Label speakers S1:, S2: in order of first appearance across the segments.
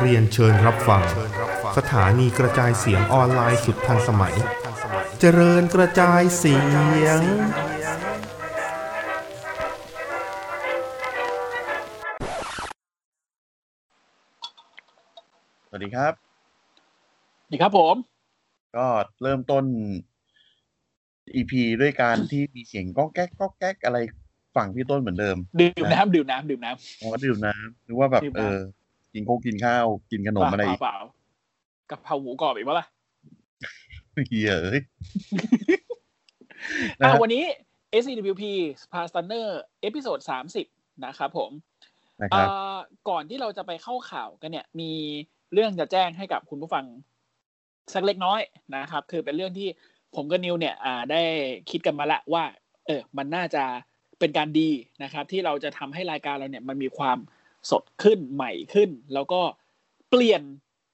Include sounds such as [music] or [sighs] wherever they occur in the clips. S1: เรียนเชิญรับฟัง สถานีกระจายเสียงออนไลน์สุดทันสมัย เจริญกระจายเสียง
S2: สวัสดีครับ
S3: ดีครับผม
S2: ก็เริ่มต้น EP ด้วยการที่มีเสียงก้องแก๊กก้องแก๊กอะไรฝั่งพี่ต้นเหมือนเดิม
S3: ดื่มน้ำดื่มน้ำดื่มน้
S2: ผมก็ดื่มน้ำหรือว่าแบบ
S3: ดื่มน้ำ
S2: เออ กินโค้กกินข้าว กินข
S3: ำ
S2: นมอะไรอีก
S3: เปล่าเปล่าเปล่ากะเพราหมูกรอบอีกวะล่ะ
S2: เหี้ยเอ้ย
S3: [laughs]
S2: นะ
S3: อ่า
S2: ฮะ
S3: วันนี้ SCWP s p a r s t u n n e r เอพิโซดสามสิบนะครับผม
S2: นะค
S3: เอ่
S2: รับ
S3: อก่อนที่เราจะไปเข้าข่าวกันเนี่ย มีเรื่องจะแจ้งให้กับคุณผู้ฟัง สักเล็กน้อยนะครับ คือเป็นเรื่องที่ผมกับนิวเนี่ย อ่า ได้คิดกันมาละว่า เออ มันน่าจะเป็นการดีนะครับ ที่เราจะทำให้รายการเราเนี่ย มันมีความสดขึ้นใหม่ขึ้น แล้วก็เปลี่ยน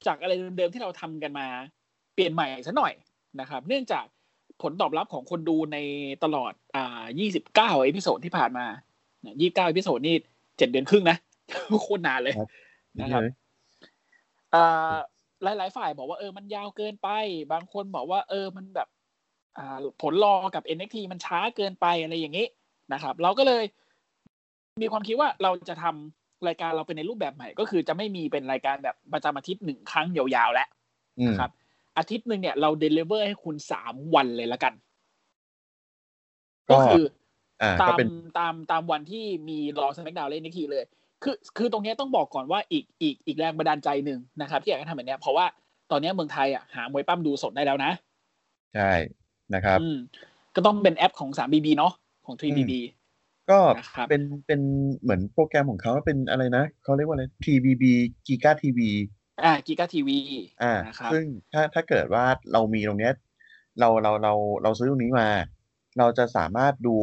S3: จากอะไรเดิมๆที่เราทำกันมา เปลี่ยนใหม่ซะหน่อยนะครับ เนื่องจากผลตอบรับของคนดูในตลอดอ่า29 เอพิโซดที่ผ่านมาเนี่ย29 เอพิโซดนี่เจ็ดเดือนครึ่งนะ [laughs] โคตรนานเลย
S2: ครับ
S3: นะครับ อ่าหลาย ๆ ฝ่ายบอกว่าเออมันยาวเกินไป บางคนบอกว่า เออมันแบบอ่าผลรอกับ NXT มันช้าเกินไปอะไรอย่างนี้นะครับ เราก็เลยมีความคิดว่าเราจะทำรายการเราเป็นในรูปแบบใหม่ ก็คือจะไม่มีเป็นรายการแบบประจำอาทิตย์หนึ่งครั้งยาว ๆ แล้ว
S2: อืม
S3: นะครับ อาทิตย์หนึ่งเนี่ยเราเดลิเวอร์ให้คุณสามวันเลยละกัน ก็
S2: ก็
S3: คือ
S2: อ่า
S3: ตา
S2: ก็
S3: ม
S2: เป็น
S3: ตามตามวันที่มีรอสแมกดาวเล่นนิกกี้เลย คือคือตรงเนี้ยต้องบอกก่อนว่าอีกอีกอีกแรงบันดาลใจหนึ่งนะครับ ที่อยากจะทำแบบเนี้ยเพราะว่าตอนเนี้ยเมืองไทยอ่ะหามวยปั้มดูสดได้แล้วนะ
S2: ใช่นะครับ
S3: อืมก็ต้องเป็นแอปของ 3BB เนาะของ 3BB
S2: ก็
S3: นะครับ
S2: เป็นเป็นเหมือนโปรแกรมของเขาเป็นอะไรนะเขาเรียกว่าอะไร TVB Giga TV
S3: อ่ากิกาทีวี
S2: อ่า
S3: นะครับ
S2: ซึ่งถ้าถ้าเกิดว่าเรามีตรงเนี้ยเราเราเราเราซื้อตรงนี้มา เราจะสามารถดู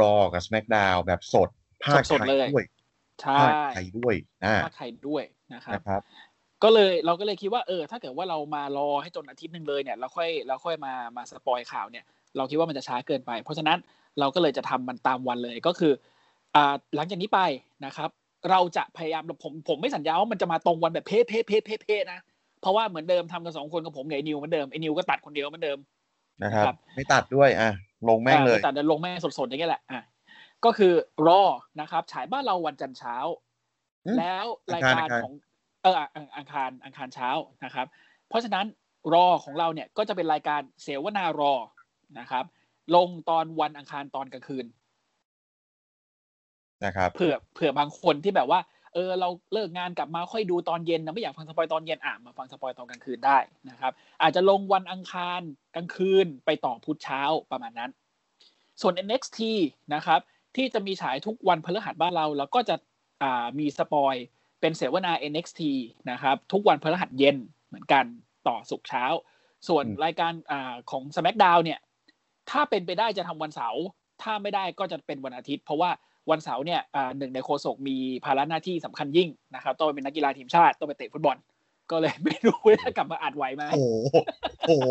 S2: รอกับ SmackDown แบบสดภาค
S3: สด
S2: ไท
S3: ๆ
S2: ย
S3: เลย
S2: ด้วย
S3: ใช่
S2: ภาคไทยด้วยอ่า
S3: ภาคไทยด้วยนะครับ
S2: นะครับ
S3: ก็เลยเราก็เลยคิดว่าเออ ถ้าเกิดว่าเรามารอให้จนอาทิตย์หนึ่งเลยเนี่ยเราค่อยเราค่อยมามาสปอยข่าวเนี่ย เราคิดว่ามันจะช้าเกินไป เพราะฉะนั้นเราก็เลยจะทำมันตามวันเลยก็คืออ่าหลังจากนี้ไปนะครับ เราจะพยายามผมผมไม่สัญญาว่ามันจะมาตรงวันแบบเพ่เพ่เพ่เพ่เพ่นะเพราะว่าเหมือนเดิมทำกันสองคนกับผมกับไอ้นิวเหมือนเดิมไอ้นิวก็ตัดคนเดียวเหมือนเดิม
S2: นะครับ
S3: ครับ
S2: ไม่ตัดด้วยอ่ะลงแม่งเลย
S3: อ่าแต่เดินลงแม่งสดๆอย่างเงี้ยแหละอ่ะก็คือรอนะครับ ฉายบ้านเราวันจันทร์เช้า
S2: อืม
S3: แล้วราย
S2: อัง
S3: กา
S2: คารร
S3: ของเอออ่ะอังอังคารอังคารเช้านะครับ เพราะฉะนั้นรอของเราเนี่ยก็จะเป็นรายการเสวนารอนะครับ ลงตอนวันอังคารตอนกลางคืน
S2: นะครับ
S3: เผื่อเผื่อบางคนที่แบบว่า เออเราเลิกงานกลับมาค่อยดูตอนเย็นนะไม่อยากฟังสปอยตอนเย็นอ่ะมาฟังสปอยตอนกลางคืนได้นะครับ อาจจะลงวันอังคารกลางคืนไปต่อพุธเช้าประมาณนั้น ส่วน NXT นะครับ ที่จะมีฉายทุกวันพฤหัสบ้านเรา แล้วก็จะอ่ามีสปอยเป็นเสวนา NXT นะครับ ทุกวันพฤหัสเย็นเหมือนกันต่อสุกร์เช้า ส่วน
S2: อืม
S3: รายการอ่าของ SmackDown เนี่ย ถ้าเป็นไปได้จะทำวันเสาร์ถ้าไม่ได้ก็จะเป็นวันอาทิตย์ เพราะว่าวันเสาร์เนี่ยอ่าหนึ่งในโคศกมีภาระหน้าที่สำคัญยิ่งนะครับต้องไปเป็นนักกีฬาทีมชาติต้องไปเตะฟุตบอล ก็เลยไม่รู้ว่ากลับมาอัดไหวไหม
S2: โอ้โหโอ้โห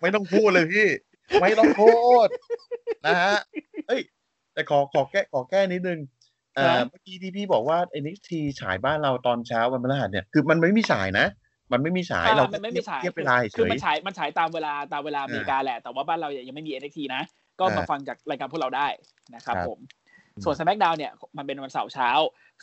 S2: ไม่ต้องพูดเลยพี่ ไม่ต้องพูดนะฮะเอ้ย แต่ขอขอแก้ขอแก้นิดนึงอ่า
S3: ครับ
S2: เมื่อกี้ที่พี่บอกว่า NXT ฉายบ้านเราตอนเช้าวันพฤหัสเนี่ย คือมันไม่มีฉายนะ มันไม่มีฉาย
S3: อ่
S2: เรา
S3: นไม่มีฉาย
S2: เทียบเวลาเฉ
S3: คือย มันฉายมันฉายตามเวลาตามเวลาอเมริกาแหละ แต่ว่าบ้านเรายังไม่มี NXT นะ ก็มา
S2: อ่า
S3: ฟังจากรายการพวกเราได้นะครับ
S2: ครับ
S3: ผม ส่วน SmackDown เนี่ยมันเป็นวันเสาร์เช้า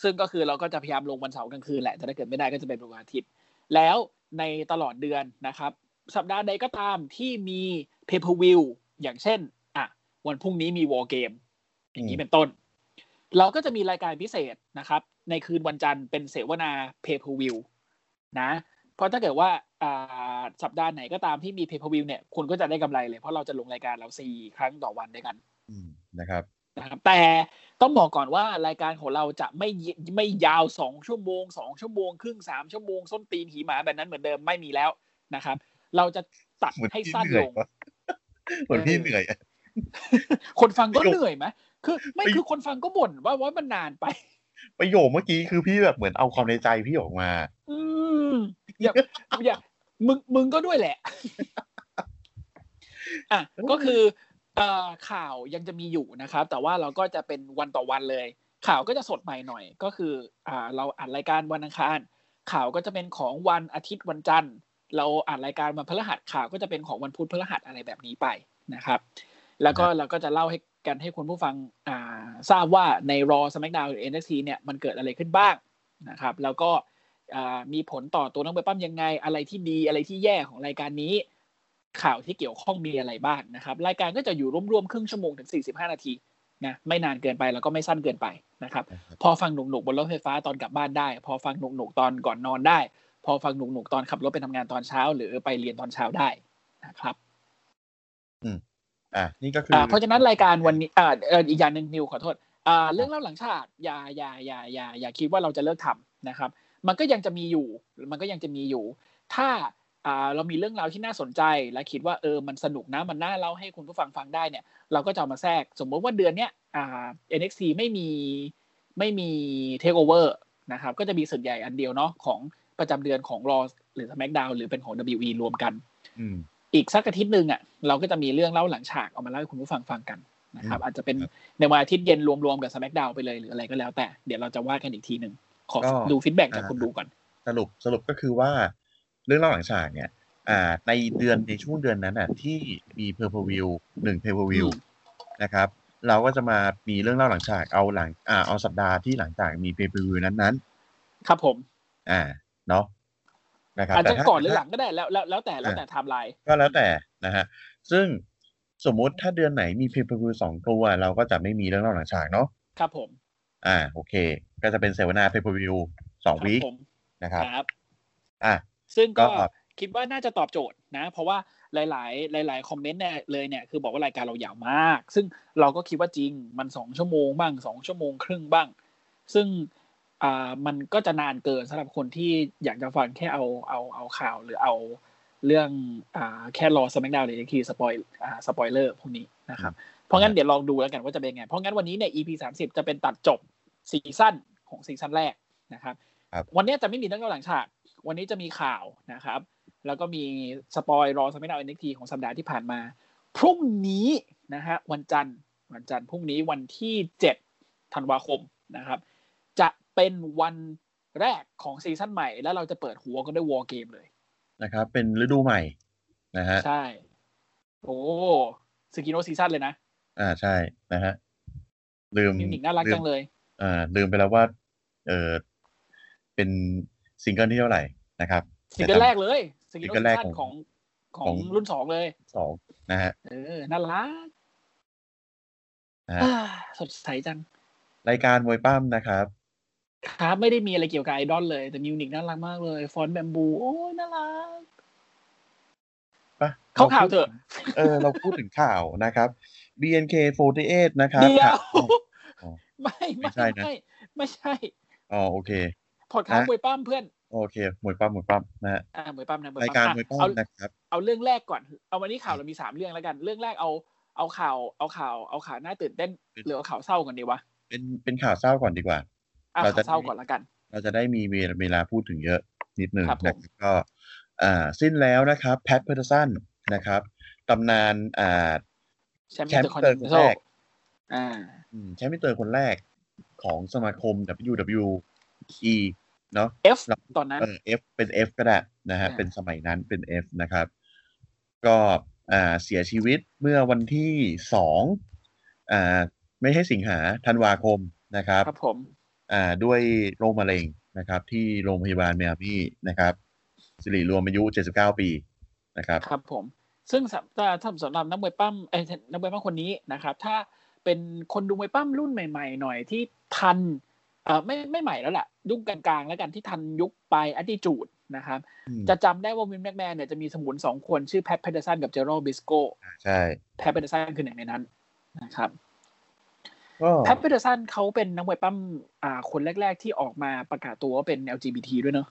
S3: ซึ่งก็คือเราก็จะพยายามลงวันเสาร์กลางคืนแหละ แต่ถ้าเกิดไม่ได้ก็จะเป็นวันอาทิตย์ แล้วในตลอดเดือนนะครับ สัปดาห์ใดก็ตามที่มี Pay Per View อย่างเช่นอ่ะวันพรุ่งนี้มี War Game อย่าง
S2: อื
S3: นี้
S2: ม
S3: เป็นต้น เราก็จะมีรายการพิเศษนะครับ ในคืนวันจันทร์เป็นเสวนา Pay Per View นะ เพราะถ้าเกิดว่าอ่าสัปดาห์ไหนก็ตามที่มีเพย์พวิวเนี่ยคุณก็จะได้กำไรเลย เพราะเราจะลงรายการเราสี่ครั้งต่อวันด้วยกัน
S2: อืมนะครับ
S3: นะครับแต่ต้องบอกก่อนว่ารายการของเราจะไม่ยไม่ยาวสองชั่วโมงสองชั่วโมงครึ่งสามชั่วโมงส้นตีนหีหมาแบบนั้นเหมือนเดิมไม่มีแล้วนะครับ เราจะตัด
S2: เหมือน
S3: ให้
S2: พี่
S3: สั้น
S2: เหนื่
S3: ล
S2: อย
S3: ง
S2: วะ [laughs] เหมือนพี่เหนื่อยอะ
S3: คนฟังก็
S2: ประโยค
S3: เหนื่อยไหมคือไม่
S2: ประโยค
S3: คือคนฟังก็บ่นว่าว่ามันนานไป
S2: ประโยคเมื่อกี้คือพี่แบบเหมือนเอาความในใจพี่ออกมา
S3: อืมอย่าอย่ามึงมึงก็ด้วยแหละ อ่ะก็คือ เอ่อข่าวยังจะมีอยู่นะครับ แต่ว่าเราก็จะเป็นวันต่อวันเลย ข่าวก็จะสดใหม่หน่อย ก็คืออ่าเราอัดรายการวันอังคาร ข่าวก็จะเป็นของวันอาทิตย์วันจันทร์ เราอัดรายการวันพฤหัสข่าวก็จะเป็นของวันพุธพฤหัสอะไรแบบนี้ไปนะครับ แล้วก็เราก็จะเล่าให้กันให้คุณผู้ฟังอ่าทราบว่าในรอสมักดาวหรือ NXT เนี่ยมันเกิดอะไรขึ้นบ้างนะครับ แล้วก็อ่ามีผลต่อตัวน้องเบปั้มยังไงอะไรที่ดีอะไรที่แย่ของรายการนี้ ข่าวที่เกี่ยวข้องมีอะไรบ้างนะครับ รายการก็จะอยู่รวมๆครึ่งชั่วโมงถึง 45 นาทีนะไม่นานเกินไปแล้วก็ไม่สั้นเกินไปนะครับ พอฟังหนุกๆบนรถไฟฟ้าตอนกลับบ้านได้ พอฟังหนุกๆตอนก่อนนอนได้ พอฟังหนุกๆตอนขับรถไปทำงานตอนเช้า หรือไปเรียนตอนเช้าได้นะครับ
S2: อ่ะนี่ก็คือ
S3: อ่าเพราะฉะนั้นรายการวันนี้อ่าเอ่ออีกอย่างหนึ่งนิวขอโทษอ่าเรื่องเล่าหลังฉากอย่าอย่าอย่าอย่าอย่าคิดว่าเราจะเลิกทำนะครับ มันก็ยังจะมีอยู่ มันก็ยังจะมีอยู่ ถ้าอ่าเรามีเรื่องราวที่น่าสนใจและคิดว่าเออมันสนุกนะมันน่าเล่าให้คุณผู้ฟังฟังได้เนี่ย เราก็จะเอามาแทรกสมมติว่าเดือนเนี้ยอ่า NXT ไม่มีไม่มีเทคโอเวอร์นะครับก็จะมีส่วนใหญ่อันเดียวเนาะของประจำเดือนของ Raw หรือ SmackDown หรือเป็นของ WWE รวมกัน
S2: อืม
S3: อีกสักอาทิตย์หนึ่งอ่ะเราก็จะมีเรื่องเล่าหลังฉากเอามาเล่าให้คุณผู้ฟังฟังกันนะครับ
S2: อืม
S3: อาจจะเป็นในวันอาทิตย์เย็นรวมๆกับสแมกดาวไปเลยหรืออะไรก็แล้วแต่เดี๋ยวเราจะว่ากันอีกทีหนึ่งขอดูฟีดแบ็กจากคุณดูก่อน
S2: สรุปสรุปก็คือว่าเรื่องเล่าหลังฉากเนี่ย อ่า ในเดือนในช่วงเดือนนั้นน่ะ ที่มีเพอร์เพวิวหนึ่งเพอร์เพวิว
S3: อืม
S2: นะครับ เราก็จะมามีเรื่องเล่าหลังฉากเอาหลังอ่าเอาสัปดาห์ที่หลังจากมีเพอร์เพวิวนั้น
S3: ครับผม
S2: ๆ อ่าเนาะนะครับ
S3: อาจจะ
S2: ถ้
S3: ก่อนหรือหลังก็ได้แล้วแล้วแล้วแต่แล้วแต่ไทม์ไลน์
S2: ก็แล้วแต่นะฮะซึ่งสมมุติถ้าเดือนไหนมีเพอร์เพวิวสองตัวเราก็จะไม่มีเรื่องเล่าหลังฉากเนาะ
S3: ครับผม
S2: อ่า โอเค ก็จะเป็นเสวนาเพอร์เพวิวสอง
S3: ครั
S2: วีค
S3: ผม
S2: นะครับ
S3: ครับ
S2: อ่า
S3: ซึ่งก็
S2: ก็
S3: คิดว่าน่าจะตอบโจทย์นะ เพราะว่าหลาย ๆ หลาย ๆ คอมเมนต์เนี่ยเลยเนี่ยคือบอกว่ารายการเรายาวมาก ซึ่งเราก็คิดว่าจริงมันสองชั่วโมงบ้างสองชั่วโมงครึ่งบ้าง ซึ่งอ่ามันก็จะนานเกินสำหรับคนที่อยากจะฟังแค่เอาเอาเอาข่าวหรือเอาเรื่องอ่าแค่รอสมักดาวหรือทีสปอยอ่าสปอยเลอร์พวกนี้นะครับ เพราะงั้นเดี๋ยวลองดูแล้วกันว่าจะเป็นไง เพราะงั้นวันนี้เนี่ย EP สามสิบจะเป็นตัดจบซีซั่นของซีซั่นแรกนะครับ
S2: ครับ
S3: วันเนี้ยจะไม่มีเรื่องเล่าหลังฉาก วันนี้จะมีข่าวนะครับ แล้วก็มีสปอยรอสมัยดาวเอ็นทีของสัปดาห์ที่ผ่านมา พรุ่งนี้นะฮะวันจันทร์วันจันทร์พรุ่งนี้วันที่7ธันวาคมนะครับ จะเป็นวันแรกของซีซั่นใหม่ แล้วเราจะเปิดหัวกันด้วยวอ r g เกมเลย
S2: นะครับ เป็นฤดูใหม่นะฮะ
S3: ใช่ โอ้สกิโนซีซั่นเลยนะ
S2: อ่าใช่นะฮะลืม
S3: มิวนิกน่ารักจังเลย
S2: อ่าลืมไปแล้วว่า เออเป็นซิงเกิลที่เท่าไหร่นะครับ
S3: ซิงเกิลแรกเลยซิง
S2: ซิงเกิ
S3: เกิ
S2: ล
S3: ลแร
S2: แร
S3: ก
S2: ก
S3: ข
S2: ข
S3: อ
S2: อง ง
S3: ขอ
S2: ของ ง
S3: รุ่นสองเลย
S2: สองนะฮะ
S3: เออน่ารัก
S2: นะ
S3: อ่า
S2: ฮะ
S3: สดใสจัง
S2: รายการมวยปั้มนะครับ
S3: ครับไม่ได้มีอะไรเกี่ยวกับไอดอลเลย แต่มิวนิกน่ารักมากเลยฟอนต์แบมบู โอ้ยน่ารัก
S2: ปะ
S3: เข้าข่าวเถอะ
S2: เออ เราพูดถึงข่าวนะครับ BNK48 นะครับ
S3: เดียว
S2: ค่ะ อ๋อ
S3: ไม่
S2: ไม่
S3: ไม่
S2: ใช่นะ
S3: ไม่ไม่ใช่
S2: อ๋อโอเค
S3: พอดคาส
S2: นะ
S3: มวยปั้มเพื่อน
S2: โอเคมวยปั้มมวยปั้มนะฮะ
S3: อ่ามวยปั้มนะมวย
S2: ราย
S3: ปั้
S2: การ
S3: มอ่ะ
S2: มวยปั้
S3: เอา
S2: มนะครับ
S3: เอาเรื่องแรกก่อน เอาวันนี้ข่าวเรามีสามเรื่องแล้วกัน เรื่องแรกเอาเอาข่าวเอาข่าวเอาข่าวน่าตื่นเต้นหรือเอาข่าวเศร้าก่อนดีวะ
S2: เป็นเป็นข่าวเศร้าก่อนดีกว่า
S3: เอา
S2: เรา
S3: ข่า
S2: จะ
S3: วเศร้าก่อนละกัน
S2: เราจะได้มีเวลาเวลาพูดถึงเยอะนิดหนึ่ง
S3: ครับผม
S2: นะครับก็อ่าสิ้นแล้วนะครับ แพทเพอร์สันนะครับตำนานอ่า
S3: แชม
S2: แชมป์
S3: ป์คอนเทน
S2: เจอคน
S3: โซ
S2: แรก
S3: อ่า
S2: อืมแชมป์มิเตอร์คนแรกของสมาคม WWE เนาะ
S3: F
S2: เรา
S3: ตอนนั้น
S2: เออ F เป็น F ก็ได้นะฮะ
S3: อ่า
S2: เป็นสมัยนั้นเป็น F นะครับ ก็อ่าเสียชีวิตเมื่อวันที่สองอ่าไม่ใช่สิงหาธันวาคมนะครับ
S3: ครับผม
S2: อ่าด้วยโรคมะเร็งนะครับ ที่โรงพยาบาลเมียามี่นะครับ สิริรวมอายุ 79 ปีนะครับ
S3: ครับผม ซึ่งสำถ้าถ้าสำหรับนักมวยปั้มเอ้ยนักมวยปั้มคนนี้นะครับ ถ้าเป็นคนดูมวยปั้มรุ่นใหม่ ๆ หน่อยที่ทันเอ่อไม่ไม่ใหม่แล้วล่ะยุคกลางๆ แล้วกันที่ทันยุคไปอดิจูดนะครับ
S2: อืม
S3: จะจำได้ว่าวินแม็กแมนเนี่ยจะมีสมุนสองคนชื่อแพทเพเดอร์สันกับเจอโรบิสโก
S2: ใช่
S3: แพทเพเดอร์สันคือหนึ่งในนั้นนะครับ
S2: ก็
S3: แพทเพเดอร์สันเขาเป็นนักมวยปั้มอ่าคนแรก ๆ ที่ออกมาประกาศตัวว่าเป็น LGBT ด้วยเนอะ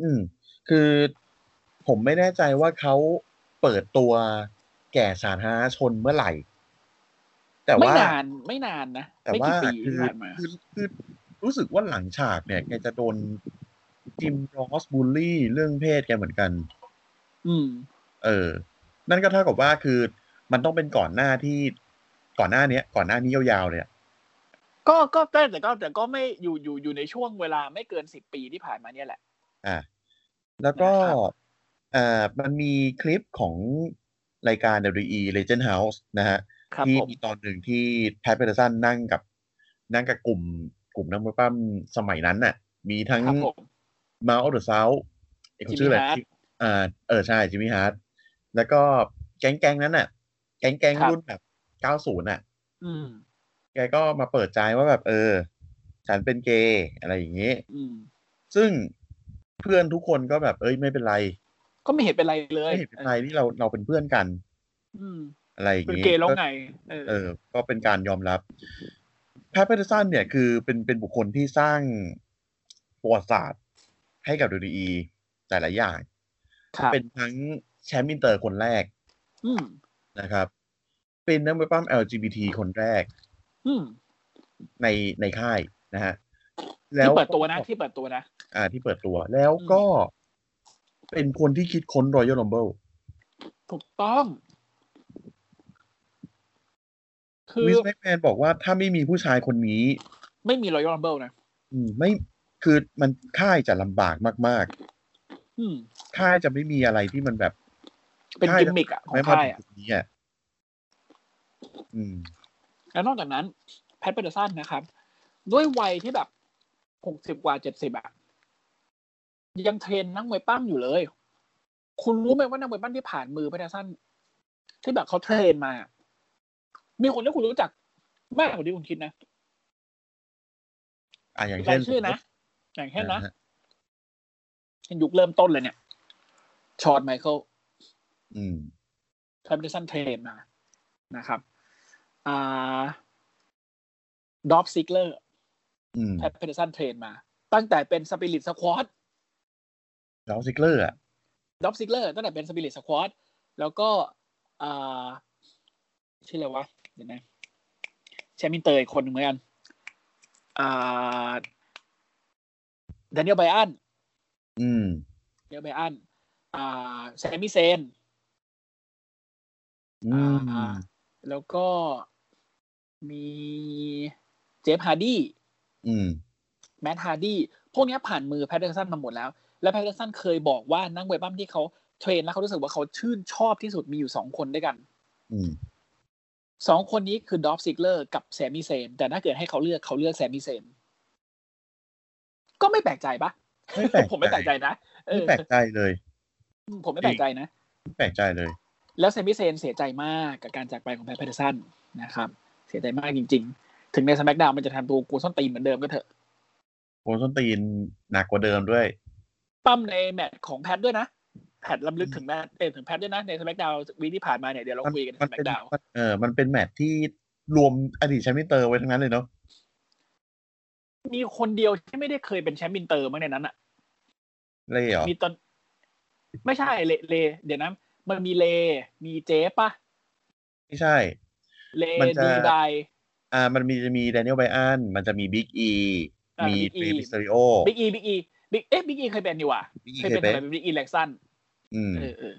S2: อืมคือผมไม่แน่ใจว่าเขาเปิดตัวแก่สาธารณชนเมื่อไหร่ แต่
S3: ไม่
S2: ว่า
S3: นานไม่นานนะ
S2: แต่
S3: ไม่
S2: ว่า
S3: กี่ปี
S2: คื
S3: ที่
S2: อ
S3: ผ่านมา
S2: คือคือรู้สึกว่าหลังฉากเนี่ย แกจะโดนจิมรอสบูลลี่เรื่องเพศแกเหมือนกัน
S3: อืม
S2: เออ นั่นก็เท่ากับว่าคือ มันต้องเป็นก่อนหน้าที่ก่อนหน้าเนี้ย ก่อนหน้านี้ยาวๆเลยอะ
S3: ก็ก็แต่แต่ก็แต่ก็ไม่อยู่อยู่อยู่ในช่วงเวลาไม่เกินสิบปีที่ผ่านมาเนี่ยแหละ
S2: อ่า แล้วก็
S3: นะครับ
S2: เอ่อมันมีคลิปของรายการ WWE Legend House นะฮะ
S3: ครับ
S2: ที่
S3: ผม
S2: มีตอนหนึ่งที่แพทเปอร์สันนั่งกับ นั่งกับกลุ่ม กลุ่มนักมวยปั้มสมัยนั้นน่ะ มีทั้ง
S3: ครับผม
S2: มาออเดอร์ซาวเอกชื่ออะไร
S3: Jimmy Hart
S2: อ่าเออใช่จิมมี่ฮาร์ดแล้วก็แก๊งแก๊งนั้นน่ะ แก๊งแก๊ง
S3: ครับ
S2: รุ่นแบบเก้าศูนย์น่ะ
S3: อืม
S2: แกก็มาเปิดใจว่าแบบเออ ฉันเป็นเกย์อะไรอย่างนี้
S3: อืม
S2: ซึ่งเพื่อนทุกคนก็แบบเอ้ยไม่เป็นไร
S3: ก็ไม่เห็นเป็นไรเลย
S2: ไม่เห็นเป็นไรนี่เราเราเป็นเพื่อนกัน
S3: อืม
S2: อะไรอย่าง
S3: เป็น
S2: นี้
S3: เกย์แล้วไงเออ
S2: เออ ก็เป็นการยอมรับ แพทเปอร์สันเนี่ยคือเป็นเป็นบุคคลที่สร้างประวัติศาสตร์ให้กับ WWE หลายๆอย่าง
S3: ครับ
S2: เป็นทั้งแชมป์อินเตอร์คนแรก
S3: อืม
S2: นะครับ เป็นนักมวยปั้ม LGBT คนแรก
S3: อืม
S2: ในในค่ายนะฮะ
S3: ที่เปิดตัวนะที่เปิดตัวนะ
S2: อ่าที่เปิดตัว แล้วก็เป็นคนที่คิดค้น Royal Rumble
S3: ถูกต้อง คือ
S2: วิสแมกแมนบอกว่าถ้าไม่มีผู้ชายคนนี้
S3: ไม่มีรอย a l ลัมเบิลนะ
S2: อืมไม่คือมันค่ายจะลำบากมาก
S3: อืม
S2: ๆ ค่ายจะไม่มีอะไรที่มันแบบ
S3: เป็น
S2: ใช่นะ
S3: กิมมิกอะของ
S2: ไม่มา
S3: ค่าย
S2: ถึง
S3: อะ
S2: จุดนี้อ่ะอืม
S3: แล้วนอกจากนั้น แพทเปอร์สันนะครับ ด้วยวัยที่แบบหกสิบกว่าเจ็ดสิบอะยังเทรนนักมวยปั้มอยู่เลย คุณรู้ไหมว่านักมวยปั้มที่ผ่านมือแพทเปอร์สันที่แบบเขาเทรนมา มีคนที่คุณรู้จักมากกว่าที่คุณคิดนะ
S2: อ่ะอย่าง
S3: รา
S2: เช่น
S3: ยชื่อนะ อย่างเช่นนะ
S2: อ่าฮ
S3: ยุคเริ่มต้นเลยเนี่ยชอตไมเคิล
S2: อืม
S3: แพมเดสันเทรนมา นะครับ อ่าดอฟซิกเลอร์
S2: อืม
S3: แพมเดสันเทรนมา ตั้งแต่เป็นสปิริตสควอต
S2: แล้วซิกเลอร์อ่ะ
S3: ดอฟซิกเลอร์ตั้งแต่เป็นสปิริตสควอตแล้วก็ อ่า ชื่ออะไรวะ เดี๋ยวนะ แชมป์อินเตอร์อีกคนหนึ่งเหมือนกัน อ่าด a น i e l ลไบอัน
S2: อืม
S3: เดน i e l ลไบอัน อ่า แซมมี่เซน
S2: อื
S3: อ่า
S2: ม
S3: แล้วก็มีเจฟฮาร์ดี
S2: อืม
S3: แมตต์ฮาร์ดี้พวกเนี้ยผ่านมือแพทเทอร์สันมาหมดแล้ว และแพทเทอร์สันเคยบอกว่านักมวยปั้มที่เขาเทรนแล้วเขารู้สึกว่าเขาชื่นชอบที่สุดมีอยู่สองคนด้วยกัน
S2: อืม
S3: สองคนนี้คือดอฟซิกเลอร์กับแซมมี่เซน แต่ถ้าเกิดให้เขาเลือกเขาเลือกแซมมี่เซน ก็ไม่แปลกใจปะ
S2: ไม่แปลก
S3: [laughs] ผมไม่แปลกใจนะเอ
S2: ไม่
S3: อ
S2: แปลกใจเลย
S3: ผมไม่แปลกใจนะ
S2: ไม่แปลกใจเลย
S3: แล้วเซมิเซนเสียใจมากกับการจากไปของแพทเทอร์สันนะครับ เสียใจมากจริง ๆ ถึงในสมักดาวมันจะทำตัวกูส้นตีนเหมือนเดิมก็เถอะ
S2: โคนส้นตีนหนักกว่าเดิมด้วย
S3: ปั้มในแมตช์ของแพทด้วยนะแพทลำลึกถึงแมตช์เอยถึงแพทด้วยนะในสมักดาววีคที่ผ่านมาเนี่ยเดี๋ยวเราคุยกันใน
S2: มั
S3: สมั
S2: เป็
S3: กดาว
S2: มันเออ มันเป็นแมตช์ที่รวมอดีตแชมป์อินเตอร์ไว้ทั้งนั้นเลยเนาะ
S3: มีคนเดียวที่ไม่ได้เคยเป็นแชมป์อินเตอร์มั้งในนั้นอ่ะ
S2: เลยเหรอ
S3: มีตอน ไม่ใช่เลเลเดี๋ยวนะ มันมีเล มีเจ๊ปะ
S2: ไม่ใช่
S3: เล
S2: มันจะ
S3: ดีไบาย
S2: อ่า มันมีจะมีแดเนียลไบอัน มันจะมีบิ๊กอี
S3: อ่า
S2: มี
S3: Big E
S2: เบมิสเตอริโอ
S3: บิ๊กอีบิ๊กอีบิ๊กเอ๊ะบิ๊กอีเคยเป็นดีว่ะ
S2: Big E
S3: เคยเป็น
S2: เคยเป็น
S3: อะไรบิ๊กอีแล็กซัน
S2: อืม
S3: เออเออ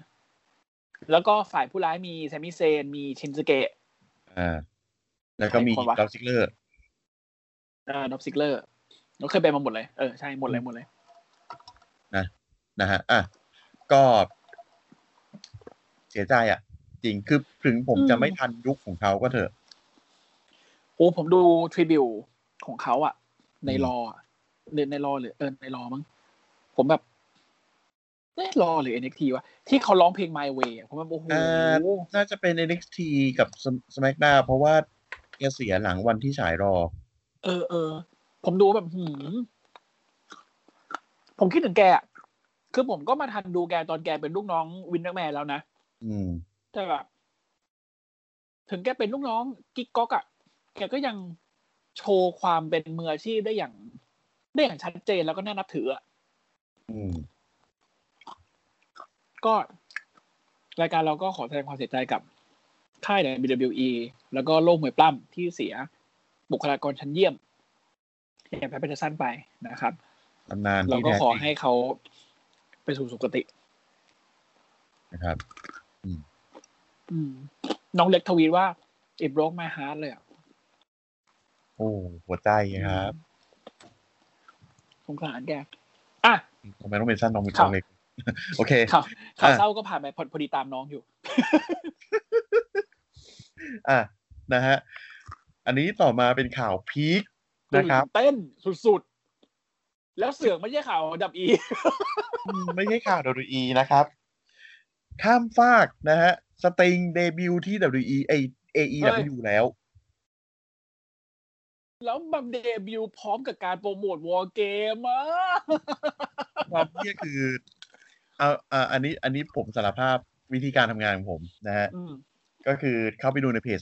S3: แล้วก็ฝ่ายผู้ร้ายมีแซมมี่เซน มีชินสเกะ
S2: อ่า แล้วก็มี
S3: ใครคนวะ
S2: ดาวซิกเลอร์
S3: เอ่อดอปซิกเลอร์เราเคยเป็นมาหมดเลย เออ ใช่หมดเลยหมดเลย
S2: นะฮะ อ่ะ ก็เสียใจอ่ะ จริง คือถึงผม
S3: อืม
S2: จะไม่ทันยุคของเขาก็เถอะ
S3: โอ้ผมดูทริบิวของเขาอะใน
S2: อืม
S3: รออะหรือในรอหรือเออในรอมั้งผมแบบเอ๊ะรอหรือ NXT วะที่เขาร้องเพลง My Way อะผมแบบโอ้โห
S2: อ่า น่าจะเป็น NXT กับ SmackDown เพราะว่าแกเสียหลังวันที่ฉายรอ
S3: เออเออผมดูแบบหืมผมคิดถึงแกอะคือผมก็มาทันดูแกตอนแกเป็นลูกน้องวินเนอร์แมนแล้วนะ
S2: อืม
S3: แต่แบบถึงแกเป็นลูกน้องกิ๊กก๊อกอะ่ะ แกก็ยังโชว์ความเป็นมืออาชีพได้อย่าง ได้อย่างชัดเจนแล้วก็น่านับถืออะ
S2: อืม
S3: ก็รายการเราก็ขอแสดงความเสียใจกับค่าย WWE แล้วก็โลกมวยปล้ำที่เสียบุคลากรชั้นเยี่ยมอย่างแพทเปอร์สันไปนะครับ
S2: ตำนาน
S3: เรา
S2: ที่
S3: ก็
S2: แท้จริ
S3: ขอให้
S2: ง
S3: เขาไปสู่สุคติ
S2: นะครับ
S3: อืม น้องเล็กทวีตว่า it broke my heart เลยอะ
S2: โอ้หัวใจครับ
S3: สงสารแกอ่ะ
S2: ทำไมต้องเป็นสั้นน้องเป็น
S3: ครั
S2: ต้
S3: บ
S2: นเล็ก โอเค
S3: ข่าวข่าว
S2: อ่ะ
S3: เศร้าก็ผ่านไปพอพอดีตามน้องอยู่
S2: อ่ะนะฮะอันนี้ต่อมาเป็นข่าวพีคนะครับ
S3: ตื่เต้นสุดๆ แล้วเสือกไม่ใช่ข่าวอันดับอี [laughs]
S2: อืมไม่ใช่ข่าว WE นะครับ ข้ามฟากนะฮะ สติงเดบิวต์ที่ WE ไอ AEW แล้ว
S3: แล้วมันเดบิวต์พร้อมกับการโปรโมทวอลเกมอ่ะ
S2: ความเนี่ยคือเอาอ่าอันนี้อันนี้ผมสารภาพวิธีการทำงานของผมนะฮะ
S3: อืม
S2: ก็คือเข้าไปดูในเพจ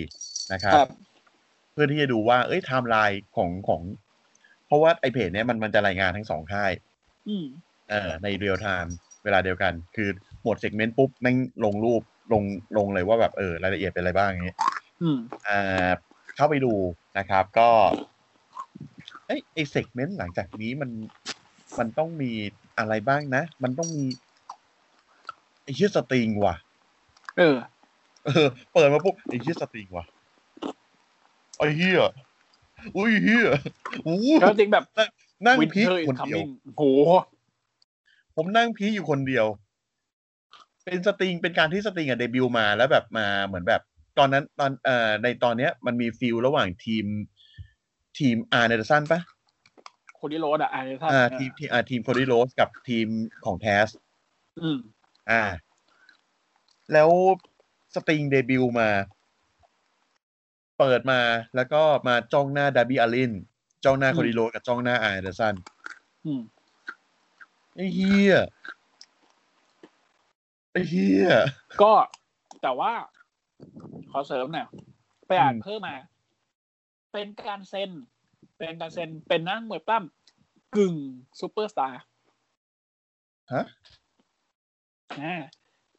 S2: 434 นะครับ
S3: ครับ
S2: เพื่อที่จะดูว่า เอ้ยไทม์ไลน์ของของ เพราะว่าไอเพจเนี้ยมันมันจะรายงานทั้งสองค่าย
S3: อืม
S2: เอ่อในเรียลไทม์เวลาเดียวกัน คือหมดเซกเมนต์ปุ๊บแม่งลงรูปลงลงเลยว่าแบบเออรายละเอียดเป็นอะไรบ้างอย่างเงี้ย
S3: อืม
S2: อ่าเข้าไปดูนะครับ ก็เอ้ยไอเซกเมนต์หลังจากนี้มันมันต้องมีอะไรบ้างนะ มันต้องมีไอเชี่ยสตริงว่ะ [laughs]
S3: เออ
S2: เออเปิดมาปุ๊บไอเชี่ยสตริงว่ะไอเฮียอุ้ยเฮียอู้
S3: แล้วจริงแบบ
S2: นั่ง
S3: วิน
S2: พีค
S3: เทอร์อิ
S2: คน น
S3: คัม
S2: เดียว
S3: มิ่งโห
S2: ผมนั่งพีคอยู่คนเดียว เป็นสตริงเป็นการที่สตริงอะเดบิวต์มาแล้วแบบมาเหมือนแบบ ตอนนั้นตอนเอ่อในตอนเนี้ย มันมีฟิลระหว่างทีม ทีมอาร์เนเดอร์สันปะ
S3: คนที่โรดอ่ะอ่านท่าน
S2: อ่าทีมทีมอ่าทีมโคดี้โรสกับทีมของแทส
S3: อืม
S2: อ่า แล้วสตริงเดบิวต์มา เปิดมาแล้วก็มาจ้องหน้าดาบี้อาลินจ้องหน้า
S3: อืม
S2: โคดี้โรสกับจ้องหน้าอาร์เดอร์สัน
S3: อืม
S2: ไอ้เฮียไอ้เฮีย
S3: ก็แต่ว่า ขอเสริมหน่อยไปอ่าน
S2: อืม
S3: เพิ่มมา เป็นการเซ็น เป็นการเซ็นเป็นนั่งมวยปล้ำกึ่งซูเปอร์สตาร์
S2: ฮะ
S3: อ่า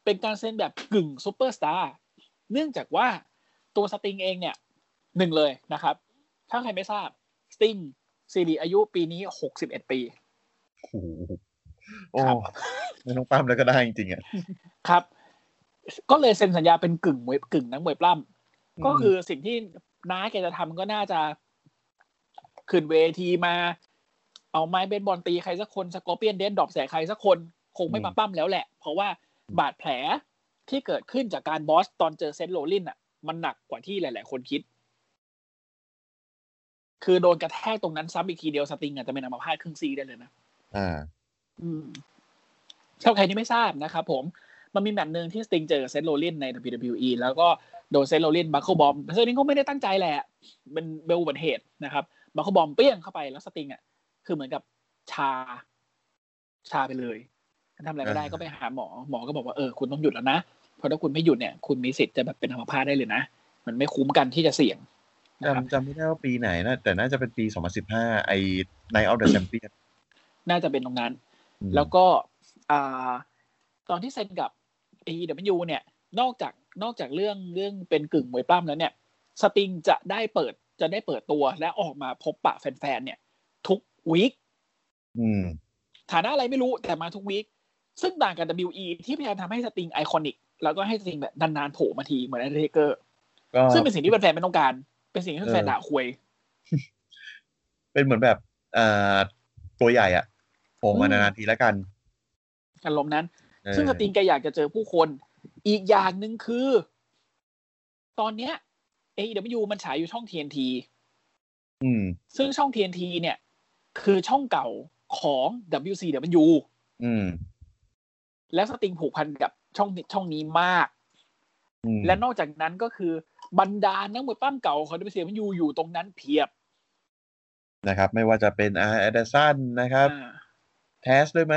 S3: เป็นการเซ็นแบบกึ่งซูเปอร์สตาร์เนื่องจากว่าตัวสติงเองเนี่ยหนึ่งเลยนะครับ ถ้าใครไม่ทราบสติงซีรีอายุปีนี้หกสิบเอ็ดปี
S2: โอ้โหโอ้
S3: ครับ
S2: ไม่ต้องปั้มแล้วก็ได้จริงๆอ่ะ
S3: ครับ ก็เลยเซ็นสัญญาเป็นกึ่งมวยกึ่งนักมวยปล้
S2: อืม
S3: ำก็คือสิ่งที่น้าแกจะทำก็น่าจะ ขึ้นเวทีมา เอาไม้เบสบอลตีใครสักคนสกอร์เปียนเดนดรอปใส่ใครสักคน คงไม่มาปล้ำแล้วแหละ เพราะว่าบาดแผลที่เกิดขึ้นจากการบอสตอนเจอเซนต์โรลลินอ่ะ มันหนักกว่าที่หลาย ๆ คนคิด คือโดนกระแทกตรงนั้นซ้ำอีกทีเดียวสติงอาจจะเป็นอัมพาตครึ่งซีได้เลยนะ
S2: อ่า
S3: อืมถ้าใครที่ไม่ทราบนะครับผม มันมีแมตช์หนึ่งที่สติงเจอกับเซนต์โรลลินใน WWE แล้วก็โดนเซนต์โรลลินบัคเคิลบอมเซนต์โรลลินก็ไม่ได้ตั้งใจแหละ เป็นเบลอุบัติเหตุนะครับบัคเคิลบอมเปี้ยงเข้าไปแล้วสติงอ่ะ คือเหมือนกับชา ชาไปเลยทำอะไรไม่ได้
S2: อ่า
S3: ก็ไปหาหมอ หมอก็บอกว่าเออคุณต้องหยุดแล้วนะ เพราะถ้าคุณไม่หยุดเนี่ย คุณมีสิทธิ์จะแบบเป็นอัมพาตได้เลยนะ มันไม่คุ้มกันที่จะเสี่ยงนะครับ
S2: จำจำไม่ได้ว่าปีไหนนะ แต่น่าจะเป็นปี 2015 ไอ้ Night of the Champion
S3: น่าจะเป็นตรงนั้น
S2: อืม
S3: แล้วก็อ่าตอนที่เซ็นกับ AEW เนี่ย นอกจากนอกจากเรื่องเรื่องเป็นกึ่งมวยปล้ำแล้วเนี่ย สติงจะได้เปิดจะได้เปิดตัวและออกมาพบปะแฟนๆเนี่ย ทุกวีค
S2: อืม
S3: ฐานะอะไรไม่รู้แต่มาทุกวีคซึ่งต่างกับ WE ที่พยายามทำให้สติงไอคอนิก แล้วก็ให้สติงแบบนานๆโผล่มาทีเหมือนไอเทเกอร์
S2: ก็
S3: ซึ่งเป็นสิ่งที่แฟนๆไม่ต้องการ เป็นสิ่งที่แฟนๆด่าควย
S2: เป็นเหมือนแบบอ่าตัวใหญ่อ่ะผมมา
S3: อืม
S2: นานๆทีแล้วกัน
S3: อารมณ์นั้น
S2: เออ
S3: ซึ่งสติงแกอยากจะเจอผู้คน อีกอย่างหนึ่งคือ ตอนเนี้ย AEW มันฉายอยู่ช่อง TNT
S2: อืม
S3: ซึ่งช่อง TNT เนี่ย คือช่องเก่าของ WCW
S2: อืม
S3: และสติงผูกพันกับช่องช่องนี้มาก
S2: อืม
S3: และนอกจากนั้นก็คือบรรดานักมวยปั้มเก่าของ WCW อยู่ตรงนั้นเพียบ
S2: นะครับ ไม่ว่าจะเป็นอาร์แอดสันนะครับ
S3: อ่า
S2: แทสด้วยไหม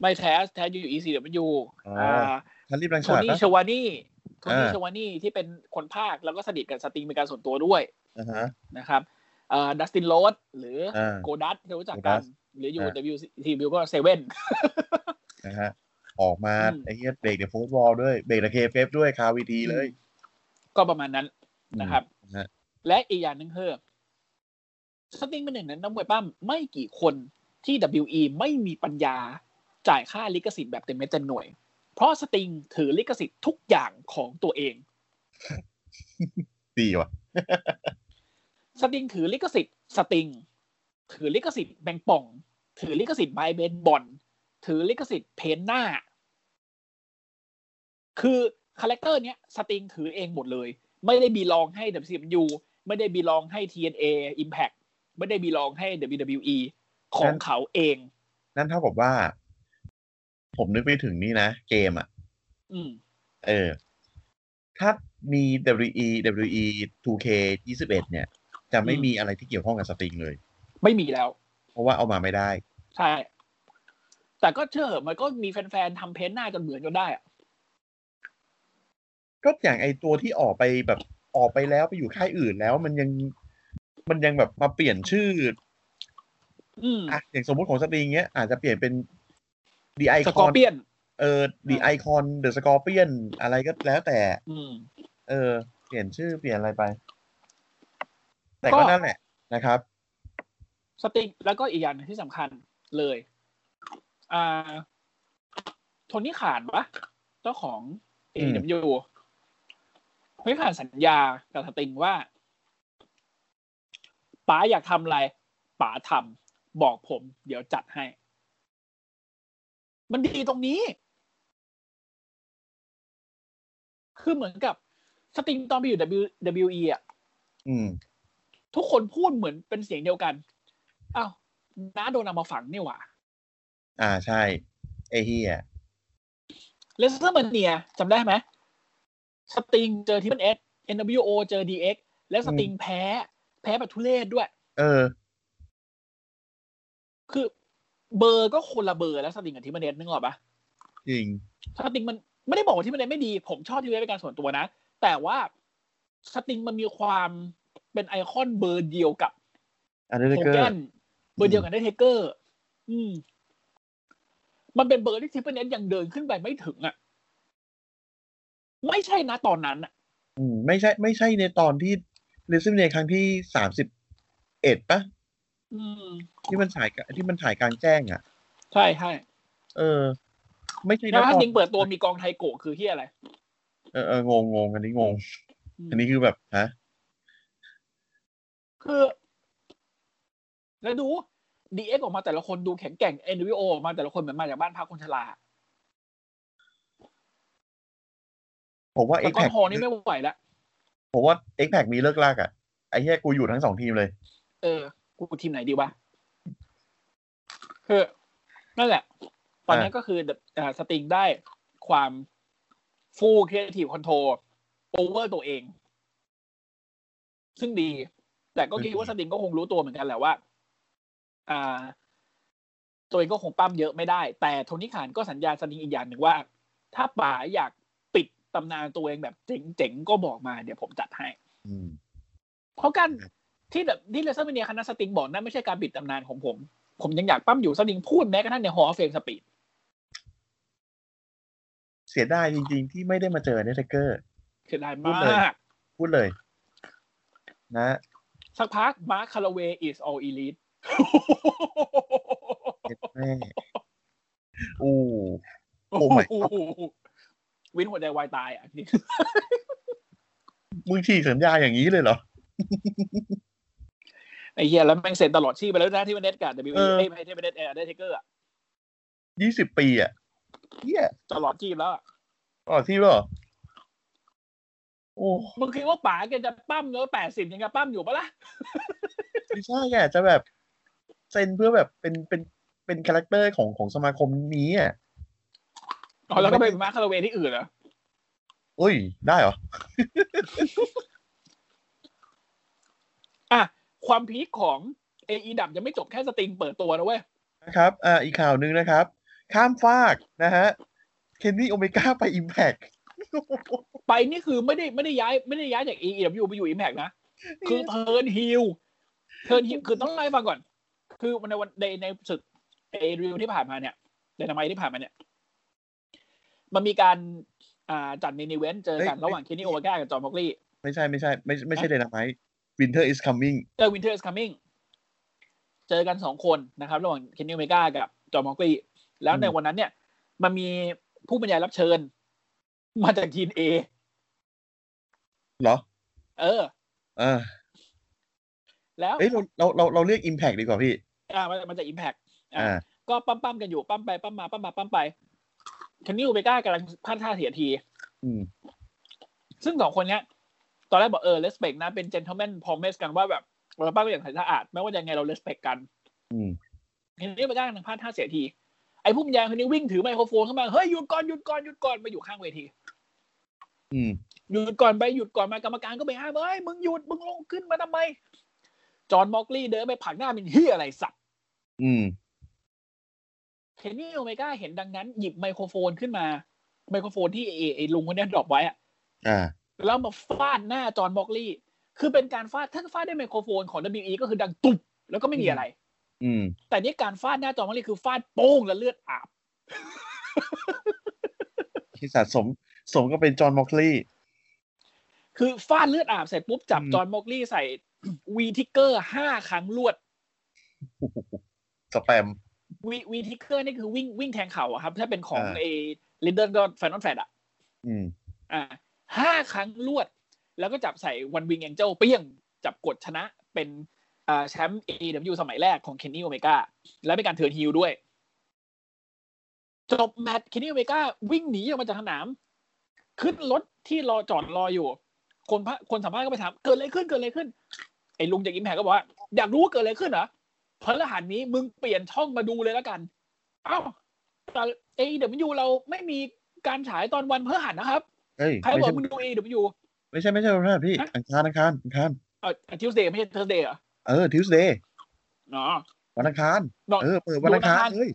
S3: ไม่แท้แท้อยู่ ECW
S2: อ๋ออ่
S3: อ่า
S2: ทันรีบรัง
S3: โท
S2: สรรค์
S3: นี่
S2: ปะ
S3: ชวานี่โทนี่
S2: อ่า
S3: ชวานี่ที่เป็นคนภาคแล้วก็สนิทกับสติงเป็นการส่วนตัวด้วย
S2: อ่าฮะ
S3: นะครับดัสตินโรสหรือ
S2: อ่า
S3: โกดัสที่รู้จักกัน
S2: Godas
S3: หรืออยู่
S2: อ่า
S3: WCW ก็เซเว่น
S2: นะฮะ ออกมา
S3: อืม
S2: ไอ้เหี้ยเบรกเดอะโฟร์บอลด้วยเบรกเดอะเคเฟฟด้วยคาวีทีเลย
S3: ก็ประมาณนั้นนะครับ
S2: อืมฮะ
S3: และอีกอย่างหนึ่งคือสติงเป็นหนึ่งในนักมวยปั้มไม่กี่คนที่ WE ไม่มีปัญญาจ่ายค่าลิขสิทธิ์แบบเต็มเม็ดเต็มหน่วย เพราะสติงถือลิขสิทธิ์ทุกอย่างของตัวเอง
S2: ดีว่ะ
S3: สติงถือลิขสิทธิ์สติง ถือลิขสิทธิ์แบงป่อง ถือลิขสิทธิ์ไบเบนบอนถือลิขสิทธิ์เพนหน้า คือคาแรคเตอร์เนี้ยสติงถือเองหมดเลย ไม่ได้บีลองให้ WCMU ไม่ได้บีลองให้ TNA Impact ไม่ได้บีลองให้ WWE ของเขาเอง
S2: นั่นเท่ากับว่า ผมนึกไม่ถึงนี่นะ เกมอ่ะ
S3: อืม
S2: เออ ถ้ามี WWE WWE 2K 21เนี่ย จะไม่
S3: อืม
S2: มีอะไรที่เกี่ยวข้องกับสตริงเลย
S3: ไม่มีแล้ว
S2: เพราะว่าเอามาไม่ได้
S3: ใช่ แต่ก็เชื่อเหอะมันก็มีแฟนๆทำเพนหน้าจนเหมือนจนได้อะ
S2: ก็อย่างไอตัวที่ออกไปแบบออกไปแล้วไปอยู่ค่ายอื่นแล้ว มันยังมันยังแบบมาเปลี่ยนชื่อ
S3: อืม
S2: อ่ะอย่างสมมุติของสตรีเงี้ยอาจจะเปลี่ยนเป็นดีไอ
S3: ส
S2: ค
S3: กอ
S2: อน
S3: ร์เปียน
S2: เออดีไอคอนเดอะสกอร์เปียนอะไรก็แล้วแต่
S3: อืม
S2: เออ เปลี่ยนชื่อเปลี่ยนอะไรไป แต่
S3: ก็
S2: ก็นั่นแหละนะครับ
S3: สติงแล้วก็อีกอย่างหนึ่งที่สำคัญเลย อ่าโทนี่ขาดปะเจ้าของ
S2: อื
S3: a
S2: ม
S3: w ไม่ผ่านสัญญากับสติงว่าป๋าอยากทำอะไรป๋าทำบอกผม เดี๋ยวจัดให้ มันดีตรงนี้ คือเหมือนกับสติงตอนไปอยู่ W- WWE อ่ะ
S2: อืม
S3: ทุกคนพูดเหมือนเป็นเสียงเดียวกัน อ้าวน้าโดนเอามาฝังเนี่ยหว่า
S2: อ่าใช่ ไอเฮีย
S3: เลสเตอร์มันเนียจำได้ไหมสติงเจอทีมเอส NWO เจอ DX แล้วสติงแพ้ แพ้แบบทุเรศด้วย
S2: เออ
S3: คือเบอร์ก็คนละเบอร์แล้วสติงกับทีมเอสนึกออกปะ
S2: จริง
S3: สติงมันไม่ได้บอกว่าทีมเอสไม่ดี ผมชอบทีมเอสเป็นการส่วนตัวนะ แต่ว่าสติงมันมีความเป็นไอคอนเบอร์เดียวกับ
S2: อันเดอร์
S3: โฮ
S2: เกอ
S3: แก
S2: ร์
S3: นเบอร์เดียวกันได้เทเกอร์ อืม มันเป็นเบอร์ที่ทิปเปิลเน็ตยังเดินขึ้นไปไม่ถึงอ่ะ ไม่ใช่นะตอนนั้นอ่ะ
S2: อืมไม่ใช่ไม่ใช่ในตอนที่เลซิมเนครั้งที่สามสิบเอ็ดปะ
S3: อืม
S2: ที่มันถ่ายกที่มันถ่ายกลางแจ้งอ่ะ
S3: ใช่ใช่
S2: เออ ไม่ใช่
S3: แล้ว
S2: นะ
S3: ถ้า
S2: ตอน
S3: ยิงเปิดตัวมีกองไทโกะคือที่อะไร
S2: เออเอองงงงอันนี้งง
S3: อืม
S2: อันนี้คือแบบฮะ
S3: คือ แล้วดูดีเอ็กออกมาแต่ละคนดูแข็งแกร่งเอ็นวีโอออกมาแต่ละคนเหมือนมาจากบ้านพักคนชรา
S2: ผมว่า
S3: แต่
S2: เอ็ก
S3: ก้อ
S2: แพ
S3: นฮอนี่ไม่ไหวละ
S2: ผมว่าเอ็กแพมีเลิกลากอ่ะไอ้เหี้ยกูอยู่ทั้งสองทีมเลย
S3: เออ กูทีมไหนดีวะคือนั่นแหละ ตอนนี้ก็คือเอ่อสติงได้ความฟูลครีเอทีฟคอนโทรโอเวอร์ตัวเอง ซึ่งดี แต่ก็คิด
S2: อืม
S3: ว่าสติงก็คงรู้ตัวเหมือนกันแหละว่า อ่า ตัวเองก็คงปั้มเยอะไม่ได้ แต่โทนี่ขานก็สัญญาสติงอีกอย่างหนึ่งว่า ถ้าป๋าอยากปิดตำนานตัวเองแบบเจ๋งๆ ก็บอกมาเดี๋ยวผมจัดให้
S2: อืม
S3: เพราะการที่แบบที่เลเซอร์เมเนียคณะสติงบอกนั่นไม่ใช่การปิดตำนานของผม ผมยังอยากปั้มอยู่สติงพูดแม้กระทั่งในฮอลเฟมสปีด
S2: เสียดายจริง ๆ ที่ไม่ได้มาเจอเนทเกอร์
S3: เสียดาย
S2: พู
S3: มา
S2: ดเลย
S3: ก
S2: พูดเลย นะ
S3: สักพักมาร์คคาราเวย์ is all elite
S2: เจ็ดแม่อู้ Oh my god
S3: [laughs] วินหัวใจวายตายอ่ะจริง
S2: มึงฉีกสัญญาอย่างนี้เลยเหรอ
S3: ไอ้เหี้ยแล้วแม่งเซ็นตลอดชีพไปแล้วนะที่เวเนสกับ
S2: เอ
S3: WWE
S2: อ
S3: ไอ้ไม่ใช่เวเนสเออได้เทเกอร์
S2: ยี่สิบปีอ่ะเยี่ย
S3: ตลอดชีพแล้วอะ
S2: อ๋อที่เหรอ โอ้
S3: มึงคิดว่าป๋าแกจะปั้มเนื้อแปดสิบยังกับปั้มอยู่ปะล่ะ
S2: ไม่ใช่แกจะแบบ เซ็นเพื่อแบบเป็นเป็นเป็นคาแรคเตอร์ของของสมาคมนี้อ่ะ
S3: อ๋อแล้วก็ไปมาร์คคาราเวย์ที่อื่นเหรอ
S2: เอ้ย ได้เหรอ
S3: อ่ะ ความพีคของเอไอดับยังไม่จบแค่สติงเปิดตัวนะเว้ย
S2: นะครับ อ่า อีกข่าวหนึ่งนะครับ ข้ามฟากนะฮะ เคนนี่โอเมก้าไปอิมแพก
S3: ไปนี่คือไม่ได้ไม่ได้ย้ายไม่ได้ย้ายจากเอไอดับยูไปอยู่อิมแพกนะ คือเทิร์นฮิลเทิร์นฮิลคือต้องไล่าให้ฟังก่อน คือในวันในในศึกเอริวที่ผ่านมาเนี่ยในนามัยที่ผ่านมาเนี่ย มันมีการอ่าจัดมินิเวนต์เจอกันระหว่างเคนนี่โอเวก้ากับจอห์นบ็อกลีย์
S2: [laughs] ไม่ใช่ไม่ใช่ ไม่ไม่ใช่เดนามายวินเทอร์ is coming
S3: เจอวินเทอร์สคัมมิ่งเจอกันสองคนนะครับ ระหว่างเคนนี่โอเวก้ากับจอห์นบ็อกลีย์แล้วในวันนั้นเนี่ย มันมีผู้บรรยายรับเชิญ มาจากทีนเอ
S2: เหรอ
S3: เออ
S2: อ่า
S3: แล้ว
S2: เอ้ยเราเราเราเราเรียก Impact ดีกว่าพี่
S3: อ่ามันมันจะอิมแพก
S2: อ่า
S3: ก็ปั้มปั้มๆกันอยู่ปั้มไปปั้มมาปั้มมาปั้มไปเทนนิวเบก้ากำลังพลาดท่าเสียที
S2: อืม
S3: ซึ่งสองคนเนี้ย ตอนแรกบอกเออเลสเ c กนะ เป็น gentleman promise กันว่าแบบเราป้าก็อย่างใสสะอาดไม่ว่ายังไงเราเลสเ c กกัน
S2: อืม
S3: เห็นนี่ไปก้างทางพลาดท่าเสียที ไอ้ผู้บรรยายคนนี้วิ่งถือไมโครโฟนเข้ามา เฮ้ย หยุดก่อน หยุดก่อน หยุดก่อน มาอยู่ข้างเวที
S2: อืม
S3: หยุดก่อนไปหยุดก่อนมากรรมการก็ไปห้ามเฮ้ย มึงหยุด มึงลงขึ้นมาทำไม จอห์นมอกลี่เดินไปผลักหน้ามันเฮียอะไรสัตว์
S2: อืม
S3: เห็นนี่โอเมก้าเห็นดังนั้นหยิบไมโครโฟนขึ้นมา ไมโครโฟนที่ไอ้ไอ้ลุงคนเนี้ยดรอปไว้อะ
S2: อ่า
S3: แล้วมาฟาดหน้าจอห์นบ็อกลี่ คือเป็นการฟาดถ้าฟาดด้วยไมโครโฟนของ WE ก็คือดังตุบแล้วก็ไม่มีอะไร
S2: อืม
S3: แต่นี่การฟาดหน้าจอห์นบ็อกลี่คือฟาดโป้งและเลือดอาบ
S2: ที่สะสม สมก็เป็นจอห์นมอกลี่ [laughs]
S3: คือฟาดเลือดอาบเสร็จปุ๊บจับ
S2: อืม
S3: จอห์นบ็อกลี่ใส่ วีทิกเกอร์ห้าครั้งรวด
S2: สแปม
S3: วีวีทิกเกอร์นี่คือวิ่งวิ่งแทงเข่าอะครับ ถ้าเป็นของ
S2: อ่า
S3: เอลินเดนก็แฟนนอนแฟดอะ
S2: อืม
S3: อ่าห้าครั้งรวด แล้วก็จับใส่วันวิงแองเจิลเปี้ยง จับกดชนะเป็นอ่าแชมป์ AEW สมัยแรกของเคนนี่โอเมกาและเป็นการเทิร์นฮิลด้วย จบแมตช์เคนนี่โอเมกาวิ่งหนีออกมาจากสนาม ขึ้นรถที่รอจอดรออยู่ คนพะคนสัมภาษณ์ก็ไปถาม เกิดอะไรขึ้นเกิดอะไรขึ้น ไอ้ลุงจากอิมแพกก็บอกว่า อยากรู้ว่าเกิดอะไรขึ้นเหรอพระรหัสนี้มึงเปลี่ยนช่องมาดูเลยแล้วกัน เอ้าแต่เอเดยูเราไม่มีการฉายตอนวันพฤหัสนะครับ
S2: เอ้ย
S3: ใคร
S2: ไม่
S3: บอก
S2: ใช่
S3: มึงดูเอเดยู
S2: ไม่ใช่ไม่ใช่วันพฤหัสพี่
S3: ฮะ
S2: อังคารอังคารอังคาร
S3: เอ่อทิวสเดย์ไม่ใช่เทอร์เดย์เหรอ
S2: เออทิวสเดย์
S3: อ๋อ
S2: วันอังคาร
S3: ดอก
S2: เออ เปิดวันอังคาร
S3: ดอกอังคาร
S2: เฮ้ย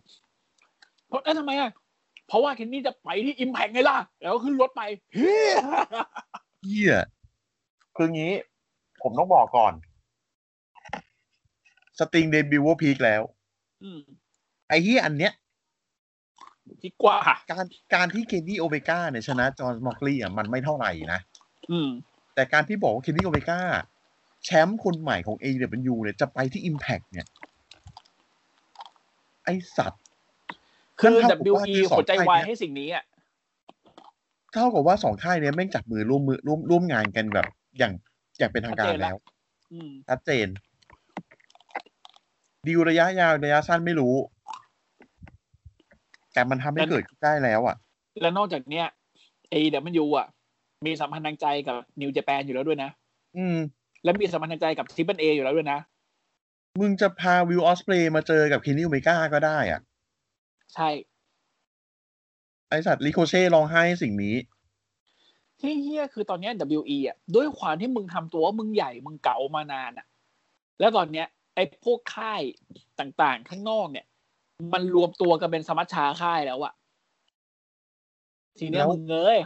S3: เพราะเอ้ยทำไมอ่ะ เพราะว่าเคนนี่จะไปที่อิมแพ t ไงล่ะ แล้วก็ขึ้นรถไปเฮ้ย
S2: เฮียคืองี้ ผมต้องบอกก่อน สติงเดบิวต์ว่าพีคแล้ว
S3: อืม
S2: ไอ้เฮียอันเนี้ย
S3: ดีกว่า
S2: การการที่เคนนี่โอเ a ก้าเนี่ยชนะจอห์นมอกลี่อ่ะมันไม่เท่าไหร่นะ
S3: อืม
S2: แต่การที่บอกว่าเคนนี่โอเ a ก้าแชมป์คนใหม่ของ AEW เนี่ยจะไปที่ Impact เนี่ย ไอสัตว์
S3: คือ
S2: นั่นเท่ากับว่า
S3: WE
S2: ที่สอง
S3: หัวใจ
S2: ค่ายว
S3: าย
S2: เนี่ย
S3: ให้สิ่งนี้อ่ะ
S2: เท่ากับว่าสองค่ายเนี่ยแม่งจับมือร่วมมือร่วมร่วมงานกันแบบ อย่างอย่างเป็นทางการ
S3: ชัดเจนละ
S2: แล้ว
S3: อืม
S2: ชัดเจนดีลระยะยาวระยะสั้นไม่รู้ แต่มันทำให้เกิดขึ้นได้แล้วอ่ะ
S3: และนอกจากเนี้ยเอเดมันยูอ่ะ มีสัมพันธ์ทางใจกับนิวเจแปนอยู่แล้วด้วยนะ
S2: อืม
S3: และมีสัมพันธ์ทางใจกับทริปเปิลเออยู่แล้วด้วยนะ
S2: มึงจะพาวิวออสเ a รย์มาเจอกับเคนนี่โอเมก้าก็ได้อ่ะ
S3: ใช่
S2: ไอสัตว์ลิโคเช่ร้องไห้สิ่งนี้
S3: ที่เฮี้ยคือตอนเนี้ย WE อ่ะด้วยความที่มึงทำตัวว่ามึงใหญ่มึงเก๋ามานานอ่ะ แล้วตอนเนี้ยไอ้พวกค่ายต่างๆ ข้างนอกเนี่ย มันรวมตัวกันเป็นสมัชชาค่ายแล้วอ่ะทีเนี้ย
S2: แล้ว
S3: มึงเอ้ย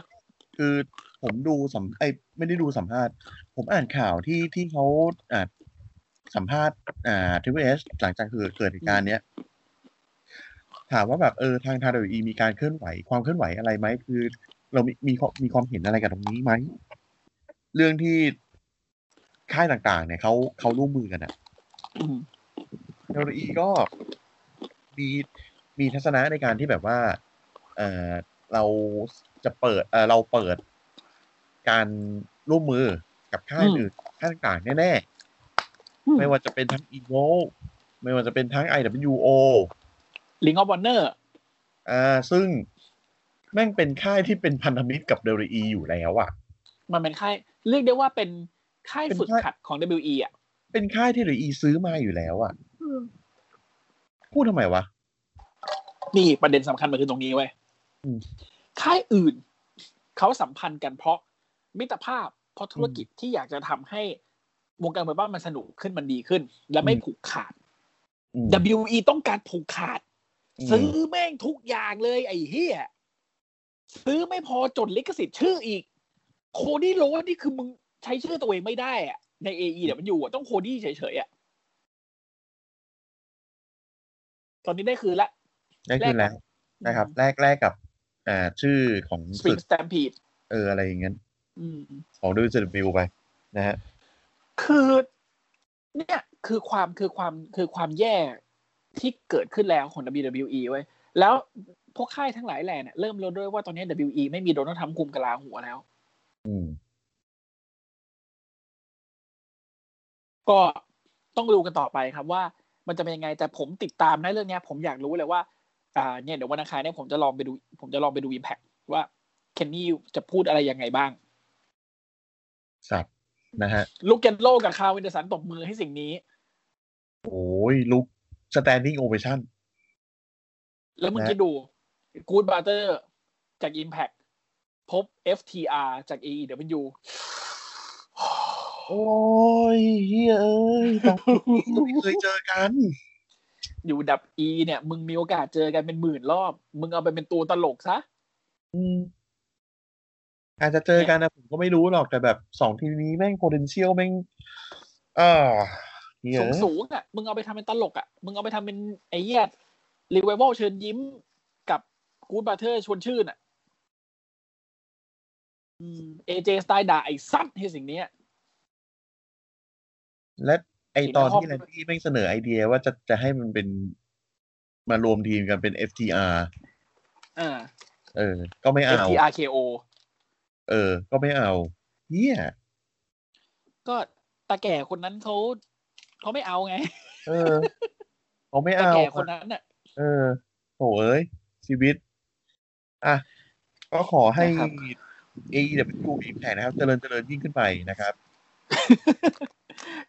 S2: คือผมดูสัมไอยไม่ได้ดูสัมภาษณ์ ผมอ่านข่าวที่ที่เขาอ่าสัมภาษณ์ อ่าทริปเอสหลังจากเกิดเกิดเหตุการณ์เนี้ย ถามว่าแบบเออทางทาดอีมีการเคลื่อนไหว ความเคลื่อนไหวอะไรไหมคือ เรามีมีความมีความเห็นอะไรกับตรงนี้ไหม เรื่องที่ค่ายต่างๆ เนี่ยเขาเขาร่วมมือกันอะ
S3: อืม
S2: เทโลอีก็มีมีทัศนะในการที่แบบว่า เออเราจะเปิดเออเราเปิดการร่วมมือกับค่าย
S3: อืม
S2: อื่นค่ายต่างๆ แน่
S3: อื
S2: ๆ
S3: ม
S2: ไม่ว่าจะเป็นทั้งอีโวไม่ว่าจะเป็นทั้ง IWO
S3: ลิงออฟวอนเนอร์
S2: อ่าซึ่งแม่งเป็นค่ายที่เป็นพันธมิตรกับเดลีอยู่แล้วอะ่ะ
S3: มันเป็นค่าย เรียกได้ว่าเป็นค่าย
S2: เป็น
S3: ฝึก
S2: ค่าย
S3: ขัดของ WE อ่ะ
S2: เป็นค่ายที่เดลีซื้อมาอยู่แล้วอะ่ะพูดทำไมวะ
S3: นี่ประเด็นสำคัญมันคือตรงนี้เว้ย
S2: อืม
S3: ค่ายอื่น เขาสัมพันธ์กันเพราะมิตรภาพเพราะธุรกิจที่อยากจะทำให้วงการมวยบ้านมันสนุกขึ้นมันดีขึ้น และไม่ผูกขาด
S2: อืม
S3: WE ต้องการผูกขาด
S2: อืม
S3: ซื้อแม่งทุกอย่างเลยไอ้เหี้ยซื้อไม่พอจดลิขสิทธิ์ชื่ออีก โคดี้โรสนี่คือมึงใช้ชื่อตัวเองไม่ได้อะใน AE เดี๋ยวมันอยู่อะต้องโคดี้เฉยๆอะตอนนี้ได้คืนละ
S2: ได้ขึ้นแล้วนะครับ แลกแลกกับ อ่าชื่อของ
S3: สปริ
S2: ศึ
S3: ง
S2: ก
S3: สแตมปีด
S2: เออ อะไรอย่างเงี้ย ของดูจิตวิวไป นะฮะ
S3: คือ เนี่ยคือความคือความคือความแย่ที่เกิดขึ้นแล้วของ WWE เว้ยแล้วพวกค่ายทั้งหลายแหล่เนี่ยเริ่มรู้ด้วยว่าตอนนี้ WWE ไม่มีโดนัลด์ทรัมป์คุมกลาหัวแล้ว
S2: อืม
S3: ก็ต้องดูกันต่อไปครับว่ามันจะเป็นยังไงแต่ผมติดตามในะเรื่องเนี้ย ผมอยากรู้เลยว่า อ่าเนี่ยเดี๋ยววันอังคารเนี่ยผมจะลองไปดู ผมจะลองไปดูอิมแพคว่าเคนนี่จะพูดอะไรยังไงบ้าง
S2: สับนะฮะ
S3: ลูกเกนโลกับคาร์วินเดอร์สันตบมือให้สิ่งนี้
S2: โอ้ยลุก standing ovation
S3: แล้วมึง
S2: นะ
S3: คิดดูกูดบาร์เตอร์จาก Impact พบ FTR จาก AEW
S2: โอ้ยเฮ้ยเอ้ยตายไม่เคยเจอกัน
S3: อยู่ดับ E เนี่ยมึงมีโอกาสเจอกันเป็นหมื่นรอบ มึงเอาไปเป็นตัวตลกซะ
S2: อืมอาจจะเจอกันนะผมก็ไม่รู้หรอกแต่แบบสองทีมนี้แม่ง potential แม่งอ่าเหี้ย
S3: สูงสูงๆอ่ะ มึงเอาไปทำเป็นตลกอ่ะ มึงเอาไปทำเป็นไอ้เหี้ยรีเวเวลเชิญยิ้มกับกูดบาร์เทอร์ชวนชื่นอ่ะเอเจสไตล์ด่าไอ้สัตว์ให้สิ่งเนี้ย
S2: และไอตอนที่
S3: อีก
S2: แล
S3: รอบ
S2: นดี้แม่งเสนอไอเดียว่าจะจะให้มันเป็นมารวมทีมกันเป็น FTR
S3: อ่า
S2: เออ ก็ไม่เอา
S3: FTRKO
S2: เออ ก็ไม่เอาเฮีย
S3: ก็ตาแก่คนนั้นเขาเขาไม่เอาไง
S2: เออเขาไม่
S3: ตา
S2: เอา
S3: แก่คนนั้นน่ะ
S2: เออโหเอ้ย ชีวิต อ่ะ ก็ขอให้
S3: นะครับ
S2: AEW มีแผนนะครับ เจริญเจริญยิ่งขึ้นไปนะครับ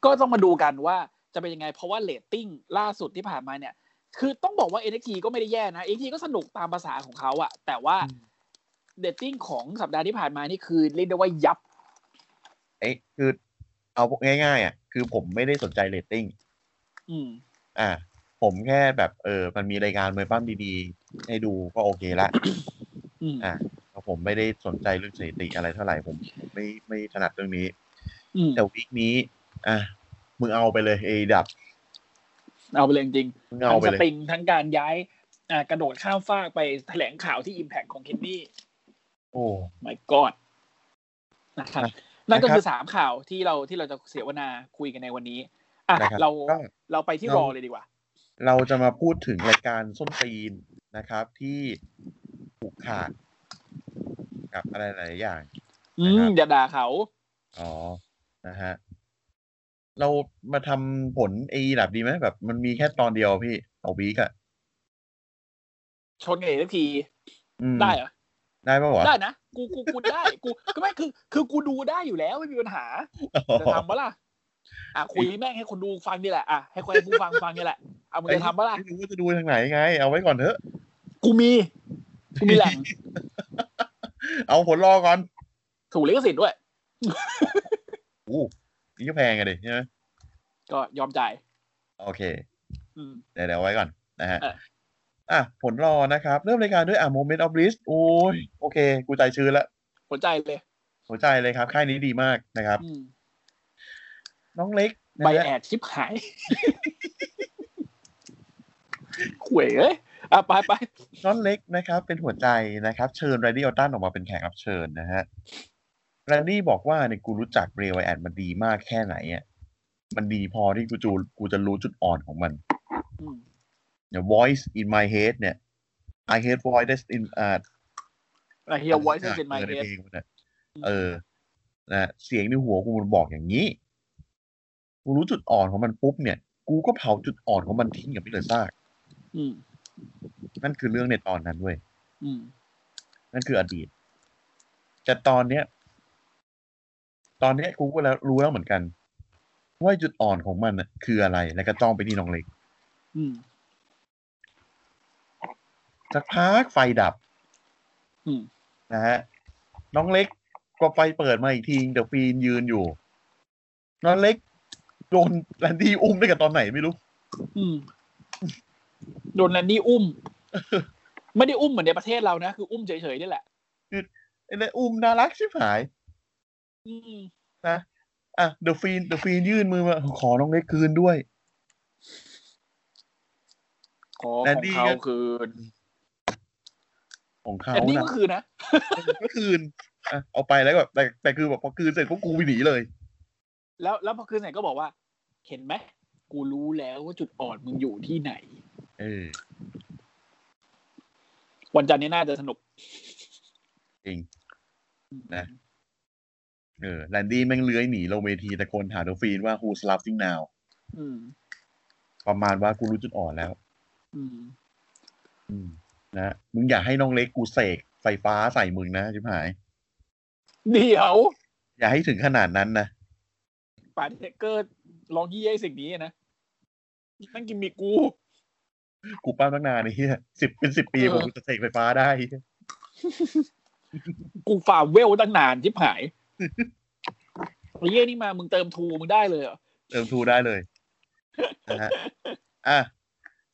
S3: ก็ต้องมาดูกันว่าจะเป็นยังไง เพราะว่าเลตติ้งล่าสุดที่ผ่านมาเนี่ย คือต้องบอกว่า NXT ก็ไม่ได้แย่นะ NXT ก็สนุกตามภาษาของเขาอะแต่ว่า
S2: อืม
S3: เดตติ้งของสัปดาห์ที่ผ่านมานี่คือเรียกได้ว่ายับ
S2: เอ้ยคือเอาง่ายๆอ่ะ คือผมไม่ได้สนใจเรตติ้ง
S3: อืม
S2: อ่า ผมแค่แบบเออ มันมีรายการมวยปั้มดีๆ ให้ดูก็โอเคละ
S3: อืม
S2: อ่ะ แล้วผมไม่ได้สนใจเรื่องสถิติอะไรเท่าไหร่ ผมผมไม่ไม่ถนัดเรื่องนี้
S3: อืม
S2: แต่วีคนี้ อ่ะ มึงเอาไปเลยเอดับ
S3: เอาไปเลยจริง
S2: มึง
S3: ๆ
S2: เอาไป
S3: ทั้งส
S2: เลย
S3: ปริงทั้งการย้ายอ่ากระโดดข้ามฟากไปแถลงข่าวที่ Impact ของเคนนี่
S2: โอ้
S3: my god นะครับ
S2: นะ
S3: นั่นก็
S2: นะครับ
S3: คือสามข่าวที่เราที่เราจะเสียวนาคุยกันในวันนี้ อ่ะ
S2: นะครับ
S3: เรา
S2: ก็
S3: เราไปที่
S2: เรา
S3: รอเลยดีกว่า
S2: เราจะมาพูดถึงรายการส้นตีนนะครับ ที่ผูกขาดกับอะไรหลายๆอย่าง
S3: อื
S2: นะครั
S3: ม
S2: บ
S3: อย่าด่าเขา
S2: อ๋อ นะฮะ เรามาทำผลเอดับดีไหมแบบมันมีแค่ตอนเดียวพี่ต่อวีกอะ
S3: ชนกันอีกสักที
S2: อืม
S3: ได้เหรอ
S2: ได้ปะวะ
S3: ได้นะ กูกูกูได้ กูก็ไม่คือคือกูดูได้อยู่แล้วไม่มีปัญหาจะทำปะล่ะ อ่ะคุยแม่งให้คนดูฟังนี่แหละอ่ะให้คนให้ผู้ฟังฟังนี่แหละเอามึงจะทำปะล่ะ
S2: [laughs] ไม่รู้ว่าจะดูทางไหนไง เอาไว้ก่อนเถอะ
S3: กูมีกูมีแหล่ง
S2: เอาผลรอก่อน
S3: ถูกลิขสิทธิ์ด้วย
S2: อู้นี่ก็แพงไงดิใช่ไหม
S3: ก็ยอมจ่าย
S2: โอเค
S3: อืม
S2: เดี๋ยวเดี๋ยวเอาไว้ก่อน นะฮะ
S3: เออ
S2: อ่ะ ผลรอนะครับ เริ่มรายการด้วยอ่ะ Moment of Bliss โอ้ย โอเค กูใจชื้นละ
S3: หัวใจเลย
S2: หัวใจเลยครับ ค่ายนี้ดีมากนะครับ
S3: อืม
S2: น้องเล็กนะ
S3: ใบ
S2: ฮะ
S3: แอดชิบหายข่วยเอ้ยอ่ะไปไป
S2: น้องเล็กนะครับเป็นหัวใจนะครับ เชิญแรนดี้ออตตันออกมาเป็นแขกรับเชิญนะฮะแรนดี้บอกว่าเนี่ยกูรู้จักเบรไวแอนมันดีมากแค่ไหนอ่ะมันดีพอที่กูจูกูจะรู้จุดอ่อนของมัน
S3: อืม
S2: เนี่ย voice in my head เนี่ย I hate voice that's in อ่า
S3: อ่ะเฮียไวซ์เซนไม
S2: ออ
S3: เฮด
S2: ใเพลงมันอะเออนะเสียงในหัวกูมันบอกอย่างนี้ กูรู้จุดอ่อนของมันปุ๊บเนี่ย กูก็เผาจุดอ่อนของมันทิ้งอย่างไม่เหลือซาก
S3: อืม
S2: นั่นคือเรื่องในตอนนั้นเว้ย
S3: อืม
S2: นั่นคืออดีต แต่ตอนเนี้ย ตอนเนี้ยกูก็แล้วรู้แล้วเหมือนกัน ว่าจุดอ่อนของมันน่ะคืออะไร แล้วก็จ้องไปที่น้องเล็ก
S3: อืม
S2: สักพักไฟดับ
S3: อืม
S2: นะฮะน้องเล็กก็ไฟเปิดมาอีกทีเดี๋ยวฟีนยืนอยู่ น้องเล็กโดนแลนดี้อุ้มได้กับตอนไหนไม่รู้
S3: อืมโดนแลนดี้อุ้ม ไม่ได้อุ้มเหมือนในประเทศเรานะคืออุ้มเฉยๆนี่แหละ
S2: ไอ้เนี่ยอุ้มน่ารักชิบหาย
S3: อืม
S2: อ่ะเดอะฟีนเดอะฟีนยื่นมือมาขอน้องเล็กคืนด้วย
S3: ขอ
S2: แล
S3: ข
S2: น
S3: อง
S2: ดี้
S3: เขา
S2: ก็
S3: คืน
S2: ของเขา
S3: แลนดี้
S2: นะ
S3: ก็คือนะ
S2: ก็คืนอ่ะเอาไปแล้วแบบแต่แต่คือแบบพอคืนเสร็จพวกกูวิ่งหนีเลย
S3: แล้วแล้วพอคืนไหนก็บอกว่า เห็นไหมกูรู้แล้วว่าจุดอ่อนมึงอยู่ที่ไหน
S2: เออ
S3: วันจันทร์นี้น่าจะสนุก
S2: จริงนะ เออแลนดี้แม่งเลื้อยหนีลงเวทีตะโกนถามโดฟีนว่า who's laughing now
S3: อืม
S2: ประมาณว่ากูรู้จุดอ่อนแล้ว
S3: อืม
S2: อืมนะมึงอย่าให้น้องเล็กกูเสกไฟฟ้าใส่มึงนะชิบหาย
S3: เดี๋ยว
S2: อย่าให้ถึงขนาดนั้นนะ
S3: ป่าเทคเกอร์ลองยี่ไอ้สิ่งนี้นะนั่งกินมีกู
S2: กูปั้มตั้งนานไอ้เฮียสิบเป็นสิบปี
S3: เออ
S2: ผมจะเสกไฟฟ้าได้ไอ้เหี้ย
S3: กูฝ่าเวลตั้งนานชิบหายไอ้เยี่ยนี่มามึงเติมทูมึงได้เลยเหรอ
S2: เติมทูได้เลยนะฮะอ่ะ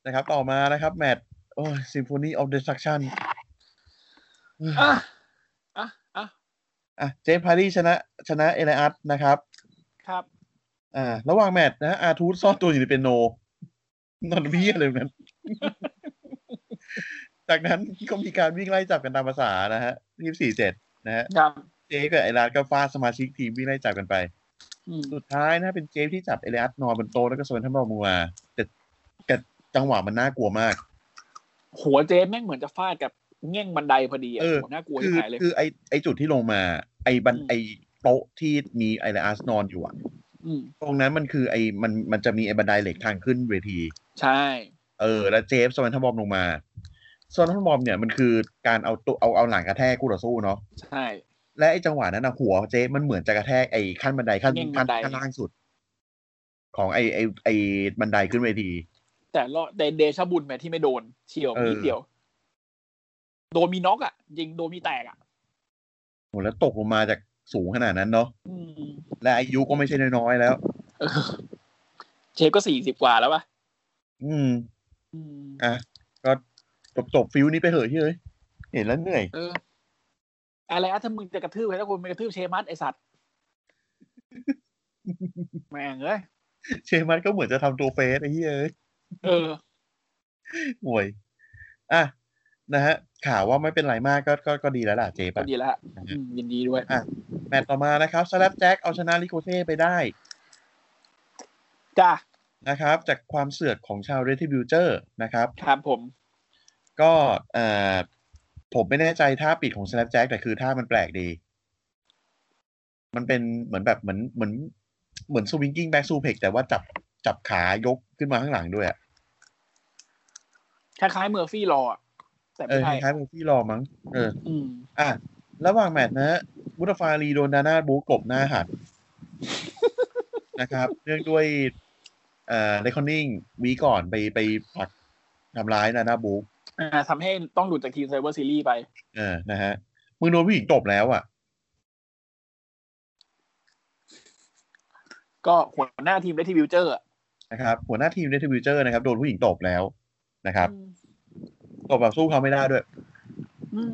S2: นะครับ ต่อมานะครับ แมตโอ้ยซิมโฟนีออฟเดส u c ชั o น
S3: อ่ะอ่ะอ่ะ
S2: อ่ะเจมส์พารีชนะ ชนะเอเนอัตนะครับ
S3: ครับ
S2: อ่า ระหว่างแมตช์นะอาทูตซ่อนตัวอยู่ในเปียโน [laughs] นอนเบี้ยอะไรแบบนั้น [laughs] จากนั้นก็มีการวิ่งไล่จับกันตามภาษานะฮะยี่สี่เจ็ดนะฮะ
S3: ครับ
S2: เจ๊กับไอรัสก็ฟาดสมาชิกทีมวิ่งไล่จับกันไป
S3: อืม
S2: สุดท้ายนะเป็นเจฟที่จับเอเลียสนอนบนโต๊ะแล้วก็สวนท่านรองมูมาแต่แต่จังหวะมันน่ากลัวมาก
S3: หัวเจมแม่งเหมือนจะฟาดกับเง่งบันไดพอดีอ่ะ
S2: เออ
S3: โหน่ากลัว
S2: คื
S3: ที่
S2: อ
S3: หายเลย
S2: คือไอไอจุดที่ลงมา ไอบัน
S3: อืม
S2: ไอโต๊ะที่มีไอเลียสนอนอยู่อะ
S3: อืม
S2: ตรงนั้นมันคือไอมันมันจะมีไอบันไดเหล็กทางขึ้นเวที
S3: ใช่
S2: เออ แล้วเจฟสวนท่านบอมลงมาสวนท่านบอมเนี่ยมันคือการเอาตัวเอาเอาหลังกระแทกคู่ต่อสู้เนาะ
S3: ใช่
S2: และไอจังหวะนั้นนะหัวเจฟมันเหมือนจะกระแทกไอขั้นบันไดขั้น
S3: เง่งบั
S2: ขั้น
S3: นได
S2: ขั้นล่างสุด ของไอไอไอบันไดขึ้นเวที
S3: แต่รอดแต่เดชะบุญแม่ที่ไม่โดนเฉียว
S2: เออ
S3: นิดเดียว โดนมีน็อกอ่ะ ยิงโดนมีแตกอ่ะ
S2: โหแล้วตกลงมาจากสูงขนาดนั้นเนาะ
S3: อืม
S2: และอายุก็ไม่ใช่น้อยๆแล้ว
S3: เออเชฟก็สี่สิบกว่าแล้วป่ะ
S2: อืม
S3: อืม
S2: อ่ะ ก็จบจบๆฟิวนี้ไปเถอะเฮ้ย เห็นแล้วเหนื่อย
S3: เออ อะไรอะถ้ามึงจะกระทืบใครถ้าคนไปกระทืบเชมัสไอสัตว์ แม่งเอ้ย
S2: เชมันก็เหมือนจะทำตัวเฟสไอ้เฮ้ย
S3: เออ
S2: ห่วย อ่ะ นะฮะ ข่าวว่าไม่เป็นไรมากก็ก็ก็ดีแล้วล่ะเจ
S3: ก็
S2: ปะ
S3: ดีแล้วฮะอืมยินดีด้วย
S2: แมตต์ต่อมานะครับสแลปแจ็คเอาชนะลิโกเท่ไปได้
S3: จ้า
S2: นะครับ จากความเสือกของชาวเรทิบิวเจอร์นะครับ
S3: ครับผม
S2: ก็เอ่อผมไม่แน่ใจท่าปิดของ Snapjack แต่คือท่ามันแปลกดี มันเป็นเหมือนแบบเหมือนเหมือนเหมือนสวิงกิ้งแบ็กซูเพกแต่ว่าจับจับขายกขึ้นมาข้างหลังด้วยอะ
S3: คล้ายๆเมอร์ฟี่รออะแต่
S2: เอ
S3: ไม่
S2: อค
S3: ใช่
S2: ล้ายๆมูฟี่รอมั้งเออ
S3: อืม
S2: อ่ะระหว่างแมตช์นะบุตฟารีโดนดาน่าบูกลบหน้า [laughs] หัด นะครับ เนื่องด้วยเอ่อเลคอนนิ่งวีก่อนไปไปผลักทำร้ายดาน่าบูก
S3: อ่าทำให้ต้องหลุดจากทีมไซเบอร์ซีรีส์ไป
S2: เออนะฮะมึงโดนผู้หญิงตบแล้วอ่ะ
S3: ก็หัวหน้าทีมได้ทีวิวเจอร์อะ
S2: นะครับหัวหน้าทีมเดทวิวเจอร์นะครับโดนผู้หญิงตบแล้วนะครับตบแบบสู้เขาไม่ได้ด้วย
S3: อืม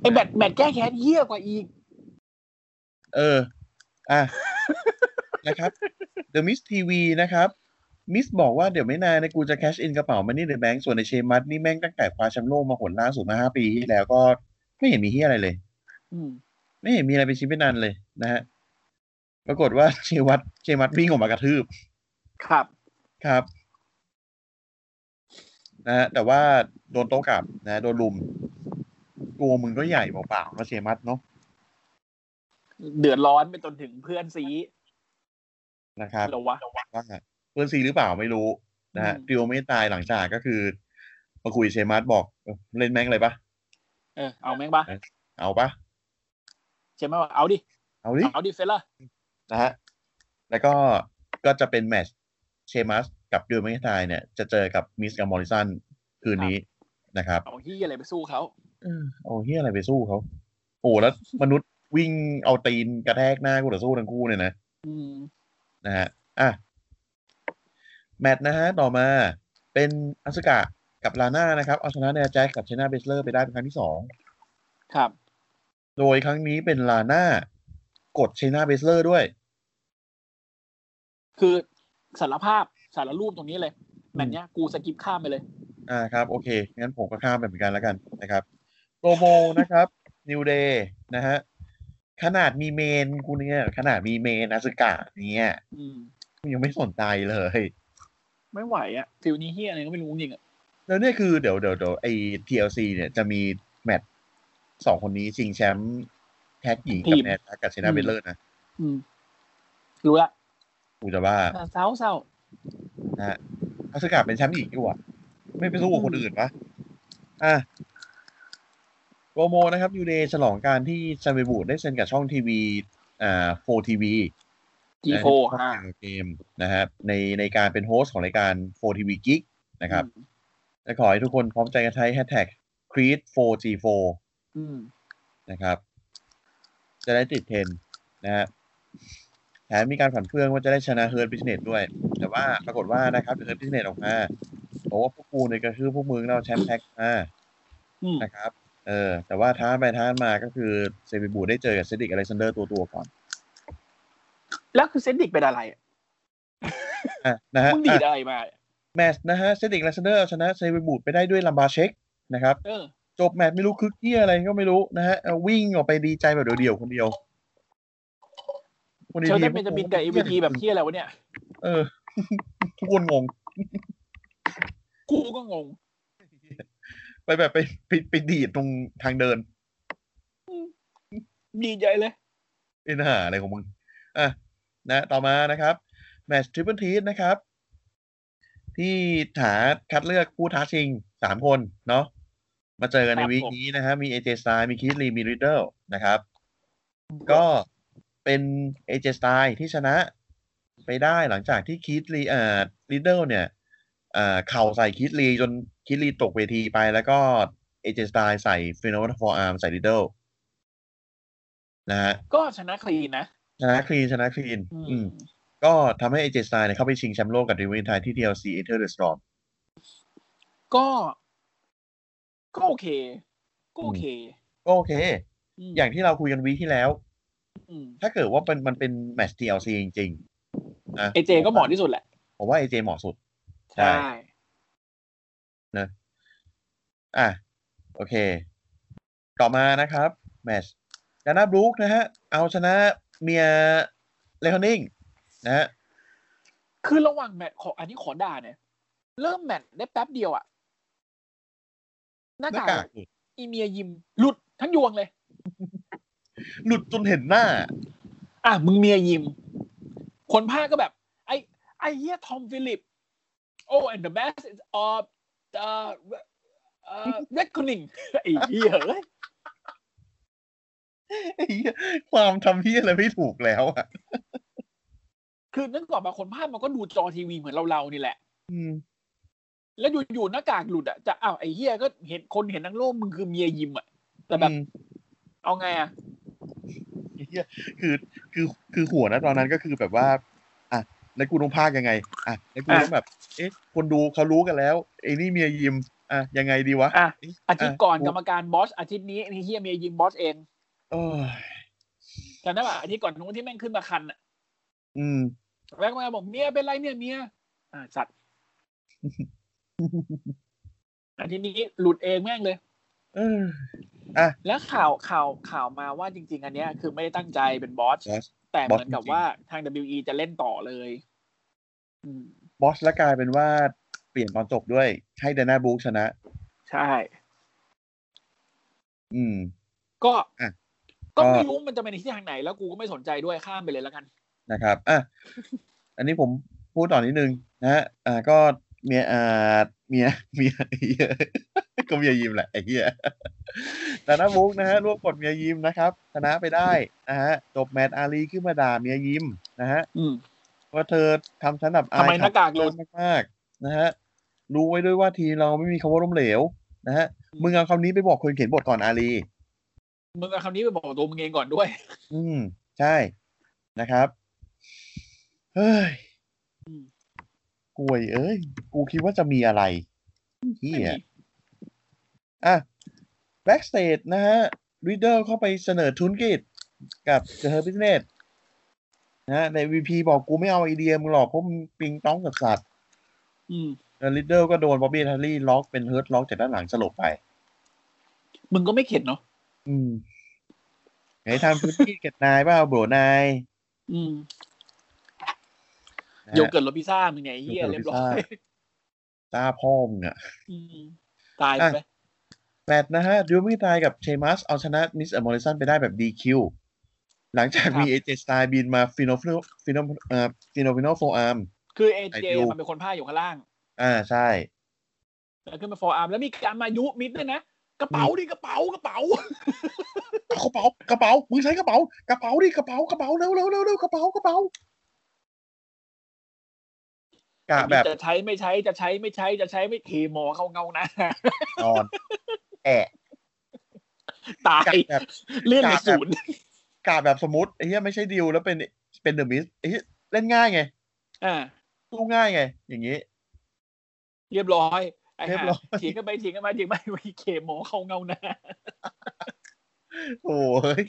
S3: ไอแบตแบตแก้แค้นเยี่ยกว่าอีก
S2: เออ อ่ะ นะครับ The Miss TV นะครับมิสบอกว่าเดี๋ยวไม่นานนะกูจะแคชอินกระเป๋ามันนี่เดอะแบงค์ส่วนในเชมัสนี่แม่งตั้งแต่คว้าแชมป์โลกมาหนล่าสุดมาห้าปีที่แล้วก็ไม่เห็นมีที่อะไรเลย
S3: อืม
S2: ไม่เห็นมีอะไรเป็นชิ้นเป็นนันเลยนะฮะปรากฏว่าเชวั [laughs] ตเชมัสวิ่งออกมากระทืบ
S3: ครับ
S2: ครับนะฮะแต่ว่าโดนโต๊ะกลับนะ โดนลุม ตัวมึงก็ใหญ่เปล่าๆแล้วเชมัสเนาะ
S3: เดือดร้อนไปจนถึงเพื่อนซี
S2: นะครับ
S3: เหรอวะ
S2: ว่าเพื่อนซีหรือเปล่าไม่รู้นะฮะ
S3: อืม
S2: ติวไม่ตายหลังจากก็คือมาคุยเชมัสบอกเออเล่นแม่งเลยปะ
S3: เออเอาแม่งปะ
S2: เอาปะ
S3: ใช่ไหมว่าเอาดิ
S2: เอาดิ
S3: เอาดิเฟลล่า
S2: นะฮะแล้วก็ก็จะเป็นแมตช์เชมัสกับดิวไม่ตายเนี่ย จะเจอกับมิสกับมอริสันคืนนี้นะครับ
S3: เอาที่อะไรไปสู้เขา
S2: เออเอาเฮียอะไรไปสู้เขา โอ้แล้วมนุษย์วิ่งเอาตีนกระแทกหน้ากูต่อสู้ทั้งคู่เนี่ยนะ
S3: อืม
S2: นะฮะอ่ะแมตช์นะฮะ ต่อมาเป็นอัสกะกับลาน่านะครับ เอาชนะแนวแจ็คกับชนะเบสเลอร์ไปได้เป็นครั้งที่สอง
S3: ครับ
S2: โดยครั้งนี้เป็นลาน่ากดชนะเบสเลอร์ด้วย
S3: คือสารภาพสารรูปตรงนี้เลยแมตช์เนี้ยกูสกิปข้ามไปเลย
S2: อ่าครับ โอเค งั้นผมก็ข้ามไปเหมือนกันแล้วกันนะครับโปรโมนะครับนิวเดย์นะฮะ ขนาดมีเมนกูเนี่ยขนาดมีเมนอัสกะเนี่ย
S3: อืม
S2: กูยังไม่สนใจเลย
S3: ไม่ไหวอะฟิลนี้เฮียอะไรก็ไม่รู้จริงอะ
S2: แล้วเนี่ยคือเดี๋ยวเดี๋ยวเดี๋ยวไอ้ TLC เนี่ยจะมีแมตช์สองคนนี้ชิงแชมป์แท ท็กหญิง
S3: ที
S2: กับ
S3: ม
S2: แนทกับเซนา
S3: อืม
S2: เบลเลอร์นะ
S3: อืม รู้ละ
S2: กูจะว่า
S3: เออเศร้าเศร้า
S2: อาสกาเป็นแชมป์อีกดีกว่าไม่ไปสู้กับคนอื่นปะอ่ะโปรโมนะครับยูเดย์ฉลองการที่ซันเบบูดได้เซ็นกับช่องทีวีอ่าโฟทีวี
S3: จีโฟ
S2: นะ
S3: ฮะ
S2: ฮะเกมนะครับในในการเป็นโฮสต์ของรายการ 4TV Geek นะครับและขอให้ทุกคนพร้อมใจกันใช้แฮชแท็ก Creed 4G4
S3: อืม
S2: นะครับ จะได้ติดเทรนด์นะฮะแถมมีการผันเฟื่องว่าจะได้ชนะเฮิร์ตบิสเนสด้วย แต่ว่าปรากฏว่านะครับเฮิร์ตบิสเนสออกมาบอกว่าพวกกูเนี่ยก็คือพวกมึงเราแชมป์แท็กมา
S3: อืม
S2: นะครับ เออ แต่ว่าท้าไปท้ามาก็คือเซบิบูได้เจอกับเซดิกอเล็กซานเดอร์ตัวตัวๆก่อน
S3: แล้วคือเซนดิกเป็นอะไรอะ
S2: อ่ะนะฮะ
S3: มึงดีดอะไรมา
S2: แมตช์นะฮะเซดิกแลสเดอร์เอาชนะเซเบบูดไปได้ด้วยลัมบาเช็คนะครับ
S3: เออ
S2: จบแมตช์ไม่รู้คึกเกี้ยอะไรก็ไม่รู้นะฮะเอาวิ่งออกไปดีใจแบบเดียวๆคนเดียวคน
S3: เชล
S2: ดี
S3: เดนเบนจามินกับเอวีทีแบบที่อะไรวะเนี่ย
S2: เออ [laughs] ทุกคนงง
S3: กูก็งง
S2: ไปแบบไปไปไปดีดตรงทางเดิน
S3: ดีใจเลย
S2: เป็นหาอะไรของมึง อ่ะ นะ ต่อมานะครับ แมตช์ทริปเปิลทีสนะครับ ที่ถาคัดเลือกผู้ท้าชิงสามคนเนาะ มาเจอกันใน
S3: ครับ
S2: วีค
S3: ผม
S2: นี้นะฮะ มีเอเจสไตล์มีคิดลีมีริดเดิลนะครับ ก็เป็นเอเจสไตล์ที่ชนะไปได้หลังจากที่คิดลีอ่าริดเดิลเนี่ยอ่าเข่าใส่คิดลีจนคิดลีตกเวทีไปแล้วก็เอเจสไตล์ใส่ฟิโนวัตฟอร์อาร์มใส่ริดเดิลนะฮะ
S3: ก็ชนะคลีนนะ
S2: ชนะคลีนชนะคลีน
S3: อื
S2: อืม
S3: ม
S2: ก็ทำให้เอเจสไตน์เข้าไปชิงแชมป์โลกกับดิวินไทยที่ TLC Enter the Storm
S3: ก็ ก็โอเค ก็โอเค
S2: ก็โอเค
S3: ม
S2: อย่างที่เราคุยกันวีคที่แล้ว
S3: อืม
S2: ถ้าเกิดว่ามันมันเป็นแมตช์ TLC จริงๆนะ
S3: เอเจก็เหมาะที่สุดแหละ
S2: ผมว่าเอเจเหมาะสุด ใช่
S3: ใช่
S2: อ่ะ โอเค ต่อมานะครับ แมตช์ดาน่าบรูคนะฮะ เอาชนะเมียเลคอนิงนะฮะ
S3: คือระหว่างแมตช์ของอันนี้ขอด่าเนี่ย เริ่มแมตช์ได้แป๊บเดียวอะห
S2: หน้า
S3: น้าาก
S2: กาก
S3: กอีเมียยิม หลุดทั้งยวงเลย
S2: หลุดจนเห็นหน้า [laughs]
S3: อ่ะ มึงเมียยิม คนภาคก็แบบ ไอไอเฮียทอมฟิลิป โอ้ and the best is of the เอ่อ reckoning [laughs] ไอ้เหี้ยเอ้ย
S2: ไอ้เหี้ยความทำที่อะไรไม่ถูกแล้วอ่ะ
S3: คือนึกก่อนมาคนภาคมันก็ดูจอทีวีเหมือนเราเราๆนี่แหละ
S2: อืม
S3: แล้วอยู่ๆหน้ากากหลุดอ่ะจะอ้าวไอ้เหี้ยก็เห็นคนเห็นทั้งโลกมึงคือเมียยิมอ่ะ แต่แบบเอาไงอ่ะ
S2: ไอ้เหี้ยคือคือคือหัวนะตอนนั้นก็คือแบบว่า อ่ะแล้วกูต้องพากยังไง อ่ะแล้วกูต้องแบบ เอ๊ะ คนดูเขารู้กันแล้วไอ้นี่เมียยิม อ่ะยังไงดีวะ
S3: อ่ะ
S2: เะ
S3: อาทิตย์ก่อนกร
S2: กู
S3: รมการบอสอาทิตย์นี้ไอ้เฮียเมียยิมบอสเอง
S2: เอ้ย
S3: จำได้ป่ะอาทิตย์ก่อนนู้นที่แม่งขึ้นมาคันอ่ะ
S2: อืม
S3: แล้วก็มาบอกเมียเป็นไรเนี่ยเมียอ่าสัตว์ [laughs] อาทิตย์นี้หลุดเองแม่งเลย
S2: เออ
S3: แล้วข่าวข่าวข่าวมาว่าจริง ๆ อันเนี้ยคือไม่ได้ตั้งใจเป็นบอส
S2: บอส
S3: แต่เหมือนกับ
S2: จริงๆ
S3: ว่าทาง WE จะเล่นต่อเลย อืม
S2: บอสแล้วกลายเป็นว่าเปลี่ยนตอนจบด้วย ให้เดน่าบรูคชนะ
S3: ใช่
S2: อืม
S3: ก็
S2: อ่ะ
S3: ก็
S2: ก็
S3: ไม่รู้มันจะเป็นที่ทางไหน แล้วกูก็ไม่สนใจด้วยข้ามไปเลยแล้วกัน
S2: นะครับ อ่ะ อันนี้ผมพูดต่อนิดนึงนะฮะ อ่า ก็เมีย อ่า เมีย เมีย [laughs] ไอ้เหี้ยก็เมียยิมแหละไอ้เหี้ยแต่นะบุ๊กนะฮะร่วมกดเมียยิมนะครับ ชนะไปได้นะฮะ จบแมตช์อาลีขึ้นมาด่าเมียยิมนะฮะ
S3: อืม
S2: ว่าเธอทำฉันแบบอา
S3: ทำไม
S2: ย
S3: หน้ากากหลุด
S2: มากๆนะฮะ รู้ไว้ด้วยว่าทีมเราไม่มีคำว่าล้มเหลวนะฮะ มึงเอาคำนี้ไปบอกคนเขียนบทก่อนอาลี
S3: มึงเอาคำนี้ไปบอกตัวมึงเองก่อนด้วย
S2: อืม ใช่นะครับ เฮ้ย
S3: อืม
S2: กลวยเอ้ย กูคิดว่าจะมีอะไรเฮี
S3: ไม่
S2: ย
S3: มี
S2: อ่ะแบ็กสเตจนะฮะรีเดอร์เข้าไปเสนอธุรกิจกับเ h อ h e r บิสเนสนะฮะในวีพีบอกกูไม่เอาไอเดียมึงหรอกเพราะมึงปิงต้องกับสัตว์
S3: อืม
S2: แล้วรีเดอร์ก็โดนบ๊อบบี้ทัลลี่ล็อกเป็นเฮิร์ตล็อกจากด้านหลังสลบไป
S3: มึงก็ไม่เข็ดเนาะ
S2: อืมไหนทำธุรกิจกับนายเปล่าโบรนาย
S3: อืม
S2: นะฮะ
S3: โยเกิร์ตโรบิซ่ามึงไงไอ้เฮีย
S2: โยเกิร์ต
S3: เรียบร้อย [laughs]
S2: โรบิซ่า ตาพ่อมึงอะ
S3: อืมตายไป
S2: แมตช์นะฮะดิวมิทายกับเชมัสเอาชนะมิสอมอริสันไปได้แบบ DQ หลังจากมี
S3: ครับ
S2: เอเจสไตล์บินมาฟิโนฟิโนฟิโนเอ่อฟิโนฟิโนโฟอาร์ม
S3: คือเอเจ
S2: IPO
S3: มันเป็นคนผ้าอยู่ข้างล่าง
S2: อ่าใช่
S3: แล้วขึ้นมาฟอร์อาร์มแล้วมีการมายุมิดด้วยนะ กระเป๋าดิกระเป๋ากระเป๋า
S2: เอากระเป๋ากระเป๋ามึงใช้กระเป๋ากระเป๋าดิกระเป๋ากระเป๋าเร็วเร็วเร็วเร็วกระเป๋ากระเป๋ากะแบบ
S3: จะใช้ไม่ใช้จะใช้ไม่ใช้จะใช้ไม่เทหมอเข้าเงา [laughs] นะ
S2: นอนแอะ
S3: ตาย
S2: กะแบบ
S3: เลื่อนไปศูนย์
S2: กะแบบสมมติไอ้เหี้ยไม่ใช่ดิวแล้วเป็นเป็นเดอะมิสไอ้เหี้ยเล่นง่ายไง
S3: อ่า
S2: สู้ง่ายไง อย่างนี้
S3: เรียบร้อยไอ้
S2: เรีย
S3: ห่า
S2: บร้อย
S3: เถียงกันไปเถียงกันมาเถียงไปไอ้เคหมอเข้าเงานะ
S2: โอ้ย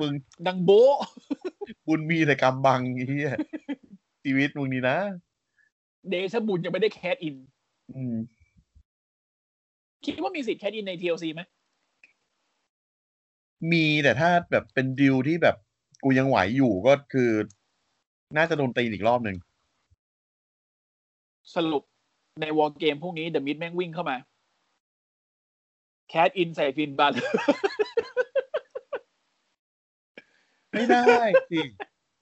S2: มึง
S3: ดังโบ๊ะ
S2: บุญมีแต่กรรมบังไอ้เหี้ยชีวิตมึงนี่นะ
S3: เดชบุญยังไม่ได้แคสอิน
S2: อืม
S3: คิดว่ามีสิทธิ์แคสอินใน TLC ไหม
S2: มีแต่ถ้าแบบเป็นดิวที่แบบกูยังไหวอยู่ก็คือ น่าจะโดนตีอีกรอบหนึ่ง
S3: สรุปในวอลเกมพวกนี้เดอะมิดแม่งวิ่งเข้ามา แคสอินใส่ฟินบาล
S2: ไม่ได้สิ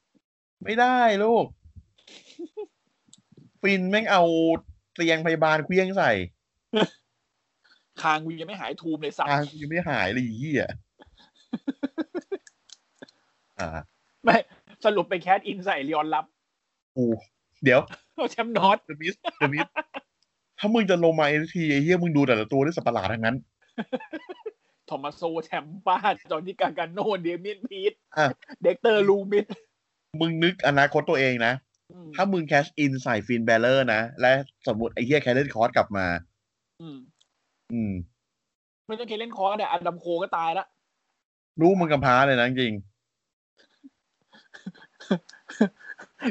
S2: [laughs] ไม่ได้ลูก ฟินแม่งเอาเตียงพยาบาลเคลี้ยงใส่
S3: [laughs] คางกูยังไม่หายทูมเลยสัก
S2: ตากูยังไม่หายเลยไอ้เฮียอ่า
S3: ไม่สรุปไปแคสอินใส่ลีออนลับ
S2: กูเดี๋ยว
S3: เอาแชมป์นอต
S2: เดมิสเดมิสถ้ามึงจะลงมาเอทีไอ้เฮียมึงดูแต่ละตัวที่สัตว์ประหลาดทั้งนั้น
S3: ทอมัสโซแชมป้าจอห์นนี่กาการโนเดเมียนพีท
S2: อ่ะ
S3: เด็กเตอร์ลูมิด
S2: มึงนึกอนาคตตัวเองนะ
S3: อืม
S2: ถ้ามึงแคชอินใส่ฟินแบลเลอร์นะ และสมมติไอ้เฮียแคลเลนคอร์สกลับมา
S3: อืม
S2: อืม
S3: ไม่ต้องเคยเล่นคอร์สอะอดัมโคก็ตายละ
S2: รู้มึงกำพร้าเลยนะจริง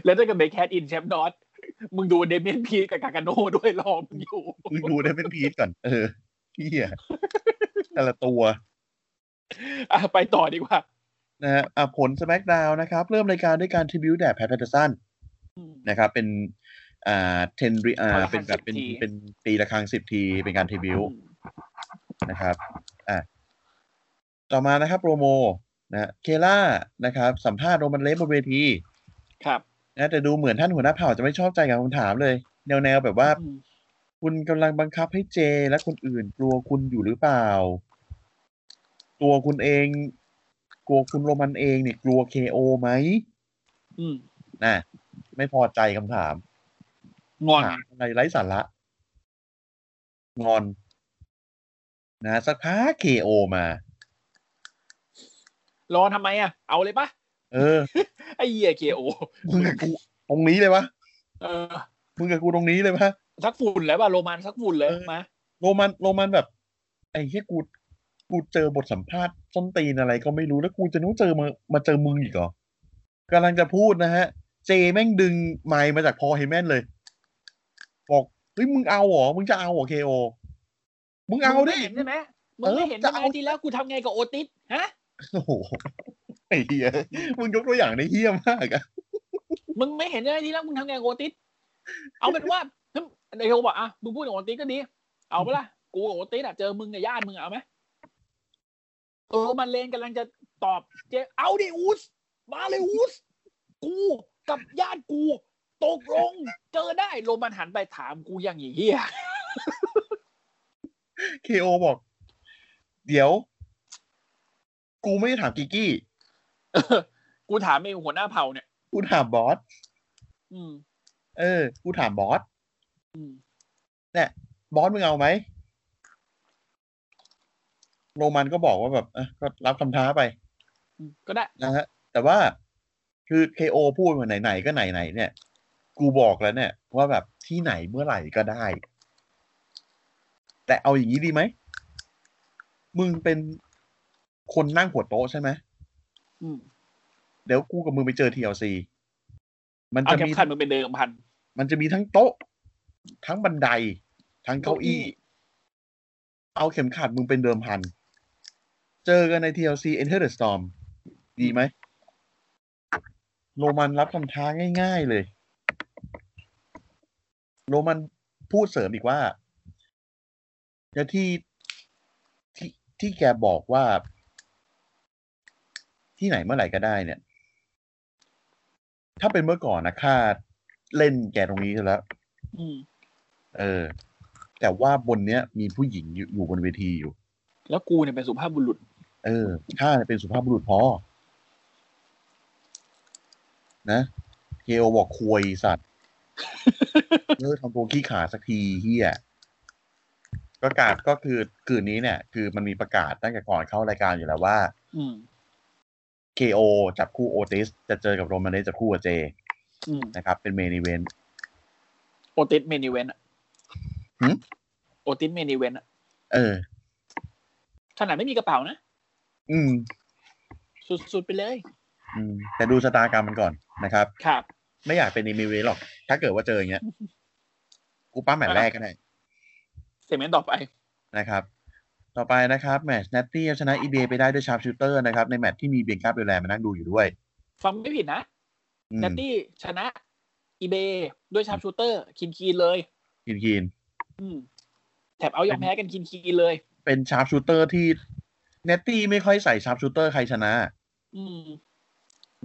S3: แล้วถ้าเกิดไปแคสอินแชมป์นอตมึงดูเดเมียนพีทกับกาการโนด้วยรอมึงอยู่
S2: มึงดูได้เป็นพีทก่อน เออเฮียแต่ละตัว
S3: อ่ะไปต่อดีกว่า
S2: นะฮะอ่ะผลส c k กดาวนะครับ เริ่มรายการด้วยการทริบิวต์แด่แพทแพทเทอร์สัน
S3: อืม
S2: นะครับ เป็น อ่าเทนริอ่า
S3: ตีละครั้ง
S2: เป็นแบบเป็น
S3: 10ที
S2: เป็นตีละครั้งสิบที เป็นการทริบิวต์นะครับ อ่ะต่อมานะครับโปรโมนะฮะเคล่านะครับ สัมภาษณ์โรมันเลสบนเวที
S3: ครับ
S2: นะแต่ดูเหมือนท่านหัวหน้าเผ่าจะไม่ชอบใจกับคำถามเลย แนวแนวๆแบบว่า
S3: อืม
S2: คุณกำลังบังคับให้เจและคนอื่นกลัวคุณอยู่หรือเปล่า ตัวคุณเอง กลัวคุณโรมันเองเนี่ย กลัวเคโอไหม
S3: อืม
S2: นะไม่พอใจคำถาม
S3: งอน
S2: ถามอะไรไร้สาระ งอน นะสักพักเคโอมา
S3: รอทำไมอ่ะ เอาเลยปะ
S2: เออ
S3: ไอ้เหี้ยเคโอ
S2: มึงกับกูตรงนี้เลยวะ
S3: เออ
S2: มึงกับกูตรงนี้เลยวะ
S3: สักฝุ่นแล้วป่ะโรมันสักฝุ่นเลย
S2: เออ
S3: มา
S2: โรมันโรมันแบบ ไอ้เหี้ยกูกูเจอบทสัมภาษณ์ส้นตีนอะไรก็ไม่รู้แล้วกูจะนู้เจอมามาเจอมึงอีกเหรอกำลังจะพูดนะฮะ เจแม่งดึงไมค์มาจากพอลเฮแมนเลย บอกเฮ้ยมึงเอาเหรอมึงจะเอาเหรอเคโอมึงเอาดิ
S3: มึงไม่เห็นใช่ไหมมึ
S2: เอง อ
S3: ไม่เห็นใช่ไหม
S2: จะเอา
S3: ทีแล้วกูทำไงกับโอติสฮะ
S2: โอ้โหไอ้เหี้ยมึงยกตัวอย่างได้เหี้ยมากอะ
S3: มึงไม่เห็นใช่ไหมทีแล้วมึงทำไงกับโอติสเอาเป็นว่าไอ้เขาบอกอ่ะมึงพูดกับโอติสก็ดี เอาปะล่ะกูกับโอติสอ่ะเจอมึงกับญาติมึงเอาไหมโรมันเลนกำลังจะตอบเจเอาดิอูสมาเลยอูสกูกับญาติกูตกลงเจอได้โรมันหันไปถามกูอย่างเหี้ย
S2: เคโอบอก เดี๋ยว กูไม่ได้ถามกิกกี้
S3: เออกูถามเองหัวหน้าเผ่าเนี่ย
S2: กูถามบอส
S3: อืม
S2: เออ กูถามบอส
S3: อืม
S2: บอสมึงเอาไหมโรมันก็บอกว่าแบบอ่ะก็รับคำท้าไป
S3: ก็ได้
S2: นะฮะแต่ว่าคือ KO พูดมาไหนๆก็ไหนๆเนี่ย กูบอกแล้วเนี่ย ว่าแบบที่ไหนเมื่อไหร่ก็ได้ แต่เอาอย่างนี้ดีไหม มึงเป็นคนนั่งหัวโต๊ะใช่ไหม
S3: อืม
S2: เดี๋ยวกูกับมึงไปเจอ TLC มัน
S3: เอา
S2: จะ
S3: เข็ม
S2: มี
S3: ขัดมันเป็นเดิมพัน
S2: มันจะมีทั้งโต๊ะ ทั้งบันได ทั้งเก้าอี้ เอาเข็มขัดมึงเป็นเดิมพัน เจอกันใน TLC Enter the Storm ดีไหม โรมันรับคำท้าง่าย ๆเลย โรมันพูดเสริมอีกว่าจะที่ที่ ที่แกบอกว่า ที่ไหนเมื่อไหร่ก็ได้เนี่ย ถ้าเป็นเมื่อก่อนนะคาดเล่นแกตรงนี้อยู่แล้ว
S3: อืม
S2: เออ แต่ว่าบนเนี้ย มีผู้หญิงอยู่อยู่บนเวทีอยู่
S3: แล้วกูเนี่ยเป็นสุภาพบุรุษ
S2: เออข้าเนี่ยเป็นสุภาพบุรุษพอ นะ เกลบอกควยสัตว์ [laughs] เลิกทำตัวขี้ขลาดสักทีเฮียก็กาดก็คือคืนนี้เนี่ย คือมันมีประกาศตั้งแต่ก่อนเข้ารายการอยู่แล้วว่า
S3: อืม
S2: KO จับคู่โอติส จะเจอกับโรมันเดสจับคู่กับเจ
S3: อืม
S2: นะครับ เป็นเมนิเวน
S3: โอติสเมนิเวนอะ
S2: หืม
S3: โอติสเมนิเวนอะ
S2: เออ
S3: ขนาดไม่มีกระเป๋านะ
S2: อืม
S3: สุดๆไปเลย
S2: อืม แต่ดูชะตากรรมมันก่อนนะครับ
S3: ครับ
S2: ไม่อยากเป็นเมนิเวนหรอก ถ้าเกิดว่าเจออย่างเงี้ย กูป้าแมตช์แรกก็ได้
S3: เซมเมนต์ต่อไป
S2: นะครับ ต่อไปนะครับ แมตช์แนตตี้ชนะอีเบไปได้ด้วยชาร์ปชูเตอร์นะครับ ในแมตช์ที่มีเบียงคาเบลแลมานั่งดูอยู่ด้วย
S3: ฟังไม่ผิดนะ
S2: อืม
S3: นัตตี้ชนะ อีเบด้วยชาร์ปชูเตอร์ คินคีนๆเลย
S2: กินกิน
S3: อืม แถบเอายอมแพ้กันคินคีนๆเลย
S2: เป็นชาร์ปชูเตอร์ที่เนตตี้ไม่ค่อยใส่ชาร์ปชูเตอร์ใครชนะ
S3: อืม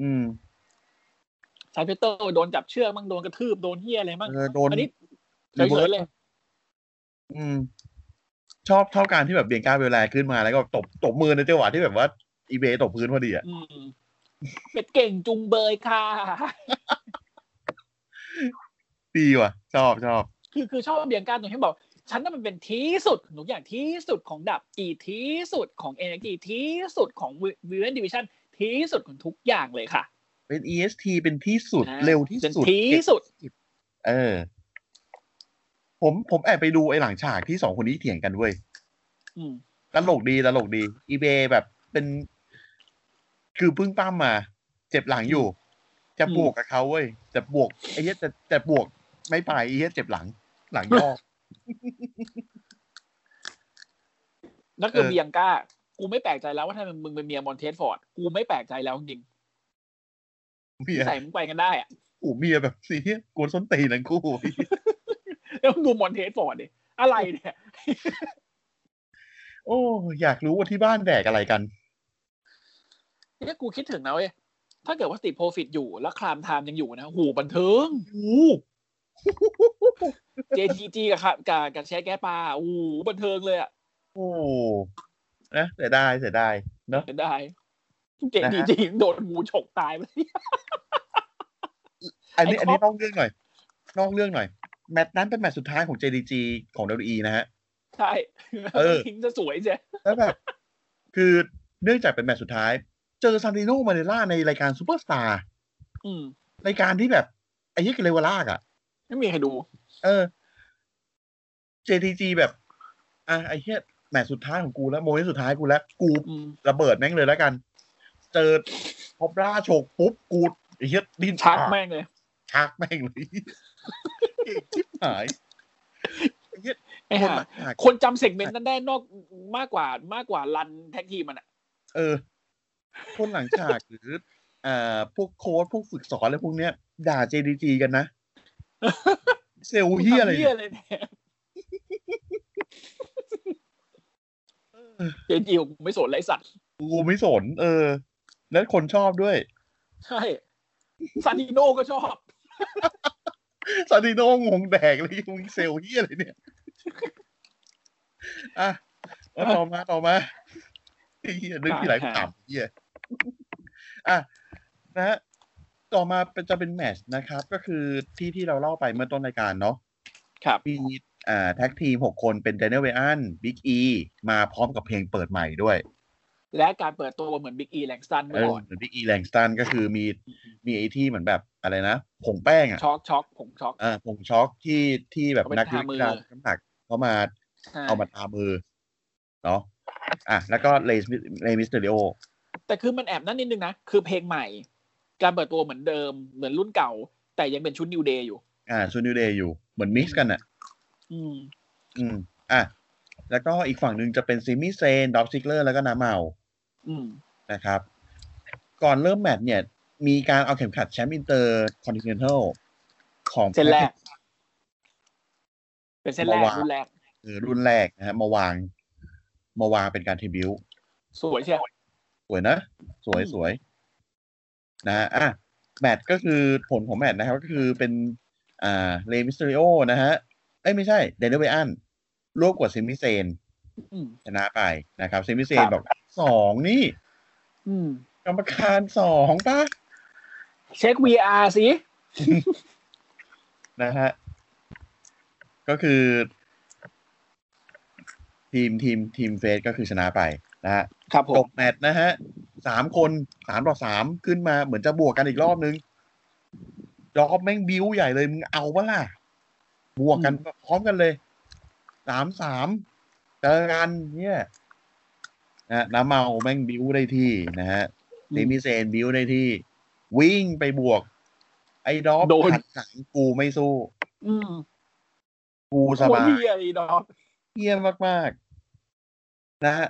S2: อืม
S3: ชาร์ปชูเตอร์โดนจับเชือกบ้างโดนกระทืบโดนเฮียอะไรบ้าง
S2: เออโดน
S3: อันนี้เฉ
S2: รีเวิร์
S3: ย
S2: ส
S3: ๆเลย
S2: อืม ชอบชอบการที่แบบเบียงคาเบลแลขึ้นมาแล้วก็ตบตบมือในจังหวะที่แบบว่าอีเบตบพื้นพอดีอ่ะ
S3: อืม เป็ดเก่งจุงเบยค่ะ
S2: ดีว่ะ ชอบชอบ
S3: คือคือชอบเบียงการตรงที่บอก ฉันน่ะมันเป็นที่สุดหนูอย่างที่สุดของดับอีที่สุดของเอเนจีที่สุดของวิวเอนดิวิชันที่สุดของทุกอย่างเลยค่ะ
S2: เป็น EST เป็นที่สุดเร็วที่
S3: เป็น
S2: สุด
S3: ที่สุด
S2: เออ ผมผมแอบไปดูไอ้หลังฉากที่สองคนนี้เถียงกันเว้ย
S3: อืม
S2: ตลกดีตลกดีอีเบแบบเป็น คือเพิ่งปั้มมา เจ็บหลังอยู่ จะ
S3: อืม
S2: บวกกับเขาเว้ยแต่บวกไอ้เหี้ยแต่แต่บวกไม่ไปไอ้เหี้ยเจ็บหลัง หลังยอก
S3: นั่นคือ
S2: เออ
S3: เบียงกากูไม่แปลกใจแล้วว่าถ้ามึงมึงเป็นเมียมอนเทสฟอร์ด กูไม่แปลกใจแล้วจริง
S2: เมีย
S3: ใส่มึงไปกันได้อะ
S2: โอ้เมียแบบสีเหี้ยกวนส้นตีนทั้งคู่
S3: แล้วมึงดูมอนเทสฟอร์ดดิอะไรเนี่ย
S2: โอ้อยากรู้ว่าที่บ้านแดกอะไรกัน
S3: เนี่ยกูคิดถึงนะเว้ย ถ้าเกิดว่าติดโปรฟิตอยู่แล้วคลามไทม์ยังอยู่นะหูบันเทิง
S2: โอ้
S3: JTG กับครับกับกับแชร์แก้ปลาโอ้โหบันเทิงเลยอ่ะ
S2: โหนะเสียดายเสียดายเนาะ
S3: เป็นได้
S2: นะ
S3: JTG โดนงูฉกตายไป [laughs]
S2: อันนี้
S3: ไอ้
S2: อัน
S3: ครอ
S2: นี้นอก
S3: บ
S2: เรื่องหน่อยนอกเรื่องหน่อย แมตช์นั้นเป็นแมตช์สุดท้ายของ JDG ของ WWE นะฮะ
S3: ใช่
S2: เออ
S3: [laughs] ทิ้งจะสวยใช่
S2: แล้วแบบ คือเนื่องจากเป็นแมตช์สุดท้าย เจอซานติโนมาเนล่าในรายการซูเปอร์สตาร์
S3: อืม
S2: รายการที่แบบ ไอ้ยี่กเลวาลากอะ่ะ
S3: ไม่มีใครดู
S2: เออ JTG แบบ อ่ะไอ้เหี้ยแมตช์สุดท้ายของกูแล้ว โมเมนต์สุดท้ายกูแล้ว กู
S3: อืม
S2: ระเบิดแม่งเลยแล้วกัน เจอพอบราโฉกปุ๊บกูไอ้เหี้ยดิน
S3: ชักแม่งเลย
S2: ชักแม่งเลย [laughs] เก่งชิบหายไอ้เหี้ย
S3: ไอ้
S2: คนห
S3: ห่า
S2: ลังหัก
S3: คนจำเซกเมนต์นั้นได้นอกมากกว่ามากกว่ารันแท็กทีมมันอ่ะ
S2: เออ คนหลังฉากหรืออ่าพวกโค้ชพวกฝึกสอนอะไรพวกเนี้ย ด่า JDG กันนะ เซลลเฮียอะไร
S3: เฮี
S2: เนี่ย ย
S3: เลยเนี่ย JTG กูไม่สนไรสัตว์
S2: กูไม่สน เออ แล้วคนชอบด้วย
S3: ใช่ซานิโน่ก็ชอบ
S2: ซาดิโน่งงแดกเลยมึงเซลลเฮียอะไรเนี่ย [laughs] อ่ะแล้วต่อมาต่อมาไอ้เฮียนึกที่ไหลต่ำเฮีย [laughs] อ่ะนะฮะต่อมาเป็นจะเป็นแมตชนะครับ ก็คือที่ที่เราเล่าไปเมื่อต้นรายการเนาะ
S3: ครับ
S2: มีอ่าแท็กทีมหกคนเป็นเดนเนลเวอันบิ๊กอีมาพร้อมกับเพลงเปิดใหม่ด้วย
S3: และการเปิดตัวเหมือนบิ๊กอีแลงสตัน
S2: เอ
S3: เมื่อ
S2: อ
S3: ก่อน
S2: เหมือนบิ๊กอีแลงสตันก็คือมีมีไอที่เหมือนแบบอะไรนะ ผงแป้งอ่ะ
S3: ช็อกช็อกผมช็อก
S2: อ่าผงช็อกที่ที่แบบ
S3: เอาไป
S2: นัก
S3: ทามือ
S2: วิชาน้ำหนักเขามา
S3: ใช่
S2: เอามาทามือเนาะอ่ะแล้วก็เลสเลมิสเตอริโอ
S3: แต่คือมันแอบนั่นนิดนึงนะ คือเพลงใหม่ การเปิดตัวเหมือนเดิม เหมือนรุ่นเก่า แต่ยังเป็นชุดนิวเดย์อยู่
S2: อ่าซูนิวเดย์อยู่เหมือนมิกซ์กันอ่ะ
S3: อืม
S2: อืมอ่ะแล้วก็อีกฝั่งหนึ่งจะเป็นซิมิเซนดอปซิกเลอร์แล้วก็นาเมา
S3: อืม
S2: นะครับ ก่อนเริ่มแมตช์เนี่ย มีการเอาเข็มขัดแชมป์อินเตอร์คอนติเนนทัลของ
S3: เส้นแรก เป็นเส้นแรก
S2: มาวาง
S3: รุ่นแรก
S2: คือรุ่นแรกนะฮะมาวาง มาวางเป็นการทริบิวต์
S3: สวยใช่ไหม
S2: สวยนะ สวย
S3: อืม
S2: สวยนะฮะอ่ะแมตช์ก็คือผลของแมตช์นะครับ ก็คือเป็นอ่าเลมิสเตริโอนะฮะ เอ้ยไม่ใช่เดนเดอร์เวอันรวบกว่าเซมิเซน
S3: อืม
S2: ชนะไปนะครับเซมิเซ
S3: ครั
S2: น
S3: บ
S2: บอกสองนี่
S3: อืม
S2: กรรมการสองปะ
S3: เช็ค VR สิ
S2: นะฮะ ก็คือ ทีมทีมทีมเฟสก็คือชนะไปนะฮะ
S3: ครับผ
S2: จ
S3: ม
S2: บแมตช์นะฮะสามคนสามต่อสามขึ้นมาเหมือนจะบวกกันอีกรอบนึงจอบแม่งบิ้วใหญ่เลย มึงเอาปะล่ะ บวกกันพร้อมกันเลยสามสามเจอกันเนี่ยนะฮะน้ำเมาแม่งบิ้วได้ที่นะฮะ
S3: อืม
S2: ลิมิเซนบิ้วได้ที่ วิ่งไปบวก ไอ้ดอฟ
S3: โดน
S2: ขัดขังกูไม่สู้
S3: อืม
S2: กูสบาย
S3: โคตรเฮียไอ้ดอก
S2: เยี่ยมมาก ๆ นะฮะ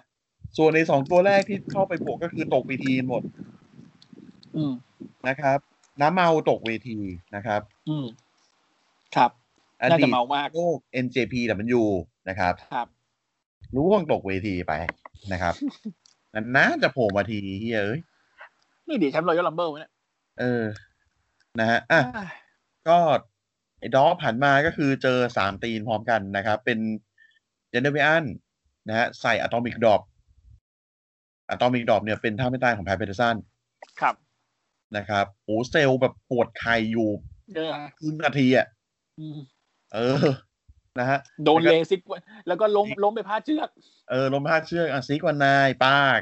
S2: ส่วนในสองตัวแรกที่เข้าไปบวกก็คือตกเวทีหมด
S3: อืม
S2: นะครับ น้ำเมาตกเวทีนะครับ
S3: อืม ครับ
S2: อ
S3: น่า
S2: ดี
S3: จะ
S2: ต
S3: เมามาก
S2: โลก NJP แต่มันยูนะครับ
S3: ครับ
S2: ร่วงตกเวทีไปนะครับ นั่นนะจะโผล่มาทีเฮ้ย
S3: นี่เดี๋ยวแชมป์รอยัลลัมเบิลเนี่ย
S2: เออ นะฮะ อ่ะ ก็ไอ้ดอฟผ่านมาก็คือเจอสามตีนพร้อมกันนะครับ เป็นเจนเดอร์เบียนนะฮะ ใส่อะตอมิกดอปอะตอมิกดอปเนี่ยเป็นท่าไม่ตายของแพทเปอร์สัน
S3: ครับ
S2: นะครับโอ้เซลล์แบบปวดไข่อยู่
S3: เออ
S2: ครึ่งนาทีอ่ะ
S3: อืม
S2: เออ นะฮะ
S3: โดนเลซิกแล้วก็ล้มล้มไปพาดเชือก
S2: เออลมพากเชือกอ่ะซีกวานายปาก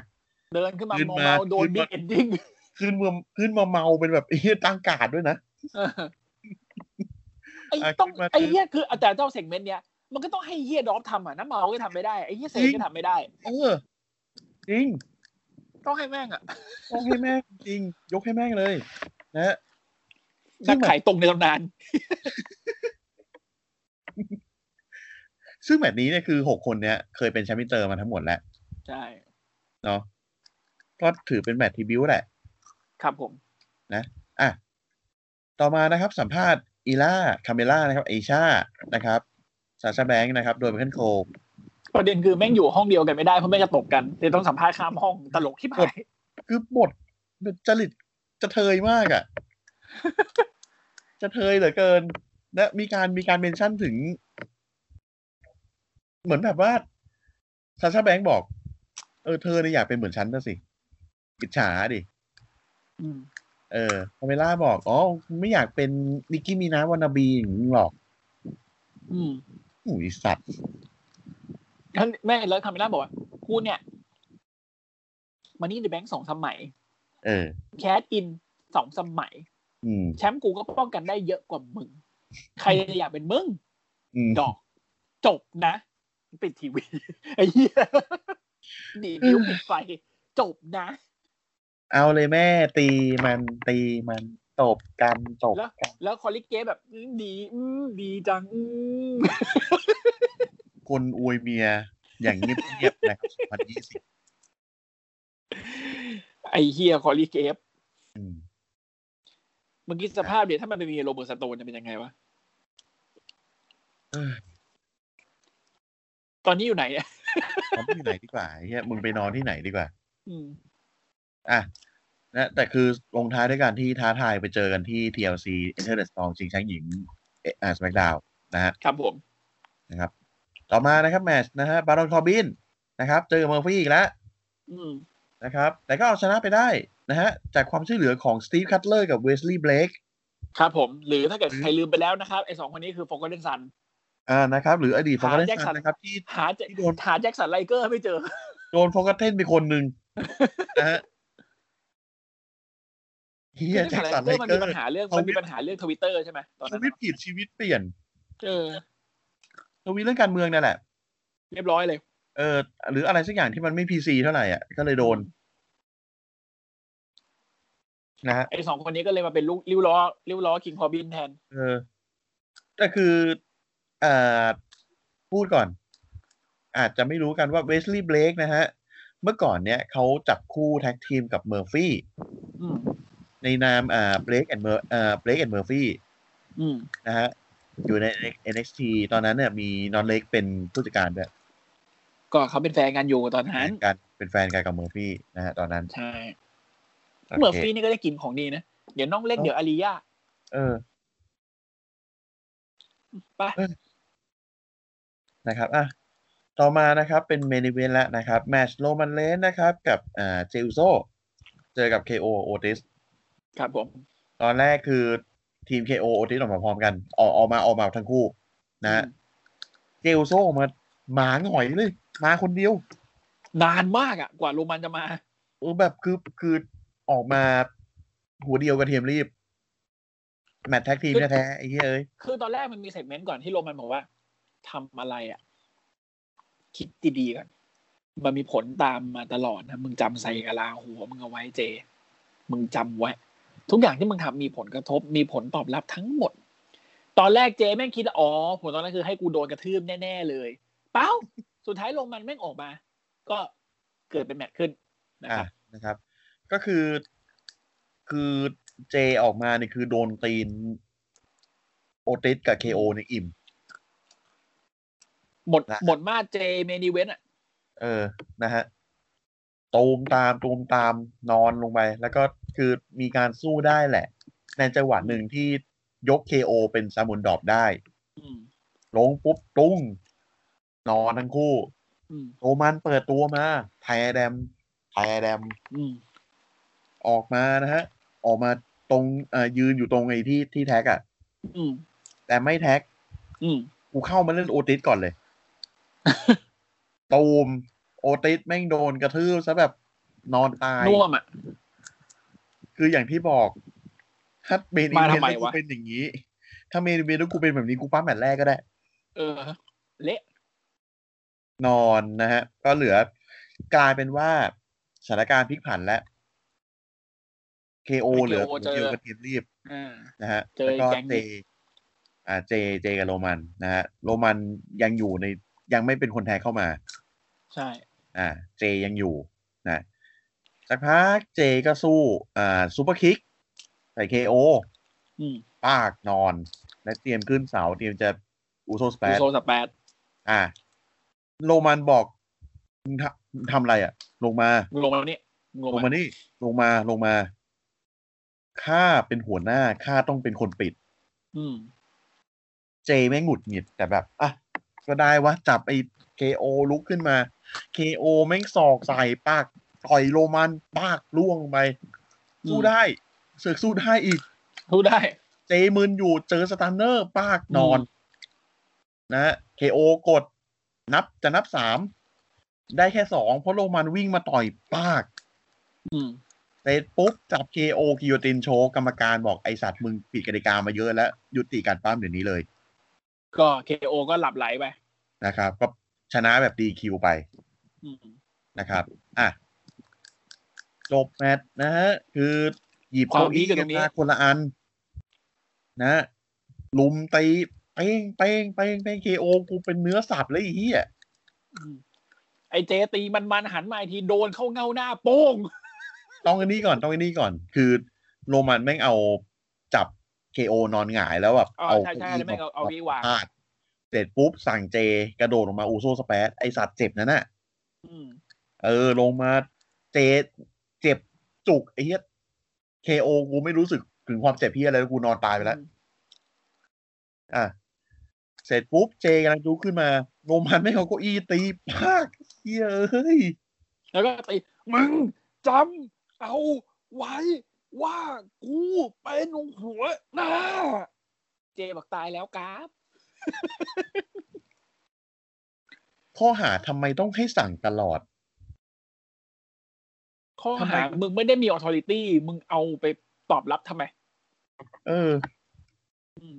S3: เดินขึ้นมา
S2: ขึ้น
S3: มอง
S2: มา
S3: เมาโดน
S2: ขึ้นมา
S3: บิ๊กเอนดิ้ง
S2: ขึ้นมาขึ้นมาเมาเป็นแบบ [laughs] เอ้ยตั้งการ์ดด้วยนะ
S3: ไอ้
S2: อ่ะ
S3: ต้อง
S2: ขึ้นมา
S3: ไอ้เหี้ยคืออาจารย์เจ้าเซกเมนต์เนี้ยมันก็ต้องให้เหี้ยดอฟทำอ่ะน้ำเมาก็ทำไม่ได้ไอ้เหี้ยเซก
S2: จริ
S3: ก็
S2: ง
S3: ทำไม่ได้
S2: เออ จริง
S3: ต้องให้แม่งอ่ะ
S2: ต้องให้แม่ง จริง ยกให้แม่งเลย นะฮะ ซึ่ง
S3: นัก
S2: มัน
S3: ขายตรงในตำนาน
S2: ซึ่งแบบนี้เนี่ยคือหกคนเนี้ย เคยเป็นแชมป์อินเตอร์มาทั้งหมดแล้ว
S3: ใช่
S2: เนาะก็ถือเป็นแมตช์ทีบิวต์แหละ
S3: ครับผม
S2: อ่ะ ต่อมานะครับ สัมภาษณ์อีล่าคาเมล่านะครับเอชานะครับซาชาแบงค์นะครับ โดยเบคอนโคล
S3: ประเด็นคือแม่งอยู่ห้องเดียวกันไม่ได้เพราะแม่งจะตบกันเลยต้องสัมภาษณ์ข้ามห้องตลกที่ผาย
S2: คือบทจริตจะเทยมากอะ่ะ จะเทยเหลือเกิน และมีการมีการเมนชั่นถึง เหมือนแบบว่าซาชาแบงค์บอก เออเธอเนี่ยอยากเป็นเหมือนฉันนะสิอิจฉาดิ
S3: อืม
S2: เออพาเมล่าบอก อ๋อ ไม่อยากเป็นนิกกี้มีนาวานาบีอย่างนี้หรอก
S3: อืม
S2: อุ้ยสัตว์
S3: ท่านแม่แล้วคาเมล่าบอกว่ากูเนี่ยมานี่เดอะแบงค์สองสมัย
S2: เออ
S3: แคสอินสองสมัย
S2: อืม
S3: แชมป์กูก็ป้องกันได้เยอะกว่ามึง ใครจะอยากเป็นมึง
S2: อืม
S3: ดอก จบนะ ปิดที [laughs] วี ไอ้เหี้ยดีนิ้วปิดไฟ จบนะ
S2: เอาเลยแม่ตีมันตีมันตบกันตบกัน
S3: แล้วคอลลิเกตแบบอื้อดีอื้อดีจัง [laughs] อื้อ
S2: คนอวยเมีย อย่างเงียบๆนะครับ 2020
S3: ไอ้เฮียคอลลิเกต
S2: อืม
S3: เมื่อกี้สภาพเดี๋ยวถ้ามันไปมีโรเบิร์ตสโตนจะเป็นยังไงวะ
S2: เออ
S3: ตอนนี้อยู่ไหนเนี่ย
S2: นอนที่ไหนดีกว่าไอ้เฮียมึงไปนอนที่ไหนดีกว่า
S3: อืม
S2: อ่ะนะแต่คือลงท้ายด้วยการที่ท้าทายไปเจอกันที่ TLC Enter the Storm ชิงแชมป์หญิงเอ่อ SmackDown นะฮะ
S3: ครับผม
S2: นะครับ ต่อมานะครับแมตช์นะฮะบารอนคอบินนะครับ เจอเมอร์ฟี่อีกแล้ว
S3: อืม
S2: นะครับ แต่ก็เอาชนะไปได้นะฮะ จากความช่วยเหลือของสตีฟคัตเลอร์กับเวสลีย์เบลก
S3: ครับผม หรือถ้าเกิดใครลืมไปแล้วนะครับ ไอ้สองคนนี้คือโฟกัสเดนซัน
S2: อ่านะครับ หรืออดีตฟองกัสเทน
S3: Jackson
S2: นะครับที่
S3: หาแจ
S2: ที่โดน
S3: หาแจ็คสันไลเกอร์ไม่เจอ
S2: โดนฟองกัสเทนไปคนหนึ่งนะฮะเฮียแจ็ค
S3: [laughs]
S2: สันเล
S3: มัน
S2: เกอร์
S3: มีปัญหาเรื่อง
S2: เขา
S3: มันมีปัญหาเรื่องทวิตเตอร์ใช่ไหมตอน
S2: ชี
S3: นั้น
S2: วิตผิดชีวิตเปลี่ยน
S3: เออ
S2: ทวีตเรื่องการเมืองนั่นแหละ
S3: เรียบร้อยเลย
S2: เออ หรืออะไรสักอย่างที่มันไม่พีซีเท่าไหร่อ่ะ ก็เลยโดน นะฮะ
S3: ไอ้สองคนนี้ก็เลยมาเป็นลูกริ้วล้อริ้วล้อคิงคอบินแทน
S2: เออแต่คือเอ่อพูดก่อน อาจจะไม่รู้กันว่าเวสลีย์เบลกนะฮะ เมื่อก่อนเนี้ยเขาจับคู่แท็กทีมกับเมอร์ฟี่
S3: อืม
S2: ในนามอ่าเบลกแอนเมอร์อ่าเบลกแอนเมอร์ฟี่
S3: อืม
S2: นะฮะ อยู่ใน NXT ตอนนั้นเนี่ยมีนอนเล็กเป็นผู้จัดการด้วย
S3: ก็เขาเป็นแฟนกันอยู่ตอนนั้น
S2: การเป็นแฟนกันกับเมอร์ฟี่นะฮะตอนนั้น
S3: ใช่
S2: โค
S3: เมอร์ฟี่นี่ก็ได้กินของดีนะ เดี๋ยวน้องเล็กเดี๋ยวอาริยา
S2: เออ
S3: ไป
S2: นะครับ อ่ะ ต่อมานะครับ เป็นเมนิเวนแล้วนะครับ แมชโรมันเลนนะครับ กับอ่าเจลโซ เจอกับ KO โอติส
S3: ครับผม
S2: ตอนแรกคือทีม KO โอติสออกมาพร้อมกัน ออกออกมาออกมาทั้งคู่ นะฮะ
S3: อืม
S2: เจลโซออกมาหมาหงอยเลย มาคนเดียว
S3: นานมากอ่ะ กว่าโรมันจะมา
S2: เออแบบคือคือออกมาหัวเดียวกระเทียมรีบ แมตช์แท็กทีมแท้ๆไอ้เหี้ยเอ้ย
S3: คือตอนแรกมันมีเซกเมนต์ก่อนที่โรมันบอกว่าทำอะไรอ่ะ คิดดีๆก่อน มันมีผลตามมาตลอดนะ มึงจำใส่กะลาหัวมึงเอาไว้เจ มึงจำไว้ ทุกอย่างที่มึงทำมีผลกระทบ มีผลตอบรับทั้งหมด ตอนแรกเจแม่งคิดว่าอ๋อผลตอนนั้นคือให้กูโดนกระทืบแน่ๆเลย เป้าสุดท้ายโรมันแม่งออกมา ก็เกิดเป็นแมตช์ขึ้นนะค
S2: อ่ะ
S3: รับ
S2: นะครับ ก็คือคือเจออกมาเนี่ยคือโดนตีน โอติสกับเคโอเนี่ยอิ่ม
S3: หมด
S2: นะ
S3: หมดมาสเจเมนิเวนอ่ะ
S2: เออนะฮะตูมตามตูมตามนอนลงไป แล้วก็คือมีการสู้ได้แหละ ในจังหวะหนึ่งที่ยกเคโอเป็นซามุนดอบได้
S3: อืม
S2: ลงปุ๊บตุ้ง นอนทั้งคู่
S3: อืม
S2: โรมันเปิดตัวมาไทยแดมไทยแดม
S3: อืม
S2: ออกมานะฮะ ออกมาตรงเอ่อยืนอยู่ตรงไอ้ที่ที่แท็กอะ่ะ
S3: อืม
S2: แต่ไม่แท็ก
S3: อืม
S2: กูเข้ามาเล่นโอติสก่อน
S3: [laughs]
S2: เลย ตูม โอติสแม่งโดนกระทืบซะแบบนอนตาย
S3: น่วมอ่ะ
S2: คืออย่างที่บอก ถ้าเมนอี
S3: มา
S2: เว
S3: ทำ
S2: น
S3: ไม
S2: ต์กู
S3: วะ
S2: เป็นอย่างนี้ ถ้าเมนอีเวนต์กูเป็นแบบนี้กูปั้มแมตช์แรกก็ได้
S3: เออ เละ
S2: นอนนะฮะ ก็เหลือกลายเป็นว่าสถานการณ์พลิกผันแล้ว KO เหลือ
S3: KO
S2: คนเดียวกับทีมรีบ
S3: อ่า
S2: นะฮะ
S3: เจอ
S2: แล้วก็
S3: แก๊ง
S2: เจ
S3: นี้
S2: อ่าเจเจกับโรมันนะฮะโรมันยังอยู่ในยังไม่เป็นคนแทนเข้ามา
S3: ใช่
S2: อ่า เจยังอยู่นะสักพักเจก็สู้อ่าซูเปอร์คิกใส่เคโอ
S3: อืม
S2: ปากนอน และเตรียมขึ้นเสาเตรียมจะอูโซสเป
S3: ดู
S2: ซ
S3: โซสแปด
S2: อ่า โรมันบอกมึงทำมึงทำอะไรอ่ะ ลงมา
S3: มึงลงมาแล้วนี่มึงล
S2: ล
S3: ง
S2: ง
S3: มา
S2: มานี่ ลงมาลงมาข้าเป็นหัวหน้าข้าต้องเป็นคนปิด
S3: อืม
S2: เจไม่งหงุดหงิดแต่แบบ อ่ะ ก็ได้วะ จับไอ้เคโอลุกขึ้นมาเคโอแม่งสอกใส่ปากต่อยโรมันปากล่วงไป สู้
S3: อืม
S2: ได้เสือกสู้ได้อีก
S3: รู้ได้
S2: เจมืนอยู่เจอสตันเนอร์ ปากนอน
S3: อืม
S2: นะฮะเคโอกด นับจะนับสามได้แค่สองเพราะโรมันวิ่งมาต่อยปาก
S3: อืม
S2: เสร็จปุ๊บ จับเคโอกิโยตินโชว์กรรมการบอกไอสัตว์มึงผิดกติกามาเยอะแล้วยุติการปั้มเดี๋ยวนี้เลย
S3: ก็เคโอก็หลับไหลไป
S2: นะครับ ก็ชนะแบบดีคิวไป
S3: อืม
S2: นะครับ อ่ะ จบแมตช์นะฮะ คือหยิบ
S3: ความ
S2: เก้าอี้
S3: พีคอยู่ตรงนี้
S2: มาคนละอัน นะฮะลุมตีเป้งเป้งเป้งเป้งเคโอกูเป็นเนื้อสับเลยไอ้เหี้ย
S3: อืมไอเจตีมันมันหันมาอีกทีโดนเข้าเงาหน้าโป้ง
S2: ต้องอันนี้ก่อน ต้องอันนี้ก่อน คือโรมันแม่งเอาจับเคโอนอนหงายแล้วแบบ
S3: อ๋อ
S2: เอา
S3: ใช่ใช่แล้วแม่งเอาเอาเก้าอี้วาง
S2: ฟดเสร็จปุ๊บ สั่งเจกระโดดลงมาอูโซสเปซไอสัตว์เจ็บนั่นน่ะ
S3: อืม
S2: เออ ลงมาเจเจ็บจุกไอ้เหี้ยเคโอกูไม่รู้สึกถึงความเจ็บเหี้ยอะไรแล้วกูนอนตายไปแล้ว อ่ะ เสร็จปุ๊บเจกำลังลุกขึ้นมาโนมันไม่เอาเก้าอี้ตีปากเหี้ยเอ้ย
S3: แล้วก็ตีมึงจำเอาไว้ว่ากูเป็นหัวหน้า เจบอกตายแล้วกราฟ
S2: ข้อหาทำไมต้องให้สั่งตลอด
S3: ข้อ
S2: ทำไม
S3: หามึงไม่ได้มีออ t อริตี้มึงเอาไปตอบรับทำไม
S2: เออ
S3: อืม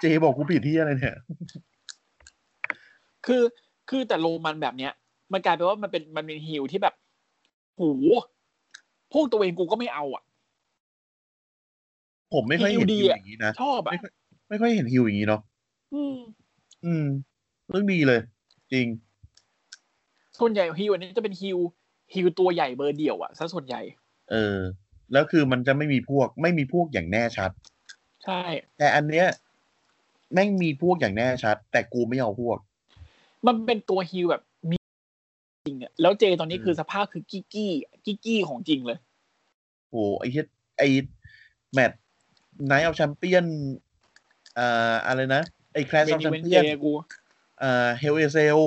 S2: เจบอกกูผิดที่อะไรเนี่ย
S3: คือคือแต่โรมันแบบเนี้ย มันกลายเป็นว่ามันเป็นมันเป็นฮิลที่แบบโหพวกตัวเองกูก็ไม่เอาอ่ะ
S2: ผมไม่ค่อยเห็น
S3: ฮิ
S2: ฮิ
S3: วดี
S2: ว
S3: อะ
S2: อย่างนี้นะ
S3: ชอบอ่ะ
S2: ไม่ค่อย ไม่ค่อยเห็นฮิวอย่างนี้เนาะ
S3: อืม
S2: อืม เรื่องดีเลย จริง
S3: ส่วนใหญ่ฮิลอันนี้จะเป็นฮิลฮิลตัวใหญ่เบอร์เดียวอ่ะซะส่วนใหญ่
S2: เออ แล้วคือมันจะไม่มีพวก ไม่มีพวกอย่างแน่ชัด
S3: ใช่
S2: แต่อันเนี้ยแม่งมีพวกอย่างแน่ชัด แต่กูไม่เอาพวก
S3: มันเป็นตัวฮิลแบบมีจริงเนี่ยแล้วเจตอนนี้
S2: อืม
S3: คือสภาพคือกี้กี้กี้กี้ของจริงเลย
S2: โอ้โหไอ้เหี้ยไอ้แมตช์ไนท์เอาแชมเปี้ยนอ่าอะไรนะ ไอ้แคลส
S3: เบ
S2: เอา
S3: นิ
S2: แชม
S3: เวนเจ
S2: เปี้ยน
S3: กู
S2: อ่าเฮลเอเซล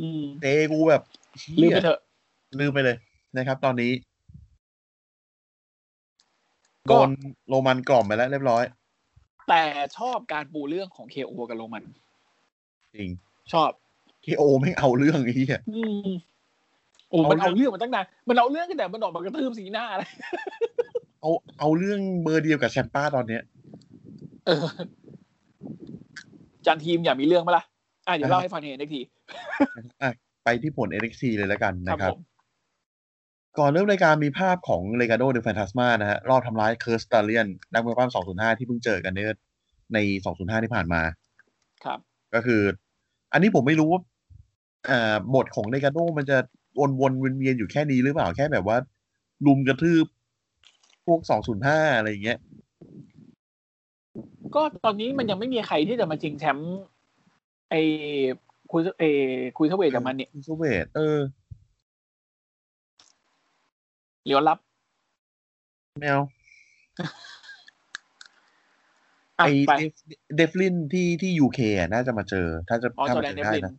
S3: อืม
S2: เตะกูแบบเหี้ย
S3: ลืมไปเถอะ
S2: ลืมไปเลยนะครับ ตอนนี้
S3: ก็
S2: โดนโรมันกล่อมไปแล้วเรียบร้อย
S3: แต่ชอบการปูเรื่องของเคโอกับโรมัน
S2: จริง
S3: ชอบ
S2: เคโอไม่งเอาเรื่องไอ้เหี้ย
S3: อืมโอ้
S2: เอามั
S3: มันเอาเรื่องมาตั้งนานมันเอาเรื่องกันแต่มันออกมากระทืบสีหน้าอะไร
S2: เอาเอาเรื่องเบอร์เดียวกับแชมป้าตอนเนี้ย
S3: เออจานทีมอย่ามีเรื่องมาละอ่ะเดี๋ยวเล่าให้ฟังเห็นอีกที
S2: ไปที่ผล NXT เลยแล้วกัน
S3: ครับ
S2: นะครับ
S3: ผม
S2: ก่อนเริ่มรายการมีภาพของเลกาโดเด f แฟน t าสมานะฮะ รอบทำร้ายเคิร์สตาเลียน นักมวยปล้ำ205 ที่เพิ่งเจอกันในใน 205 ที่ผ่านมา
S3: ครับ
S2: ก็คือ อันนี้ผมไม่รู้ว่าอ่าบทของเลกาโดมันจะวนวนเวียนๆอยู่แค่นี้หรือเปล่า แค่แบบว่า ลุมกระทืบพวก 205 อะไรอย่างเงี้ย
S3: ก็ตอนนี้มันยังไม่มีใครที่จะมาชิงแชมป์ไอคุยเอคุยเทเวทกับมันเนี่ย
S2: ซูเวตเออ
S3: เหลียวรับ
S2: แมว
S3: อ่ะ
S2: ไอ
S3: ไป
S2: เดฟลินที่ที่ยูเคน่าจะมาเจอ ถ้าจะ
S3: อ๋อจ
S2: ถ้า
S3: อ
S2: มา
S3: ร์แดน
S2: เจอได้
S3: เดฟลิน
S2: นะ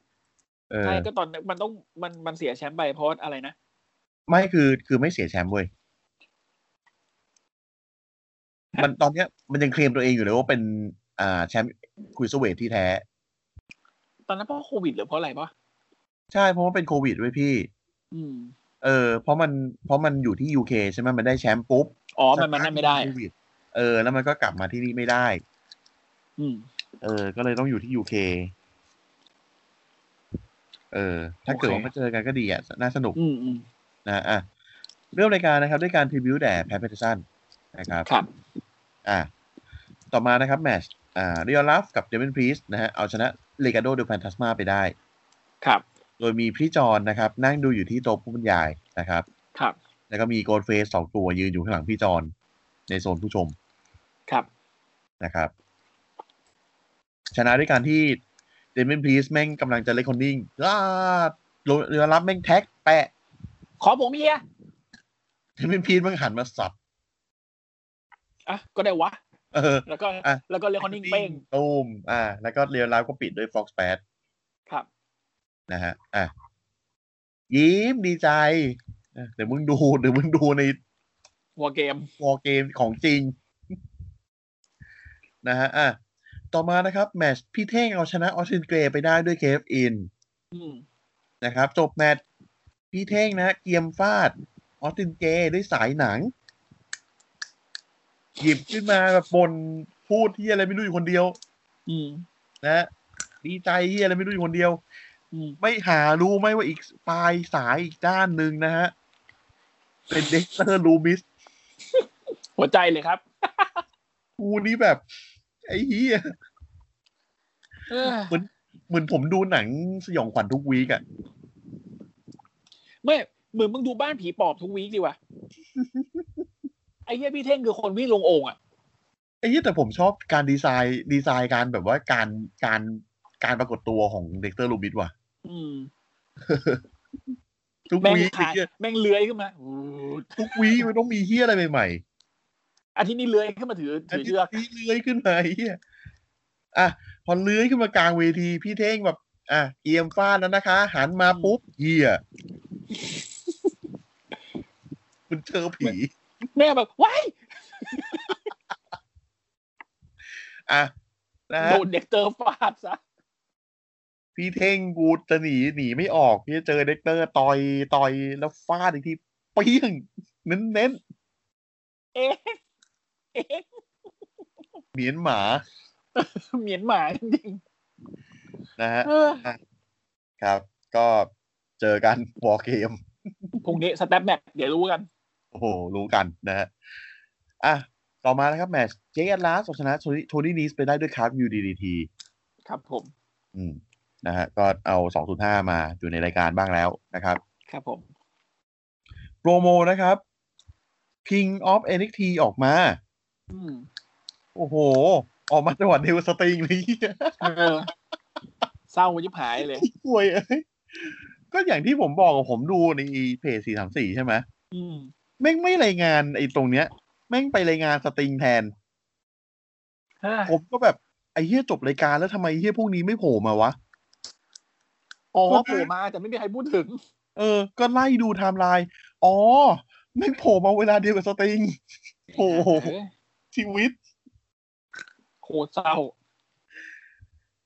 S2: เออ
S3: ใช่ก็ตอนมันต้องมันมันเสียแชมป์ไปเพราะอะไรนะ
S2: ไม่คือคือไม่เสียแชมป์เว้ย
S3: ฮะ
S2: มันตอนเนี้ยมันยังเคลมตัวเองอยู่เลยว่าเป็น อ่าแชมป์คุยสเวทที่แท้
S3: ตอนนั้นเพราะโควิดหรือเพราะอะไรปะ
S2: ใช่ เพราะว่าเป็นโควิดเว้ยพี่
S3: อืม
S2: เออ เพราะมันเพราะมันอยู่ที่ยูเคใช่ไหมมันได้แชมป์ปุ๊บ
S3: อ๋อมันมันนั่นไม่ได้
S2: โควิดเออ แล้วมันก็กลับมาที่นี่ไม่ได้
S3: อืม
S2: เออ ก็เลยต้องอยู่ที่ยูเคเออ ถ้าเกิดว่ามาเจอกันก็ดีอ่ะน่าสนุก
S3: อืมอืม
S2: นะอ่ะเริ่มรายการนะครับ ด้วยการทริบิวต์แด่แพทเพทสันนะครับ
S3: ครับ
S2: อ่า ต่อมานะครับ แมตชอ่าเรียลลัฟกับเดวินพรีสนะฮะ เอาชนะเลกาโดเดลแฟนทัสมาไปได้
S3: ครับ
S2: โดยมีพี่จอนนะครับ นั่งดูอยู่ที่โต๊ะผู้บรรยายนะครับ
S3: ครับ
S2: แล้วก็มีโกลเฟสสองตัวยืนอยู่ข้างหลังพี่จอนในโซนผู้ชม
S3: ครับ
S2: นะครับ ชนะด้วยการที่เดวินพรีสแม่งกำลังจะเล็กคนนิ่งล่าเรือรับแม่งแท็กแปะ
S3: ขอผมเมีย
S2: เดวินพรีสแม่งหันมาสับ
S3: อ่ะ ก็ได้วะ
S2: เออ
S3: แล้วก็
S2: อ่ะ
S3: แล้วก็เรียกคอนนิ่งเป้ง
S2: [laughs] ตูมอ่า แล้วก็เรือรับก็ปิดด้วยฟ็อกซ์แปด
S3: ครับ
S2: นะฮะ อ่ะ ยิ้มดีใจอ่ะเดี๋ยวมึงดู [laughs] เดี๋ยวมึงดูใน
S3: หัวเกม
S2: วอเกมของจริง [laughs] นะฮะ อ่ะ ต่อมานะครับ แมตชพี่เท่งเอาชนะออสตินเกรย์ไปได้ด้วยเคฟอิน
S3: อืม
S2: นะครับ จบแมตชพี่เท่งนะ เกียมฟาดออสตินเกรย์ด้วยสายหนัง หยิบขึ้นมาแบบบนพูดที่อะไรไม่รู้อยู่คนเดียว
S3: อืม
S2: นะฮะดีใจที่อะไรไม่รู้อยู่คนเดียว
S3: อืม
S2: ไม่หารู้ไหมว่าอีกปลายสายอีกด้านหนึ่งนะฮะ เป็นเด็กเตอร์ลูมิส
S3: หัวใจเลยครับ
S2: กูนี่แบบ ไอ้เหี้ย
S3: เออ
S2: เหมือนผมดูหนังสยองขวัญทุกวีกอะ
S3: ไม่เหมือนมึงดูบ้านผีปอบทุกวีคดี
S2: [laughs]
S3: ว่ะ ไอ้เหี้ยพี่เท่งคือคนวิ่งลงโอ่งอ่ะ
S2: ไอ้เหี้ยแต่ผมชอบการดีไซน์ดีไซน์การแบบว่าการการการปรากฏตัวของเด็กเตอร์ลูมิสว่ะ
S3: อืม
S2: ทุก
S3: แม่ง
S2: วีคไอ้
S3: ขาย
S2: เหี้ย
S3: แม่งเลื้อยขึ้นมาอู้ว
S2: ทุกวีคมันต้องมีเหี้ยอะไรใหม่ๆ
S3: อาทิตย์นี้เลื้อยขึ้นมาถือ
S2: อัน
S3: ถือ
S2: นี้
S3: เชือก
S2: เลื้อยขึ้นมาไอ้เฮียอ่ะ พอเลื้อยขึ้นมากลางเวที พี่เท่งแบบ อ่ะ เอียมฟาดแล้วนะคะ หันมาปุ๊บเฮียมันเจอผี
S3: แม่แบบว้าย
S2: อ่ะ นะฮะ
S3: โดนเด็กเตอร์ฟาดซะ
S2: พี่เท่งกูจะหนีหนีไม่ออก พี่จะเจอเด็กเตอร์ต่อยต่อยแล้วฟาดอีกทีเปี้ยงเน้นเน้น
S3: เอ๊ะเอ๊ะ
S2: ๆเหมียนหมา
S3: เหมียนหมาจริง
S2: นะฮะ
S3: ๆเออ
S2: ครับ ก็เจอกัน [laughs] วอเกม
S3: พรุ่งนี้สแตปแมทเดี๋ยวรู้กัน
S2: โอ้โห รู้กันนะฮะ อ่ะ ต่อมานะครับ แมตช์เจคลาสชนะโทนี่นีสไปได้ด้วยคาร์ดยูดีดีที
S3: ครับผม
S2: อืม นะฮะ ก็เอา 205 มาอยู่ในรายการบ้างแล้วนะครับ
S3: ครับผม
S2: โปรโมนะครับ King of NXT ออกมา
S3: อืม
S2: โอ้โห ออกมาจังหวัดเดวสตริงเลย
S3: เออ เศร้ายิบหายเลย
S2: ป่วยเอ้ยก็อย่างที่ผมบอกอะผมดูในเพจสี่สามสี่ใช่ไหม
S3: อืม
S2: แม่งไม่รายงานไอ้ตรงเนี้ย แม่งไปรายงานสตริงแทน ผมก็แบบไอ้เฮียจบรายการแล้วทำไมไอ้เฮียพวกนี้ไม่โผล่มาวะ
S3: อ๋อโผล่มาแต่ไม่มีใครพูดถึง
S2: เออ ก็ไล่ดูไทม์ไลน์ อ๋อ ไม่งโผล่มาเวลาเดียวกับสตริง [laughs] โอ้โห
S3: เออ
S2: ชีวิต
S3: โคตรเศร้า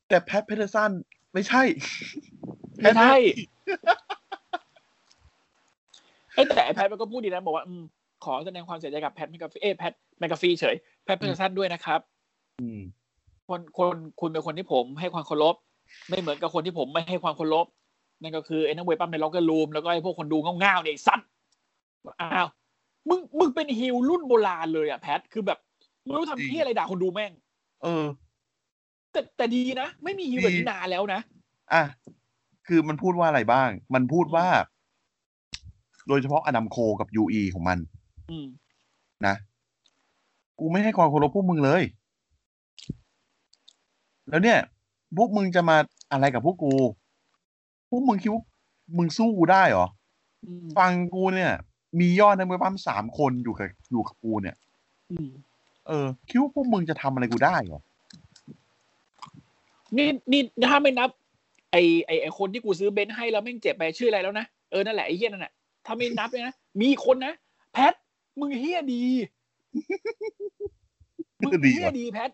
S2: แต่แพทเพเทอร์สันไม่ใช่ [laughs]
S3: ไม่ใช่ไอ้ยแต่ไอ้แพทมันก็พูดดีนะบอกว่าอืมขอแสดงความเสียใจกับแพทแมกกาฟีเอ้ยแพทแมกกาฟีเฉยแพทเพอร์ซันด้วยนะครับ
S2: อืม
S3: คนคนคุณเป็นคนที่ผมให้ความเคารพไม่เหมือนกับคนที่ผมไม่ให้ความเคารพนั่นก็คือไอ้นักเวยปั้มในล็อกเกอร์รูมแล้วก็ไอ้พวกคนดูเง่าๆเนี่ยไอ้สัตว์อ้าวมึงมึงเป็นฮิลรุ่นโบราณเลยอ่ะแพทคือแบบไม่รู้ทำเพี้ยอะไรด่าคนดูแม่ง
S2: เออ
S3: แต่แต่ดีนะ ไม่มีฮิลแบบนี้นานแล้วนะ
S2: อ่ะ คือมันพูดว่าอะไรบ้าง มันพูดว่า โดยเฉพาะอดัมโคกับยูอีของมัน
S3: อืม
S2: นะ กูไม่ให้ความเคารพพวกมึงเลย แล้วเนี่ย พวกมึงจะมาอะไรกับพวกกู พวกมึงคิดว่ามึงสู้กูได้เหรอ
S3: อืม
S2: ฟังกูเนี่ย มียอดในมือปั้มสามคนอยู่กับอยู่กับกูเนี่ย
S3: อืม
S2: เออ คิดว่าพวกมึงจะทำอะไรกูได้เหรอ
S3: นี่นี่ถ้าไม่นับ ไอไอไอคนที่กูซื้อเบนซ์ให้แล้วแม่งเจ็บไปชื่ออะไรแล้วนะเออนั่นแหละไอเฮี้ยนั่นแหละถ้าไม่นับเลยนะมีอีกคนนะแพทมึงเฮี้ยดีมึง
S2: ดี
S3: เฮี้ย
S2: ว่ะ
S3: ดีแพท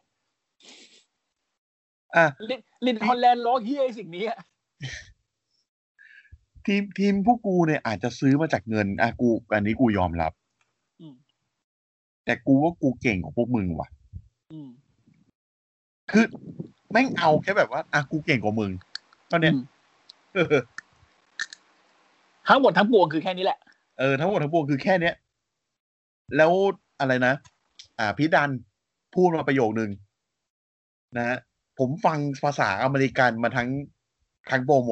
S2: อ่ะ
S3: ลินลินฮอลแลนด์ล้อเฮียไอ้สิ่งนี้อะ
S2: ทีมทีมพวกกูเนี่ยอาจจะซื้อมาจากเงินอ่ะกู อันนี้กูยอมรับ
S3: อืม
S2: แต่กูว่ากูเก่งกว่าพวกมึงว่ะ
S3: อืม
S2: คือแม่งเอาแค่แบบว่าอ่ะกูเก่งกว่ามึงเท่าเนี้ย
S3: อืม
S2: เออ
S3: ทั้งหมดทั้งปวงคือแค่นี้แหละ
S2: เออทั้งหมดทั้งปวงคือแค่เนี้ย แล้วอะไรนะ อ่าพี่ดันพูดมาประโยคหนึ่งนะฮะผมฟังภาษาอเมริกันมาทั้งทั้งโปรโม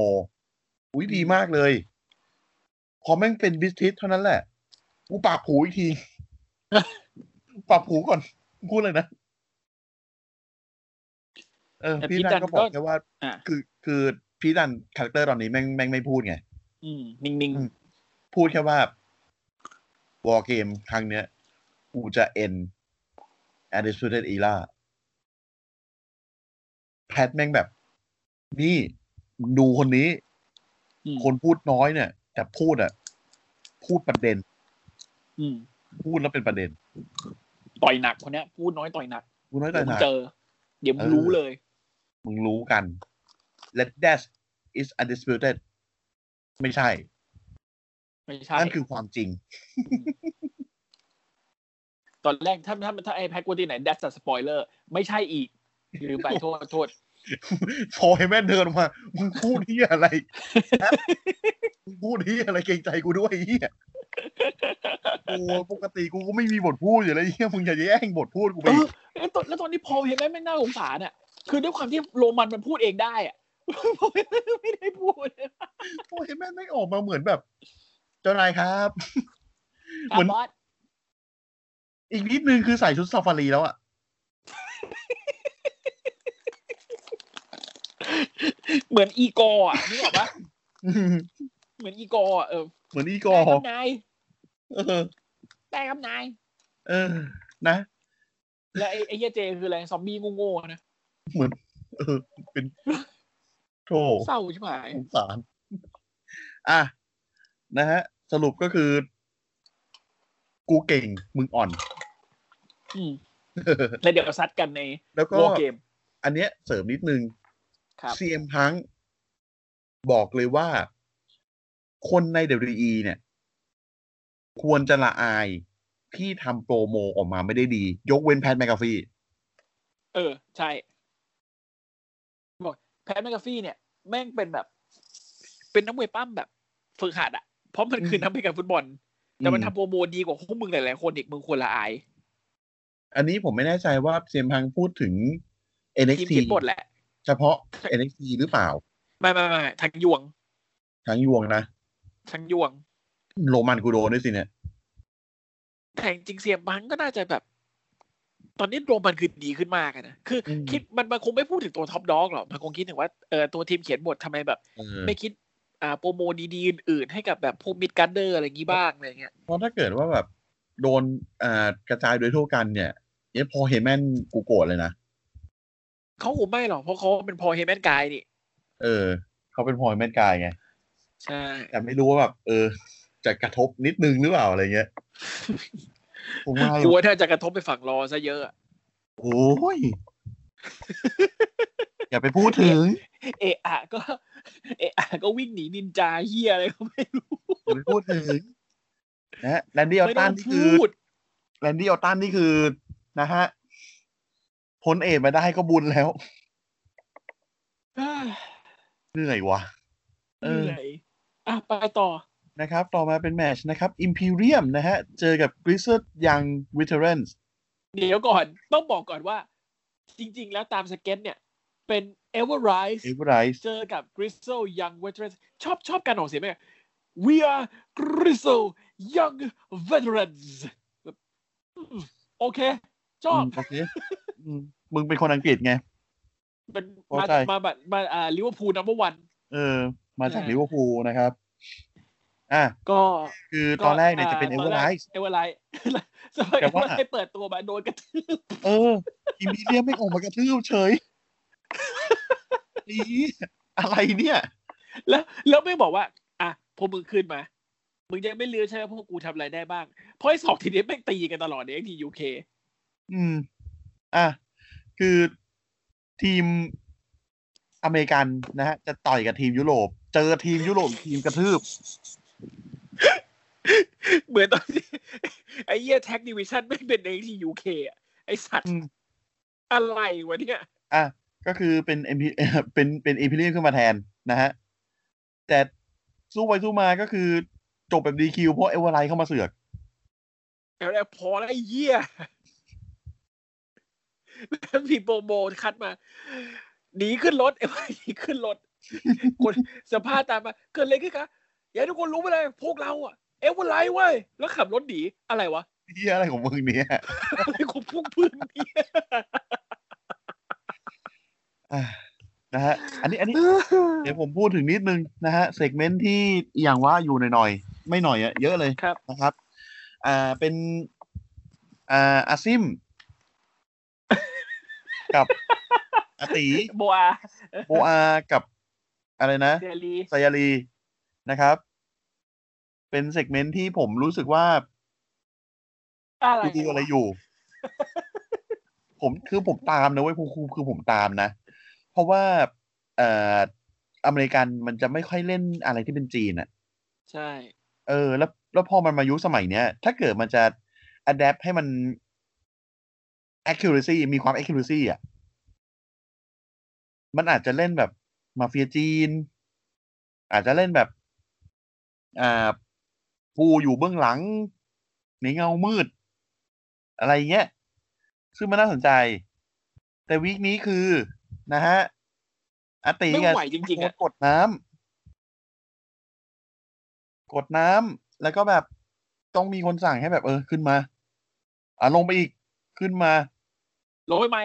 S2: อุ้ยดีมากเลย พอแม่งเป็นบิสทิสเท่านั้นแหละ กูปรับหูอีก [laughs] ที ปรับหูก่อน พูดเลยนะ เออ
S3: แต่
S2: พี่
S3: พี่
S2: ดั
S3: ดั
S2: น
S3: น
S2: ก็บอก
S3: ก็
S2: แค่ว่า
S3: อ่ะ
S2: คือ คือพี่ดันคาแรคเตอร์ตอนนี้แม่งแม่งไม่พูดไง
S3: อืม นิ่ง
S2: พูดแค่ว่าวอลเกมครั้งเนี้ย กูจะเอ็น a d d i s p u t e d Era แพทแม่งแบบ นี่มึงดูคนนี้
S3: อืม
S2: คนพูดน้อยเนี่ย แต่พูดอ่ะ พูดประเด็น
S3: ๆ อืม
S2: พูดแล้วเป็นประเด็น
S3: ต่อยหนักคนเนี้ย พูดน้อยต่อยหนัก
S2: กูน้อยใจ
S3: เดี๋ย
S2: ห
S3: วมึง
S2: นา
S3: เจอ เดี๋ยวมึงรู้เลย
S2: มึงรู้กัน Let that is undisputed ไม่ใช่
S3: ไม่ใช่
S2: นั่นคือความจริง
S3: ตอนแรกถ้าถ้าถ้าไอ้แพ็กกูที่ไหน แดสสปอยเลอร์ ไม่ใช่อีกลืม
S2: [laughs]
S3: ไปโทษโทษ
S2: พอให้แม่เดินออกมา มึงพูดที่อะไร [laughs] ฮะมึงพูดที่อะไรเกรงใจกูด้วยไอ้เฮียโอ้ปกติกูก็ไม่มีบทพูดอยู่แล้วไอ้เฮียมึงจะแย่งบทพูดกูไป
S3: เอ
S2: อี
S3: อก แล้วตอนแล้วตอนนี้พอลเห็นไหมไม่งน่าสงสารอ่ะ คือด้วยความที่โรมันมันพูดเองได้อ่ะ [laughs] พอลเห็นไม่ได้พูด
S2: พอให้แม่ไม่ออกมาเหมือนแบบ เจ้านายครับ เหมือน
S3: บอส
S2: อีกนิดนึงคือใส่ชุดซาฟารีแล้วอ่ะ [laughs]
S3: เหมือนอีกอร์อ่ะนึกออกปะ
S2: อืม
S3: เหมือนอีกอร์อ่ะเออ
S2: เหมือนอีกอ
S3: แต่
S2: ร์
S3: ครับนาย
S2: เออ
S3: แต่ครับนาย
S2: เออ นะ
S3: แล้วไอ้ไอ้เหี้ยเจคืออะไรซอมบี้โง่ๆนะ
S2: เออ เป็นโถ
S3: เศร้าใช่ไหม
S2: สงสาร อ่ะ นะฮะ สรุปก็คือ กูเก่ง มึงอ่อน
S3: อื
S2: [laughs]
S3: มแล้วเดี๋ยวซัดกันใน
S2: แล้วก็
S3: วอเกม
S2: อันเนี้ยเสริมนิดนึง
S3: ครับ
S2: CM พังบอกเลยว่า คนใน WWE เนี่ย ควรจะละอายที่ทำโปรโมออกมาไม่ได้ดี ยกเว้นแพทแมกกาฟี
S3: เออ ใช่บอกแพทแมกกาฟี่เนี่ย แม่งเป็นแบบ เป็นนักมวยปั้มแบบฝึกหัดอ่ะ เพราะมันคือนักมวยการฟุตบอล แต่มันทำโปรโมดีกว่าพวกมึงหลายๆคนอีกมึงควรละอาย
S2: อันนี้ผมไม่แน่ใจว่า CM พังพูดถึง
S3: ทีม
S2: NXT
S3: คิดบทแหละ
S2: เฉพาะ NXT หรือเปล่า
S3: ไม่ไม่ไม่ทั้งยวง
S2: ทั้งยวงนะ
S3: ทั้งยวง
S2: โรมันกูโดนด้วยสิเนี่ย
S3: แต่จริงๆเสียบังก็น่าจะแบบ ตอนนี้รวมมันคือดีขึ้นมากอะนะคืออ
S2: ม
S3: คิดมันมันคงไม่พูดถึงตัวท็อปด็อกหรอกมันคงคิดถึงว่าเออตัวทีมเขียนบททำไมแบบ
S2: เออ
S3: ไม่คิดอ่าโปรโมดีๆอื่นๆให้กับแบบพวกมิดการ์เดอร์อะไรอย่างงี้บ้างอะไรเงี้ย
S2: เพราะถ้าเกิดว่าแบบโดนอ่ากระจายโดยทั่วกันเนี่ยเอ๊ะพอเฮแมนกูโกรธเลยนะ
S3: เขาคงไม่หรอกเพราะเขาเป็นพอเฮมแมนกายนี่
S2: เออ เขาเป็นพอเฮแมนกายไง
S3: ใช่
S2: แต่ไม่รู้ว่าแบบเออ จะกระทบนิดนึงหรือเปล่าอะไรเงี้ยคงไม่
S3: กลัวถ้าจะกระทบไปฝั่งรอซะเยอะอะ
S2: โอ้ย อย่าไปพูดถึง
S3: เอะอะก็ เอะอะก็วิ่งหนีนินจาเฮียอะไรก็ไม่รู้
S2: อย่าไปพูดถึงนะฮะแลนดี้ออ
S3: ไม่
S2: ตตั
S3: ต้อน ง
S2: นี่คือ
S3: พูด [sighs]
S2: แลนดี้ออตตันนี่คือนะฮะพ้นเอกมาได้ก็บุญแล้ว เหนื่อยวะ
S3: เหนื่อยอ่ะไปต่อ
S2: นะครับ ต่อมาเป็นแมตชนะครับ Imperium นะฮะ เจอกับ Grizzled Young Veterans
S3: เดี๋ยวก่อนต้องบอกก่อนว่า จริง ๆ แล้วตามสเก็ตเนี่ย เป็น e v e r r i s e
S2: e v e r i s e
S3: เจอกับ Grizzle Young Veterans ชอบชอบการออกเสียงไหม We are Grizzle Young Veterans แบบอืมโอเค ชอบ
S2: โอเคอืมมึงเป็นคนอังกฤษไง
S3: เป็น
S2: เข้า
S3: มา
S2: ใจ
S3: มาแบบมาอ่าลิเวอร์พูลนัมเบอร์วัน
S2: เออ มาจาก
S3: อ่า
S2: ลิเวอร์พูลนะครับ อ่ะ
S3: ก็
S2: คือตอนแรกเนี่ยจะเป็นเอเวอร์ไลส์
S3: เอเวอร์ไลท์ [laughs] สมัยเอ
S2: แต่
S3: เวอ
S2: ว่า
S3: ร์ไลท์เปิดตัวมาโดน [laughs] กระทืบ
S2: เอออิมพีเรียมไม่ออกมากระทืบเฉย [laughs] นี่อะไรเนี่ย
S3: แล้วแล้วไม่บอกว่า อ่ะพอมึงขึ้นมา มึงยังไม่เลือใช่ไหมพวกกูทำอะไรได้บ้าง เพราะไอ้สองทีนี้แม่งตีกันตลอดในเอ็กทียูเค
S2: อืม อ่ะ คือทีมอเมริกันนะฮะ จะต่อยกับทีมยุโรป เจอทีมยุโรปทีมกระทืบ
S3: เหมือนตอนที่ [laughs] ไอ้เหี้ยแท็กดิวิชั่นไม่งเป็นในที่ยูเคอะไอสัตว์
S2: อืม
S3: อะไรวะเนี่ย
S2: อ่ะ ก็คือเป็น MP เอ็มพี [laughs] เป็นเป็นอิมพีเรียมขึ้นมาแทนนะฮะ แต่สู้ไปสู้มาก็คือจบแบบดีคิวเพราะเอเวอร์ไลท์เข้ามาเสือก [laughs]
S3: แล้วแล้วพอแล้วไอ้เหี้ยแล้วพี่โปรโมคัดมาหนีขึ้นรถ [laughs] ไอ้ว่าหนีขึ้นรถคนสมภาพตามมา เกิดอะไรขึ้นคะอยากให้ทุกคนรู้ไปเลยพวกเราอะเอเวอร์ไลท์เว้ยแล้วขับรถหนีอะไรวะ [laughs]
S2: เฮียอะไรของมึงเนี่ย
S3: อะไรของพวกเพื่อนเนี่ย
S2: อ่ะนะฮะ อันนี้อันนี้ เดี๋ยวผมพูดถึงนิดนึงนะฮะเซกเมนต์ที่อย่างว่าอยู่หน่อยๆ ไม่หน่อยอะเยอะเลย
S3: ครับ
S2: นะครับ อ่าเป็น อ่าอาซิม กับอาติ
S3: โบอา
S2: โบอากับอะไรนะ
S3: เดลี
S2: ไซยารีนะครับ เป็นเซกเมนต์ที่ผมรู้สึกว่า
S3: อะไร
S2: กูดูอะไรอยู่ ผมคือผมตามนะเว้ยครูครูคือผมตามนะ เพราะว่าเอ่ออเมริกันมันจะไม่ค่อยเล่นอะไรที่เป็นจีนอะ
S3: ใช่
S2: เออแล้วแล้วพอมันมายุคสมัยเนี้ย ถ้าเกิดมันจะ adapt ให้มัน accuracy มีความ accuracy อ่ะ มันอาจจะเล่นแบบมาเฟียจีน อาจจะเล่นแบบ อ่าผู้อยู่เบื้องหลัง ในเงามืด อะไรเงี้ย ซึ่งมันน่าสนใจ แต่วีคนี้คือนะฮะอาติ
S3: ไม่
S2: กับ
S3: ไหวจริงๆอะ
S2: กดน้ำกดน้ำแล้วก็แบบต้องมีคนสั่งให้แบบ เออขึ้นมา อ่ะลงไปอีกขึ้นมา
S3: ลงไปไหม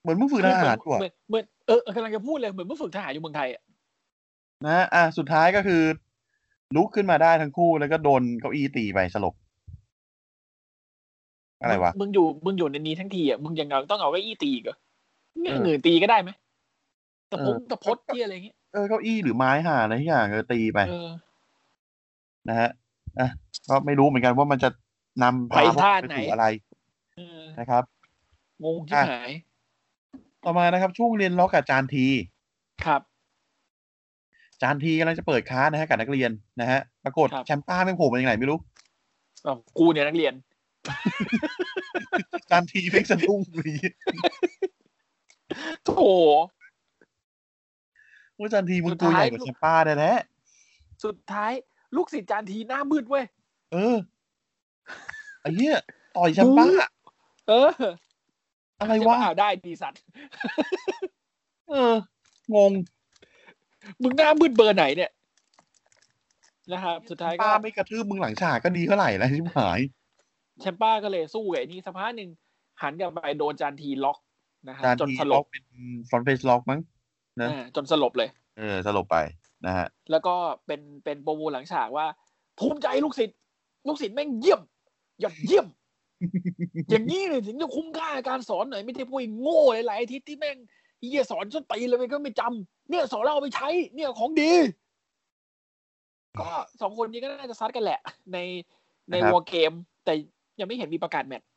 S2: เหมือนมึงฝึกทหารด้ว
S3: เหมื
S2: ย
S3: อนเหมือนเออเออกำลังจะพูดเลย เหมือนเมื่อฝึกทหารอยู่เมืองไทยอะ
S2: นะฮะอ่ะสุดท้ายก็คือ ลุกขึ้นมาได้ทั้งคู่แล้วก็โดนเก้าอี้ตีไปสลบ อะไรวะ
S3: มึงอยู่มึงอยู่ในนี้ทั้งทีอ่ะมึงยังเอาต้องเอาเก้าอี้ตีอีก็
S2: เออ
S3: เงื่อนตีก็ได้ไหมตะพง
S2: เออ
S3: ตะพดที่อะไรอย่างเงี้ย
S2: เออเก้าอี้หรือไม้ห่าอะไรทุกอย่างเออตีไป
S3: เออ
S2: นะฮะอ่ะก็ไม่รู้เหมือนกันว่ามันจะนำพาพวกไปสู่อะไร
S3: เออ
S2: นะครับ
S3: งงที่หาย
S2: ต่อมานะครับ ช่วงเรียนล็อกกับจานที
S3: ครับ
S2: จานทีกำลังจะเปิดค้านะฮะกับนักเรียนนะฮะ ปรากฏ
S3: ครับ
S2: แชมป้าไม่งโผล่มาอย่างไหนไม่รู้
S3: อ้าวกูเนี่ยนักเรียน
S2: จานทีเพ่งสะดุ้งเลย
S3: โถ
S2: ว่าจานทีมึง
S3: สุด
S2: ตัว
S3: ท้าย
S2: ใหญ่กว่าแชมป้าแน่แน่
S3: สุดท้ายลูกศิษย์จานทีหน้ามืดเว้ย
S2: ๆเออไอ้เนี้ยต่อยแชมป้า
S3: บู๊ เออ
S2: อะไร
S3: จะ
S2: วะ
S3: มาได้ดีสัตว์
S2: เออ งง
S3: มึงหน้ามืดเบอร์ไหนเนี่ยนะครับสุดท้ายก็
S2: ป้าไม่กระทืบมึงหลังฉากก็ดีเท่าไหร่แล้วชิบหาย
S3: แชมป้าก็เลยสู้กับไอ้นี่สักพักหนึ่ง หันกลับไปโดนจานทีล็อกนะครับ
S2: จาน
S3: จน
S2: ที
S3: สล
S2: ล็อบ กเป็นฟอนเฟสล็อกมั้ง นะ
S3: อ่าจนสลบเลย
S2: เออสลบไปนะฮะ
S3: แล้วก็เป็นเป็นโปรโมหลังฉากว่า ภูมิใจลูกศิษย์ลูกศิษย์แม่งเยี่ยม ยอดเยี่ยม
S2: [laughs]
S3: อย่างนี้เลยถึงจะคุ้มค่าการสอนหน่อยไม่ใช่พวกไอ้โง่หลายๆอาทิตย์ที่แม่งเฮียสอนจนตีเลยมันก็ไม่จำเนี่ยสอนแล้วเราไปใช้ เนี่ยของดี ก็สองคนนี้ก็น่าจะซัดกันแหละ ในใน
S2: นะครับ
S3: วอเกม แต่ยังไม่เห็นมีประกาศแมตช์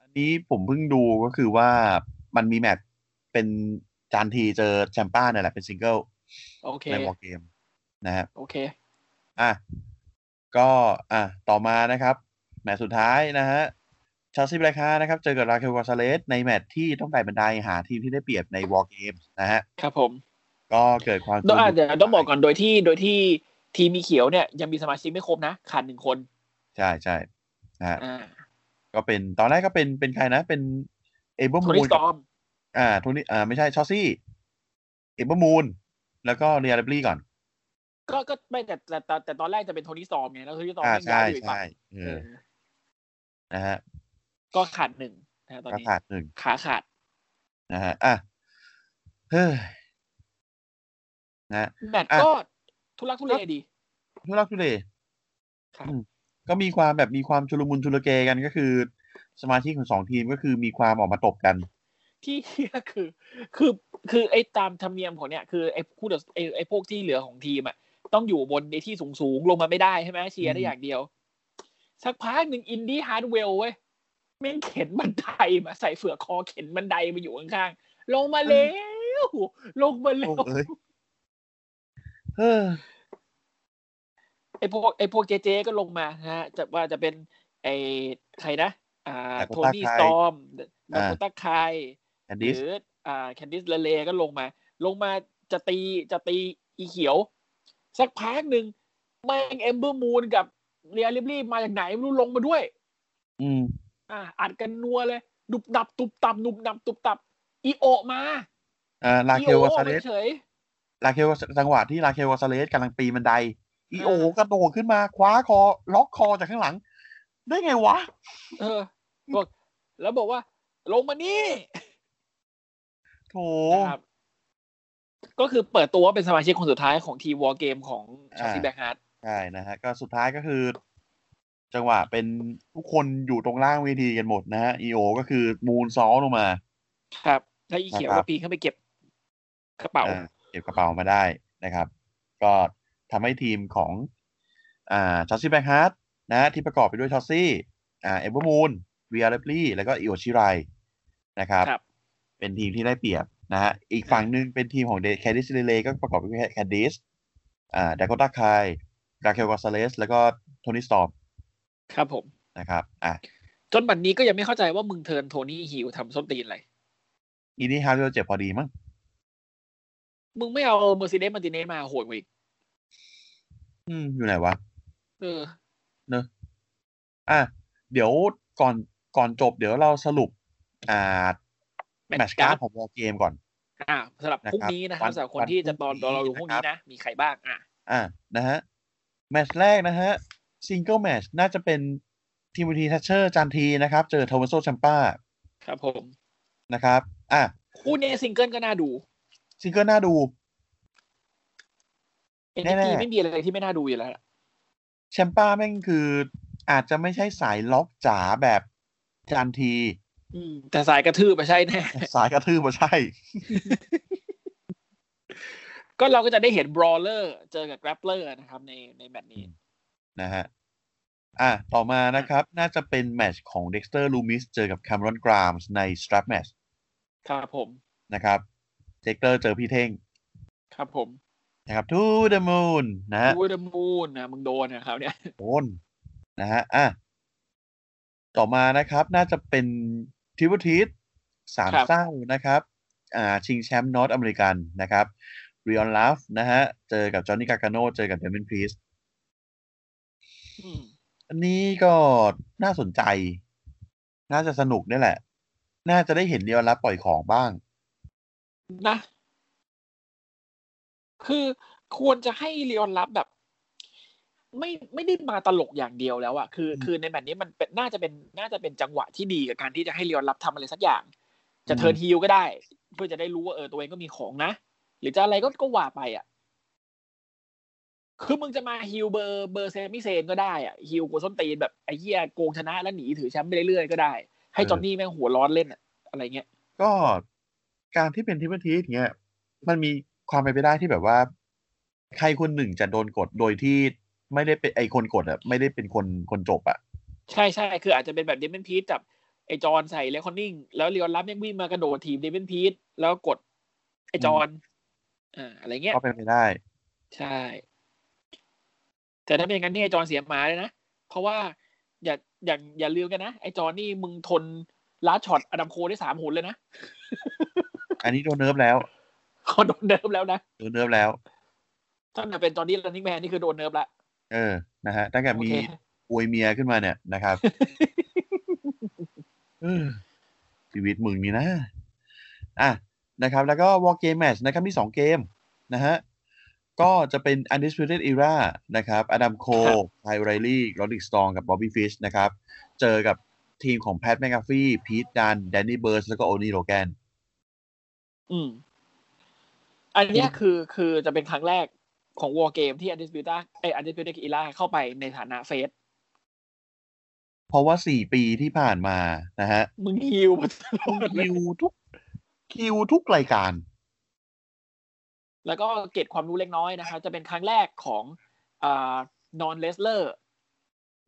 S2: อันนี้ผมเพิ่งดูก็คือว่ามันมีแมตช์เป็นจานทีเจอแชมป้าเนี่ยแหละเป็นซิงเกิล
S3: โอเค
S2: ในวอลเกมนะฮะ
S3: โอเค
S2: อ่ะก็อ่ะต่อมานะครับ แมตช์สุดท้ายนะฮะชาซิบราคานะครับ เจอกับราเคลกาซาเลสในแมตช์ที่ต้องไต่บันไดหาทีมที่ได้เปรียบในวอลเกมนะฮะ
S3: ครับผม
S2: ก็เกิดความ
S3: เดี๋ยวอ่ะเดี๋ยวต้องบอกก่อนโดยที่โดยที่ทีมมีเขียวเนี่ยยังมีสมาชิกไม่ครบนะขาดหนึ่งคน
S2: ใช่ใช่นะฮะ
S3: อ่า
S2: ก็เป็นตอนแรกก็เป็นเป็นใครนะ เป็นเอเบอร์
S3: โท
S2: มูน
S3: นี่สตอม
S2: อ่าโทนี่อ่าไม่ใช่ชอซี่ เอเบอร์มูนแล้วก็เรียลบลีก่อน
S3: ก็ก็ไม่แต่แต่แต่แต่ตอนแรกจะเป็นโทนี่ซอมไงแล้วโทนี่ซอม
S2: อ่า
S3: แม่งย้า
S2: ใช่
S3: ยไปอยู่อีก
S2: ใช่
S3: ฝั่ง
S2: เอ
S3: เอ
S2: อ
S3: อ
S2: นะฮะ
S3: ก็ขาดหนึ่งนะฮะตอน
S2: ก็
S3: นี้
S2: ขาดหนึ่ง
S3: ขาขาด
S2: นะฮะอ่ะเฮ้ยนะฮะ
S3: แมตช์
S2: อ่ะ
S3: ก็ทุลักทุเลดี
S2: ทุลักทุเล
S3: ครับ
S2: อืมก็มีความแบบมีความชุลมุนชุลเกกันก็คือ สมาชิกของสองทีมก็คือมีความออกมาตบกัน
S3: ที่ [laughs] เฮียคือคือคือไอ้ตามธรรมเนียมของเนี่ยคือไอ้คู่เดอะไอ้ไอ้พวกที่เหลือของทีมอ่ะต้องอยู่บนในที่สูงสูงๆลงมาไม่ได้ใช่ไหมเชียร์ได้
S2: อืม
S3: อย่างเดียว สักพักหนึ่งอินดี้ฮาร์ดเวลเว้ยแม่งเข็นบันไดมาใส่เฝือกคอเข็นบันไดมาอยู่ข้างๆลงมาเร็วลงมาเร็
S2: โอ้
S3: ว
S2: เอ้ยเฮ้อ
S3: ไอ้พวกไอ้พวกเจเจก็ลงมานะฮะจะว่าจะเป็นไอ้ใครนะอ่า
S2: Dakota
S3: โทนี่
S2: Kai
S3: สตอมดา
S2: อ่า
S3: โกต้าไค
S2: แอน
S3: ห
S2: ดิส
S3: รืออ่าแคนดิสเลเลก็ลงมา ลงมาจะตีจะตีอีเขียว สักพักหนึ่งแม่งเอมเบอร์มูนกับเรียลิบลี่มาจากไหนไม่รู้ลงมาด้วย
S2: อืม
S3: อ่าอัดกันนัวเลยดุบดับตุบตับดุบดับตุบตับอีโอะมา
S2: อ่าลา
S3: อี
S2: เคล
S3: โอะ
S2: วาซา
S3: มา
S2: เลส
S3: เฉย
S2: ลาเคลวาจังหวะที่ลาเคลวาซาเลสกำลังปีนบันได อีโอ
S3: อ่า
S2: กระโดดขึ้นมา คว้าคอ ล็อกคอจากข้างหลัง ได้ไงวะ
S3: เออบอกแล้วบอกว่า ลงมานี่
S2: โถ
S3: นะครับก็คือเปิดตัวว่าเป็นสมาชิกคนสุดท้ายของทีวอลเกมของชาซีแบ็กฮาร์ด
S2: ใช่นะฮะ ก็สุดท้ายก็คือ จังหวะเป็นทุกคนอยู่ตรงล่างเวทีกันหมดนะฮะอีโอก็คือมูนซ้อลงมา
S3: ครับแล้วอีเขียว
S2: นะครั
S3: ก็
S2: บ
S3: ปีนขึ้นไปเก็บกระเป๋า
S2: อ่เก็บกระเป๋ามาได้นะครับ ก็ทำให้ทีมของอ่าชอสซี่แบงฮาร์ดนะฮะที่ประกอบไปด้วยชอสซี่อ่าเอเวอร์มูนเวียร์เลปลี่แล้วก็อิโอชิไรนะครับ
S3: ครับ
S2: เป็นทีมที่ได้เปรียบนะฮะอีกฝั่งหนึ่งเป็นทีมของเดคดิสเลเลก็ประกอบไปด้วยแคดิสอ่าดากอตาคายราเคลกอซาเลสแล้วก็โทนี่สตอม
S3: ครับผม
S2: นะครับอ่ะ
S3: จนบัดนนี้ก็ยังไม่เข้าใจว่ามึงเทิร์นโทนี่ฮิลทำส้นตีนอะไร
S2: อีนี่ฮาร์ดเวลเจ็บพอดีมั้ง
S3: มึงไม่เอาเมอร์เซเดสมาติเนสมาโหดกว่าอีก
S2: อืมอยู่ไหนวะ
S3: เออ
S2: อ่ะเดี๋ยวก่อนก่อนจบ เดี๋ยวเราสรุป อ่า
S3: แมตช์
S2: แมตช์การ์
S3: กา
S2: ด
S3: ร์ด
S2: ของวอลเกมก่อน
S3: อ่าสำหรับพรุ่งนี้นะครับ
S2: วัน
S3: สำหรับคนที่จะตอน
S2: วันพรุ่งนี้
S3: เราดูพรุ่งนี้
S2: นะครับ
S3: นะ มีใครบ้างอ่ะ
S2: อ่ะนะฮะ แมตช์แรกนะฮะซิงเกิลแมตช์น่าจะเป็นทีม t ีทัชเชอร์จานทีนะครับ เจอโทมัสโซแชมป้า
S3: ครับผม
S2: นะครับ อ่ะ
S3: คู่นี้ซิงเกิลก็น่าดู
S2: ซิงเกิลน่าดู
S3: เอ็น
S2: แน่
S3: ที
S2: ๆ
S3: ไม่มีอะไรที่ไม่น่าดูอยู่แล้วล่ะ
S2: แชมป้าแม่งคือ อาจจะไม่ใช่สายล็อกจ๋าแบบจานที
S3: อืม แต่สายกระทืบไปใช่แน่ [laughs]
S2: สายกระทืบมาใช่
S3: ก็เราก็จะได้เห็นบรอเลอร์เจอกับแกรปเลอร์นะครับ ในในแมตช์นี้
S2: นะฮะ อ่ะ ต่อมานะครับ น่าจะเป็นแมตช์ของเด็กสเตอร์ลูมิสเจอกับแคมรอนกรามส์ในสตรั p แมตช์
S3: ครับผม
S2: นะครับเจคเตอร์เจอพี่เท่ง
S3: ครับผม
S2: นะครับ To the Moon นะฮะ
S3: วูดมูนนะมึงโดนนะครับเนี่ย
S2: โอนนะฮะ อ่ะ ต่อมานะครับ น่าจะเป็นทริปเปิลทีสสาม
S3: ครับ
S2: เศร้านะครับ อ่า ชิงแชมป์นอตอเมริกันนะครับรีออนลาฟนะฮะ เจอกับจอ h ์ n ี่กากาโนเจอกับเดมินพีส
S3: อืม
S2: อันนี้ก็น่าสนใจ น่าจะสนุกนี่แหละ น่าจะได้เห็นเรียลลับปล่อยของบ้าง
S3: นะ คือควรจะให้เลออนรับแบบ ไม่ไม่ได้มาตลกอย่างเดียวแล้วอะคือคือในแมตช์นี้มันเป็นน่าจะเป็นน่าจะเป็นจังหวะที่ดีกับการที่จะให้เรียวรับทำอะไรสักอย่าง จะ
S2: อืม
S3: เทิร์นฮิลก็ได้ เพื่อจะได้รู้ว่าเออตัวเองก็มีของนะ หรือจะอะไรก็ก็ว่าไปอะคือมึงจะมาฮิลเบอร์เบอร์เซมิเซนก็ได้อะฮิลกูส้นตีนแบบไอ้เหี้ยโกงชนะแล้วหนีถือแชมป์ไปเรื่อยๆก็ได้ ให้จอนนี่แม่งหัวร้อนเล่นอะอะไรเงี้ย
S2: ก็การที่เป็นทิมเบอร์ทีสเงี้ย มันมีความเป็นไปได้ที่แบบว่า ใครคนหนึ่งจะโดนกดโดยที่ไม่ได้เป็นไอคนกดอะไม่ได้เป็นคนคนจบอะ
S3: ใช่ใช่คืออาจจะเป็นแบบเดมอนพีทจับไอจอนใส่เลคคอนนิ่ง แล้วเรียนรับยังวิ่งมากระโดดทีมเดมอนพีทแล้วกดไอจอนอ่าอะไรเงี้ย
S2: ก็เป็นไปได้
S3: ใช่ แต่ถ้าเป็นอย่างนั้นนี่ไอจอนเสียหมาเลยนะ เพราะว่าอย่าอย่าอย่าลืมกันนะ ไอจอนนี่มึงทนลาสช็อตอดัมโคได้สามหนเลยนะ [laughs]
S2: อันนี้โดนเนิร์ฟแล้ว
S3: เขาโดนเนิร์ฟแล้วนะ
S2: โดนเนิร์ฟแล้ว
S3: ถ้าแต่เป็นจอร์ดี้ลันนิงแมนนี่คือโดนเนิร์ฟละ
S2: เออนะฮะตั้งแต่
S3: โอ
S2: มี
S3: เค
S2: อวยเมียขึ้นมาเนี่ย
S3: [laughs]
S2: นะครับเออชีวิตมึงนี่นะ อ่ะนะครับ แล้วก็วอลเกมแมชนะครับมีสองเกมนะฮะ ก็จะเป็น Undisputed Era นะครับอดัมโคไทไรลี่โรดิกสตองกับบ๊อบบี้ฟิชนะครับ เจอกับทีมของแพทแมคกาฟี่พีทดันแดนนี่เบิร์สแล้วก็โอนีโ o แกน
S3: อืม อันเนี้ยคือคือจะเป็นครั้งแรกของวอ r เกมที่อันดิสพิวต้าไออันดิสพิวต้าอีล่าเข้าไปในฐานะเฟส
S2: เพราะว่าสี่ปีที่ผ่านมานะฮะ
S3: มึงฮิวมาตลอด [laughs] เลย
S2: คิวทุกคิวทุกรายการ
S3: แล้วก็เกร็ดความรู้เล็กน้อยนะครับ จะเป็นครั้งแรกของอ่า non wrestler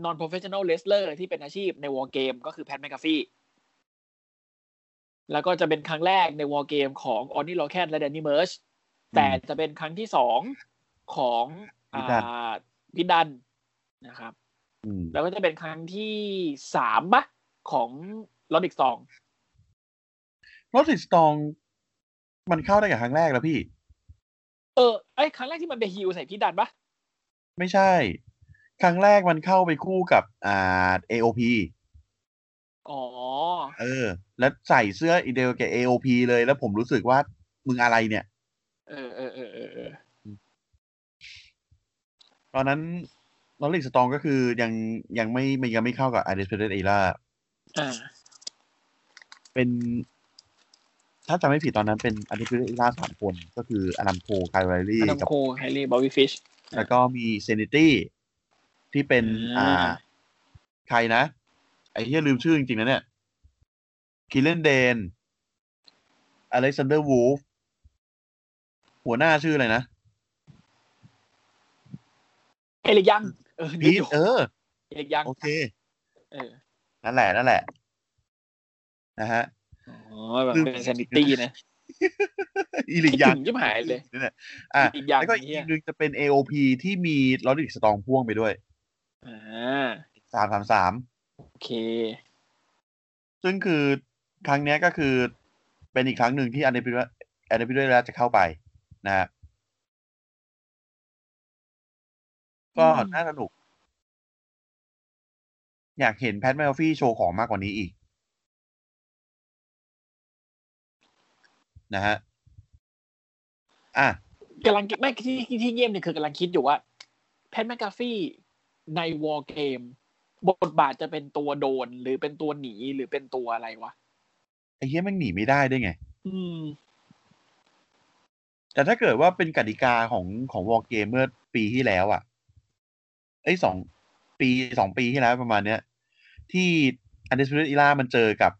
S3: non professional wrestler ที่เป็นอาชีพในวอ r เกมก็คือแพทแมคกาฟี่แล้วก็จะเป็นครั้งแรกในวอ r เกมของออนนี่โ c แคนและแดนนี่เมิร์ชแต่จะเป็นครั้งที่สองของอ่
S2: พิดัน
S3: าพิดันนะครับ
S2: อืม
S3: แล้วก็จะเป็นครั้งที่สามปะของลอดิกสอง
S2: รถติดสตอง มันเข้าได้กับครั้งแรกแล้วพี่
S3: เออไอยครั้งแรกที่มันไปฮิวใส่พิดันปะ
S2: ไม่ใช่ ครั้งแรกมันเข้าไปคู่กับอ่า AOP
S3: อ๋อ
S2: เออ แล้วใส่เสื้ออีเดลกับ AOP เลยแล้วผมรู้สึกว่า มึงอะไรเนี่ย
S3: เออเออเออเออเออ
S2: ตอนนั้นลอริกสตองก็คือยังยังไม่มันยังไม่เข้ากับ i d e s p e d e d Era
S3: อ่า
S2: เป็น ถ้าจำไม่ผิดตอนนั้นเป็น i d e s p e d e d Era สามคน ก็คืออลัมโพคายไรลี่
S3: อดัม
S2: กับ
S3: โคไฮรีบอวี่ฟิช
S2: แล้วก็มี Sanity ที่เป็น
S3: อ่า
S2: อ่า ใครนะ ไอ้ที่ลืมชื่อจริงๆนะเนี่ยคิลเลนเดนอเล็กซานเดอร์วูฟหัวหน้าชื่ออะไรนะ
S3: เอลิกยัง เออ
S2: พี
S3: นี่
S2: ทเออ
S3: เอลิกยัง
S2: โอเค
S3: เออ
S2: นั่นแหละ นั่นแหละ นะฮ [laughs] ะ
S3: อ๋อแบบเป็นซนิตี้นะ
S2: อีลิกยัง
S3: คิดถึชิบหายเลย
S2: นี่แหละอ่ะ
S3: อีลิกยัง
S2: แล้วก็อีก
S3: เหี้ย
S2: หนึงจะเป็น AOP ที่มีลอริกสตองพ่วงไปด้วย
S3: อ่า
S2: สามสามสาม
S3: โอเค
S2: ซึ่งคือครั้งเนี้ยก็คือเป็นอีกครั้งหนึ่งที่อันเดพิเดอันเดพิเดจะเข้าไปนะฮะก็
S3: อืม
S2: น่าสนุก อยากเห็นแพทแมลฟี่โชว์ของมากกว่านี้อีก นะฮะ อ่ะ
S3: กำลังคิดไม่ที่ที่ที่เงียบเนี่ยคือกำลังคิดอยู่ว่า แพทแมคกาฟี่ในวอ r เกม บทบาทจะเป็นตัวโดน หรือเป็นตัวหนีหรือเป็นตัวอะไรวะ
S2: ไอ้เหี้ยมันหนีไม่ได้ได้วยไง
S3: อืม
S2: แต่ถ้าเกิดว่าเป็นกติกาของของวอลเกมเมื่อปีที่แล้วอะ่ะไอ้ยสองปีสองปีที่แล้วประมาณเนี้ย ที่อันเดสเปร e อีล่ามันเจอกับ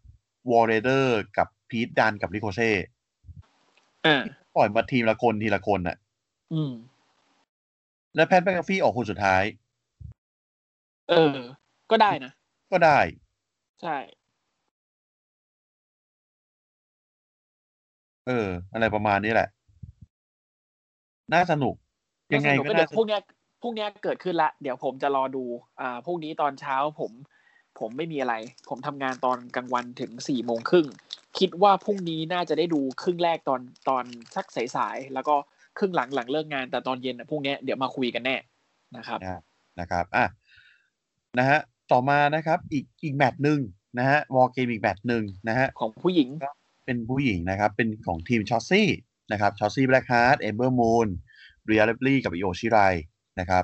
S2: วอลเรเดอร์กับพีทดันกับริโคเช่
S3: อ่า
S2: ปล่อยมาทีมละคนทีละคนอะ่ะ
S3: อืม
S2: แล้วแพทแมคกาฟี่ออกคนสุดท้าย
S3: เออ ก็ได้นะ
S2: ก็ได้
S3: ใช่
S2: เออ อะไรประมาณนี้แหละ น่าสนุก ยังไงก็
S3: ก็เดี๋
S2: น่า
S3: ยว
S2: ส
S3: พ
S2: นุ
S3: ว
S2: ก
S3: กเนี้ยพวกเนี้ยเกิดขึ้นละ เดี๋ยวผมจะรอดู อ่าพวกนี้ตอนเช้าผม ผมไม่มีอะไร ผมทำงานตอนกลางวันถึงสี่โมงครึ่ง คิดว่าพรุ่งนี้น่าจะได้ดูครึ่งแรกตอนตอนสักสายๆ แล้วก็ครึ่งหลังหลังเลิกงาน แต่ตอนเย็นนะพวกเนี้ยเดี๋ยวมาคุยกันแน่นะครับ
S2: นะครับ อ่ะ นะฮะ ต่อมานะครับ อีกอีกแมตช์หนึ่งนะฮะวอลเกมอีกแมตช์หนึ่งนะฮะ
S3: ของผู้หญิง
S2: เป็นผู้หญิงนะครับ เป็นของทีมชอ s ซี่นะครับชอ s ซี่แบล็กฮาร์ดเอมเบอร์มูนเรียลเลบลี่กับอิโอชิไรนะครับ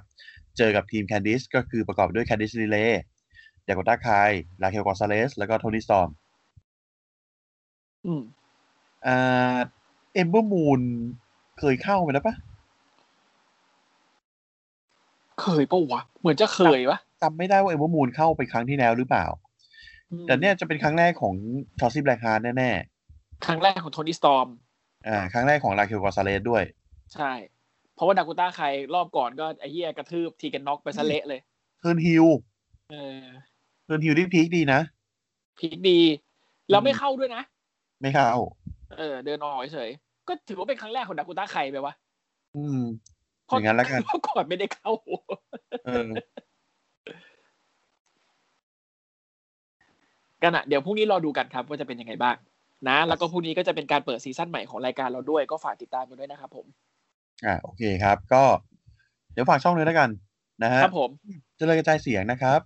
S2: เจอกับทีมแคนดิสก็คือประกอบด้วยแคนดิสลีเลย์ยากอต้าคายลาเคลกอนซาเลส แล้วก็โทนี่สตอม
S3: อืม
S2: อ่าเอมเบอร์มูนเคยเข้าไปแล้วปะ
S3: เคยปะวะ เหมือนจะเคยปะ
S2: จำไม่ได้ว่าเอมเบอร์มูนเข้าไปครั้งที่แล้วหรือเปล่า
S3: อืม
S2: แต่เนี่ยจะเป็นครั้งแรกของทอสซี่แบล็กฮาร์ดแน่
S3: ครั้งแรกของโทนี่สตอม
S2: ๆอ่าครั้งแรกของลาเคลกอนซาเลสด้วย
S3: ใช่ เพราะว่าดากูต้าใครรอบก่อนก็ไอ้เหี้ยกระทืบทีกันน็อกไปซะเละเลย
S2: เทิร์นฮิล
S3: เออ
S2: เทิร์นฮิลที่พีคดีนะ
S3: พีคดี แล้วไม่เข้าด้วยนะ
S2: ไม่เข้า
S3: เออ เดินออกเฉยๆก็ถือว่าเป็นครั้งแรกของดากูต้าใครไปวะ
S2: อืม
S3: เพ
S2: อ
S3: ราะ
S2: ย่างนั้นละกัน
S3: เพราะก่อนไม่ได้เข้า
S2: เออ
S3: กันอะเดี๋ยวพรุ่งนี้รอดูกันครับว่าจะเป็นยังไงบ้างนะ แล้วก็พรุ่งนี้ก็จะเป็นการเปิดซีซั่นใหม่ของรายการเราด้วยก็ฝากติดตามกันด้วยนะครับผม
S2: อ่าโอเคครับ ก็ เดี๋ยวฝากช่องเลยแล้วกันนะฮะ
S3: ครับผม
S2: เจะเลยกระจายเสียงนะครับ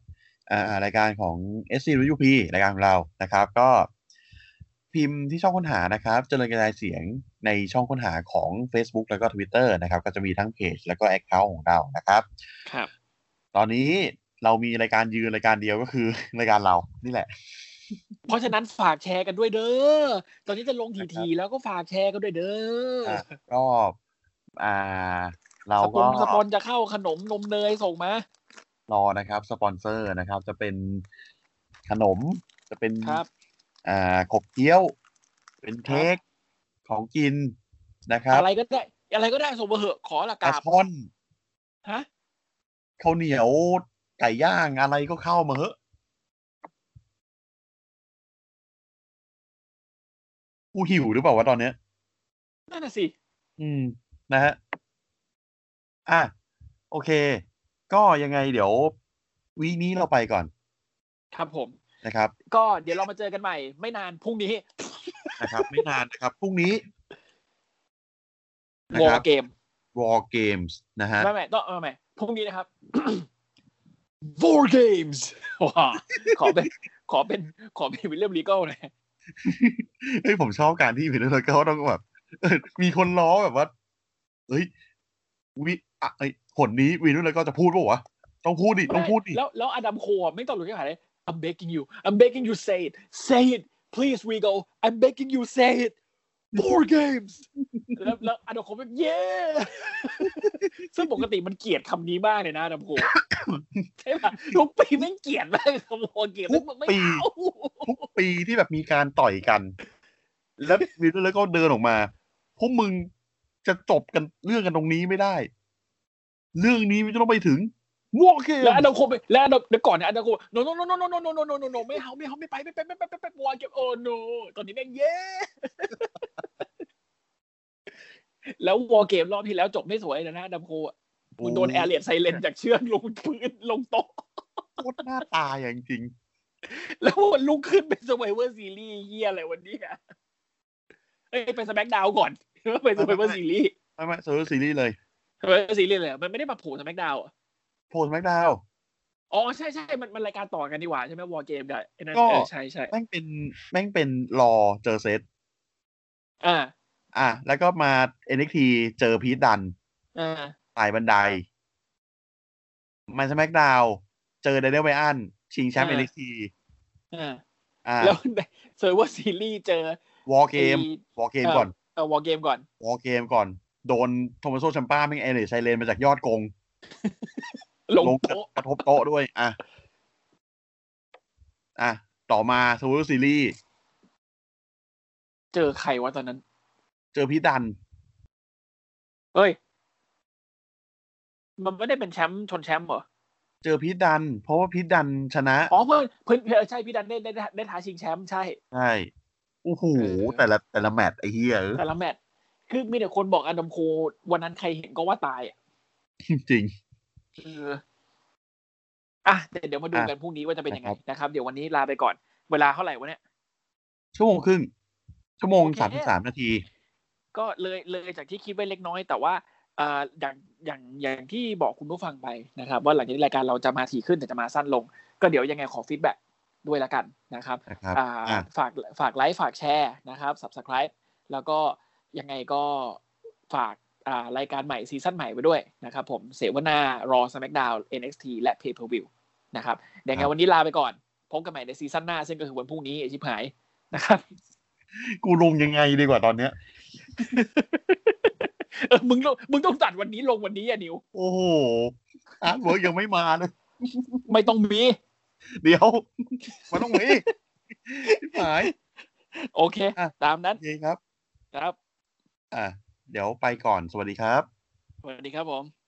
S2: อ่าอ่ารายการของ s c r u p รายการของเรานะครับ ก็ พิมพ์ที่ช่องค้นหานะครับเจริญกระจายเสียงในช่องค้นหาของ Facebook แล้วก็ Twitter นะครับ ก็จะมีทั้งเพจแล้วก็ Account ของเรานะครับ
S3: ครับ
S2: ตอนนี้เรามีรายการยืนรายการเดียวก็คือ [laughs] รายการเรานี่แหละ
S3: เพราะฉะนั้นฝากแชร์กันด้วยเด้อ ตอนนี้จะลงทีทีๆแล้วก็ฝากแชร์กันด้วยเด้อ
S2: อ่ะ ก็อ่า เรา
S3: สป
S2: ก็
S3: อนสปอนจะเข้าขนมนมเนยส่งมา
S2: รอนะครับสปอนเซอร์นะครับ จะเป็นขนมจะเป็น
S3: ครับ
S2: อ่าขบเคี้ยว เป็นเค้กของกินนะครับ
S3: อะไรก็ได้ อะไรก็ได้ส่งมาเหอะขอละ
S2: ปลาก
S3: าบ
S2: ช่อน
S3: ฮะ
S2: ข้าวเหนียวไก่ย่างอะไรก็เข้ามาเหอะกูหิวหรือเปล่าวะตอนเนี้ย
S3: นั่นน่ะสิ
S2: อืม นะฮะ อ่ะ โอเค ก็ยังไงเดี๋ยววีคนี้เราไปก่อน
S3: ครับผม
S2: นะครับ
S3: ก็เดี๋ยวเรามาเจอกันใหม่ ไม่นานพรุ่งนี้
S2: นะครับ ไม่นานนะครับพรุ่งนี้
S3: วอ
S2: นะครับ
S3: เกม
S2: War Games นะฮะ
S3: ไม่ไม่ต้องไม่ไม่พรุ่งนี้นะครับ [coughs] War Games ว้าขอเป็นขอเป็นขอเป็นวิลเลียมลีเกลหน่อย
S2: [laughs] เฮ้ยผมชอบการที่พินเตอร์ก็ต้องแบบ [laughs] เออมีคนล้อแบบว่า เฮ้ยวิอ่ะไอ้ยผลนี้วินแล้วก็จะพูดป่าวะ ต้องพูดดิ ต้องพูดดิ
S3: แล้วแล้วอดัมโคอ่ะไม่ต้องหลุดแค่ไหนเลย I'm begging you I'm begging you say it say it please we go I'm begging you say it War
S2: [laughs]
S3: Games แล้วแล้วอดัมโคแบบเย้ [laughs] ซึ่งปกติมันเกลียดคำนี้มากเลยนะอดัมโค
S2: [coughs]
S3: ใช่ปะทุกปีแม่งเกลียดมากคำโคเกลียดแล้วมันไม่
S2: ทุกปี
S3: เอา
S2: ทุกปีที่แบบมีการต่อยกัน แล้ววินแล้วก็เดินออกมา พวกมึงจะจบกันเรื่องกันตรงนี้ไม่ได้ เรื่องนี้มันจะต้องไปถึงวอเกม
S3: แล้วอดัมโคไปแล้วอดัมเดี๋ยวก่อนนะอดัมโค no no no no no no no no no no no ไม่เอาไม่เอาไม่ไปไม่ไปไม่ไปไม่ไปวอเก็บโอ้ no ตอนนี้แม่งเย้ แล้ววอเกมรอบที่แล้วจบไม่สวยเลยนะอดัมโคอะมึงโดนแอร์เรียไซเลนจากเชือกลงพื้นลงโต๊ะ
S2: โคตรหน้าตายอย่างจริง
S3: แล้ววันลุกขึ้นเป็นส u r ยเวอร์ซีรีส์เฮียอะไรวันนี้อะเอ้ยไปสแมกดาวก่อนไปส u r ยเวอร์ซีรีส์
S2: ไม่ไม่เซอร์ซีรีส์เลย
S3: ส u r ยเวอร์ซีรีส์เลยเหรอมันไม่ได้มาโผูสแมกดาว
S2: โพสแม็กดาว
S3: อ๋อใช่ใช่มันมันรายการต่อกันดีกว่าใช่ไหมวอเกมกับไอ้นั่น
S2: ก็
S3: เออใช่ใช่
S2: แม่งเป็นแม่งเป็นรอเจอเซต
S3: อ่า
S2: อ่ะ แล้วก็มา NXT เจอพีทดัน
S3: อ่า
S2: ไต่บันได มันสแมกดาวเจอเดนเดลไบอัน ชิงแชมป์
S3: อ่า
S2: NXT
S3: อ่า
S2: อ่า
S3: แล้ว [laughs] เซอร์เวอร์ซีรีส์เจอ
S2: วอลเกม
S3: ไอ้
S2: วอลเกมก่อน
S3: เออวอเกมก่อน
S2: วอลเกมก่อน โดนโทมัสโซแชัมป้าแม่งเอเลไซเลนมาจากยอดกง
S3: ลง
S2: ลง
S3: โต๊ะ
S2: กระทบโต๊ะด้วย อ่ะ อ่ะ ต่อมาซูเปอร์ซีรีส์
S3: เจอใครวะตอนนั้น
S2: เจอพีทดัน
S3: เฮ้ย มันไม่ได้เป็นแชมป์ชนแชมป์เหรอ
S2: เจอพีทดัน เพราะว่าพีทดันชนะ
S3: อ๋อเพื่อนเพื่อนเออใช่พี่ดันได้ได้ได้ได้ท้าชิงแชมป์ใช่
S2: ใช่ โอ้โห
S3: เออ
S2: แต่ละแต่ละแมตช์ไอ้เหี้ยเอ้ย
S3: แต่ละแมตช์คือมีแต่คนบอกอดัมโควันนั้นใครเห็นก็ว่าตายอ่ะ
S2: จริง
S3: เอออ่ะเดี๋ยวเดี๋ยวมาดู
S2: อ่ะ
S3: กันพรุ่งนี้ว่าจะเป็นยังไง
S2: นะครับ
S3: นะครับ เดี๋ยววันนี้ลาไปก่อน เวลาเท่าไหร่วะเนี่ย
S2: ชั่วโมงครึ่ง ชั่วโมง
S3: โอเค
S2: สามสิบสามนาที
S3: ก็เลยเลยจากที่คิดไว้เล็กน้อย แต่ว่าเอ่ออย่างอย่างอย่างที่บอกคุณผู้ฟังไปนะครับ ว่าหลังจากนี้รายการเราจะมาถี่ขึ้นแต่จะมาสั้นลง ก็เดี๋ยวยังไงขอฟีดแบ็กด้วยละกันนะครับ
S2: นะครับ
S3: อ่า
S2: อ่ะ
S3: ฝากฝากไลค์ฝากแชร์นะครับ subscribe แล้วก็ยังไงก็ฝาก อ่ารายการใหม่ซีซั่นใหม่ไปด้วยนะครับผมเสวนารอ SmackDown NXT และ Pay Per View นะครับเดี๋ยวไงวันนี้ลาไปก่อนพบกันใหม่ในซีซั่นหน้า ซึ่งก็คือวันพรุ่งนี้ไอชิบหายนะครับ
S2: กูลงยังไงดีกว่าตอนเนี้ย
S3: เออมึงลงมึงต้องจัดวันนี้ลงวันนี้อะนิว
S2: โอ้โหอาร์ตเวิร์กยังไม่มาเลย
S3: ไม่ต้องมี
S2: เดี๋ยว มันต้องมี [laughs] ชิบหาย
S3: โอเค
S2: อ่ะ
S3: ตามนั้
S2: โอน เคครับ
S3: ครับ
S2: อ่าเดี๋ยวไปก่อนสวัสดีครับ
S3: สวัสดีครับผม